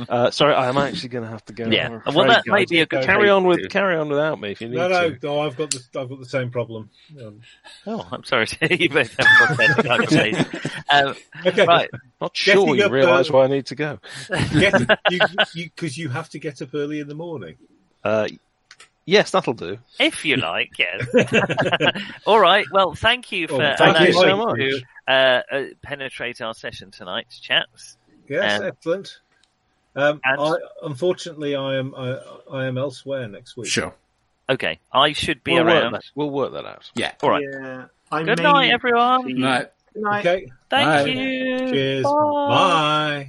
[SPEAKER 5] Uh, sorry, I'm actually going to have to go.
[SPEAKER 6] Yeah.
[SPEAKER 5] I'm
[SPEAKER 6] Well,
[SPEAKER 5] afraid,
[SPEAKER 6] that may
[SPEAKER 5] guys.
[SPEAKER 6] be a good
[SPEAKER 5] carry on with
[SPEAKER 6] place to-
[SPEAKER 5] carry on without me if you need
[SPEAKER 7] no, no,
[SPEAKER 5] to.
[SPEAKER 7] no, I've got the I've got the same problem. Um,
[SPEAKER 6] Oh, I'm sorry to hear you both have got that conversation. um,
[SPEAKER 7] Okay.
[SPEAKER 6] Right.
[SPEAKER 5] Not sure
[SPEAKER 7] Getting
[SPEAKER 5] you
[SPEAKER 7] up
[SPEAKER 5] realise
[SPEAKER 7] early.
[SPEAKER 5] where I need to go.
[SPEAKER 7] Get, you, you, cause you have to get up early in the morning.
[SPEAKER 5] Uh, yes, that'll do.
[SPEAKER 6] If you like, yes. [laughs] All right. Well, thank you for
[SPEAKER 7] Oh, thank
[SPEAKER 5] you so
[SPEAKER 6] allowing
[SPEAKER 5] much.
[SPEAKER 6] to uh, uh, penetrate our session tonight, chaps.
[SPEAKER 7] Yes,
[SPEAKER 6] Um,
[SPEAKER 7] excellent. Um,
[SPEAKER 6] and-
[SPEAKER 7] I, unfortunately, I am I, I am elsewhere next week.
[SPEAKER 9] Sure.
[SPEAKER 6] Okay, I should be
[SPEAKER 5] We'll work,
[SPEAKER 6] around.
[SPEAKER 5] that, we'll work that out.
[SPEAKER 9] Yeah.
[SPEAKER 6] All right.
[SPEAKER 11] Yeah. I
[SPEAKER 6] Good
[SPEAKER 11] may
[SPEAKER 6] night, everyone.
[SPEAKER 11] see you.
[SPEAKER 9] No.
[SPEAKER 11] Good night.
[SPEAKER 7] Okay.
[SPEAKER 6] Thank
[SPEAKER 9] Bye.
[SPEAKER 6] you.
[SPEAKER 7] Cheers.
[SPEAKER 6] Bye.
[SPEAKER 7] Bye.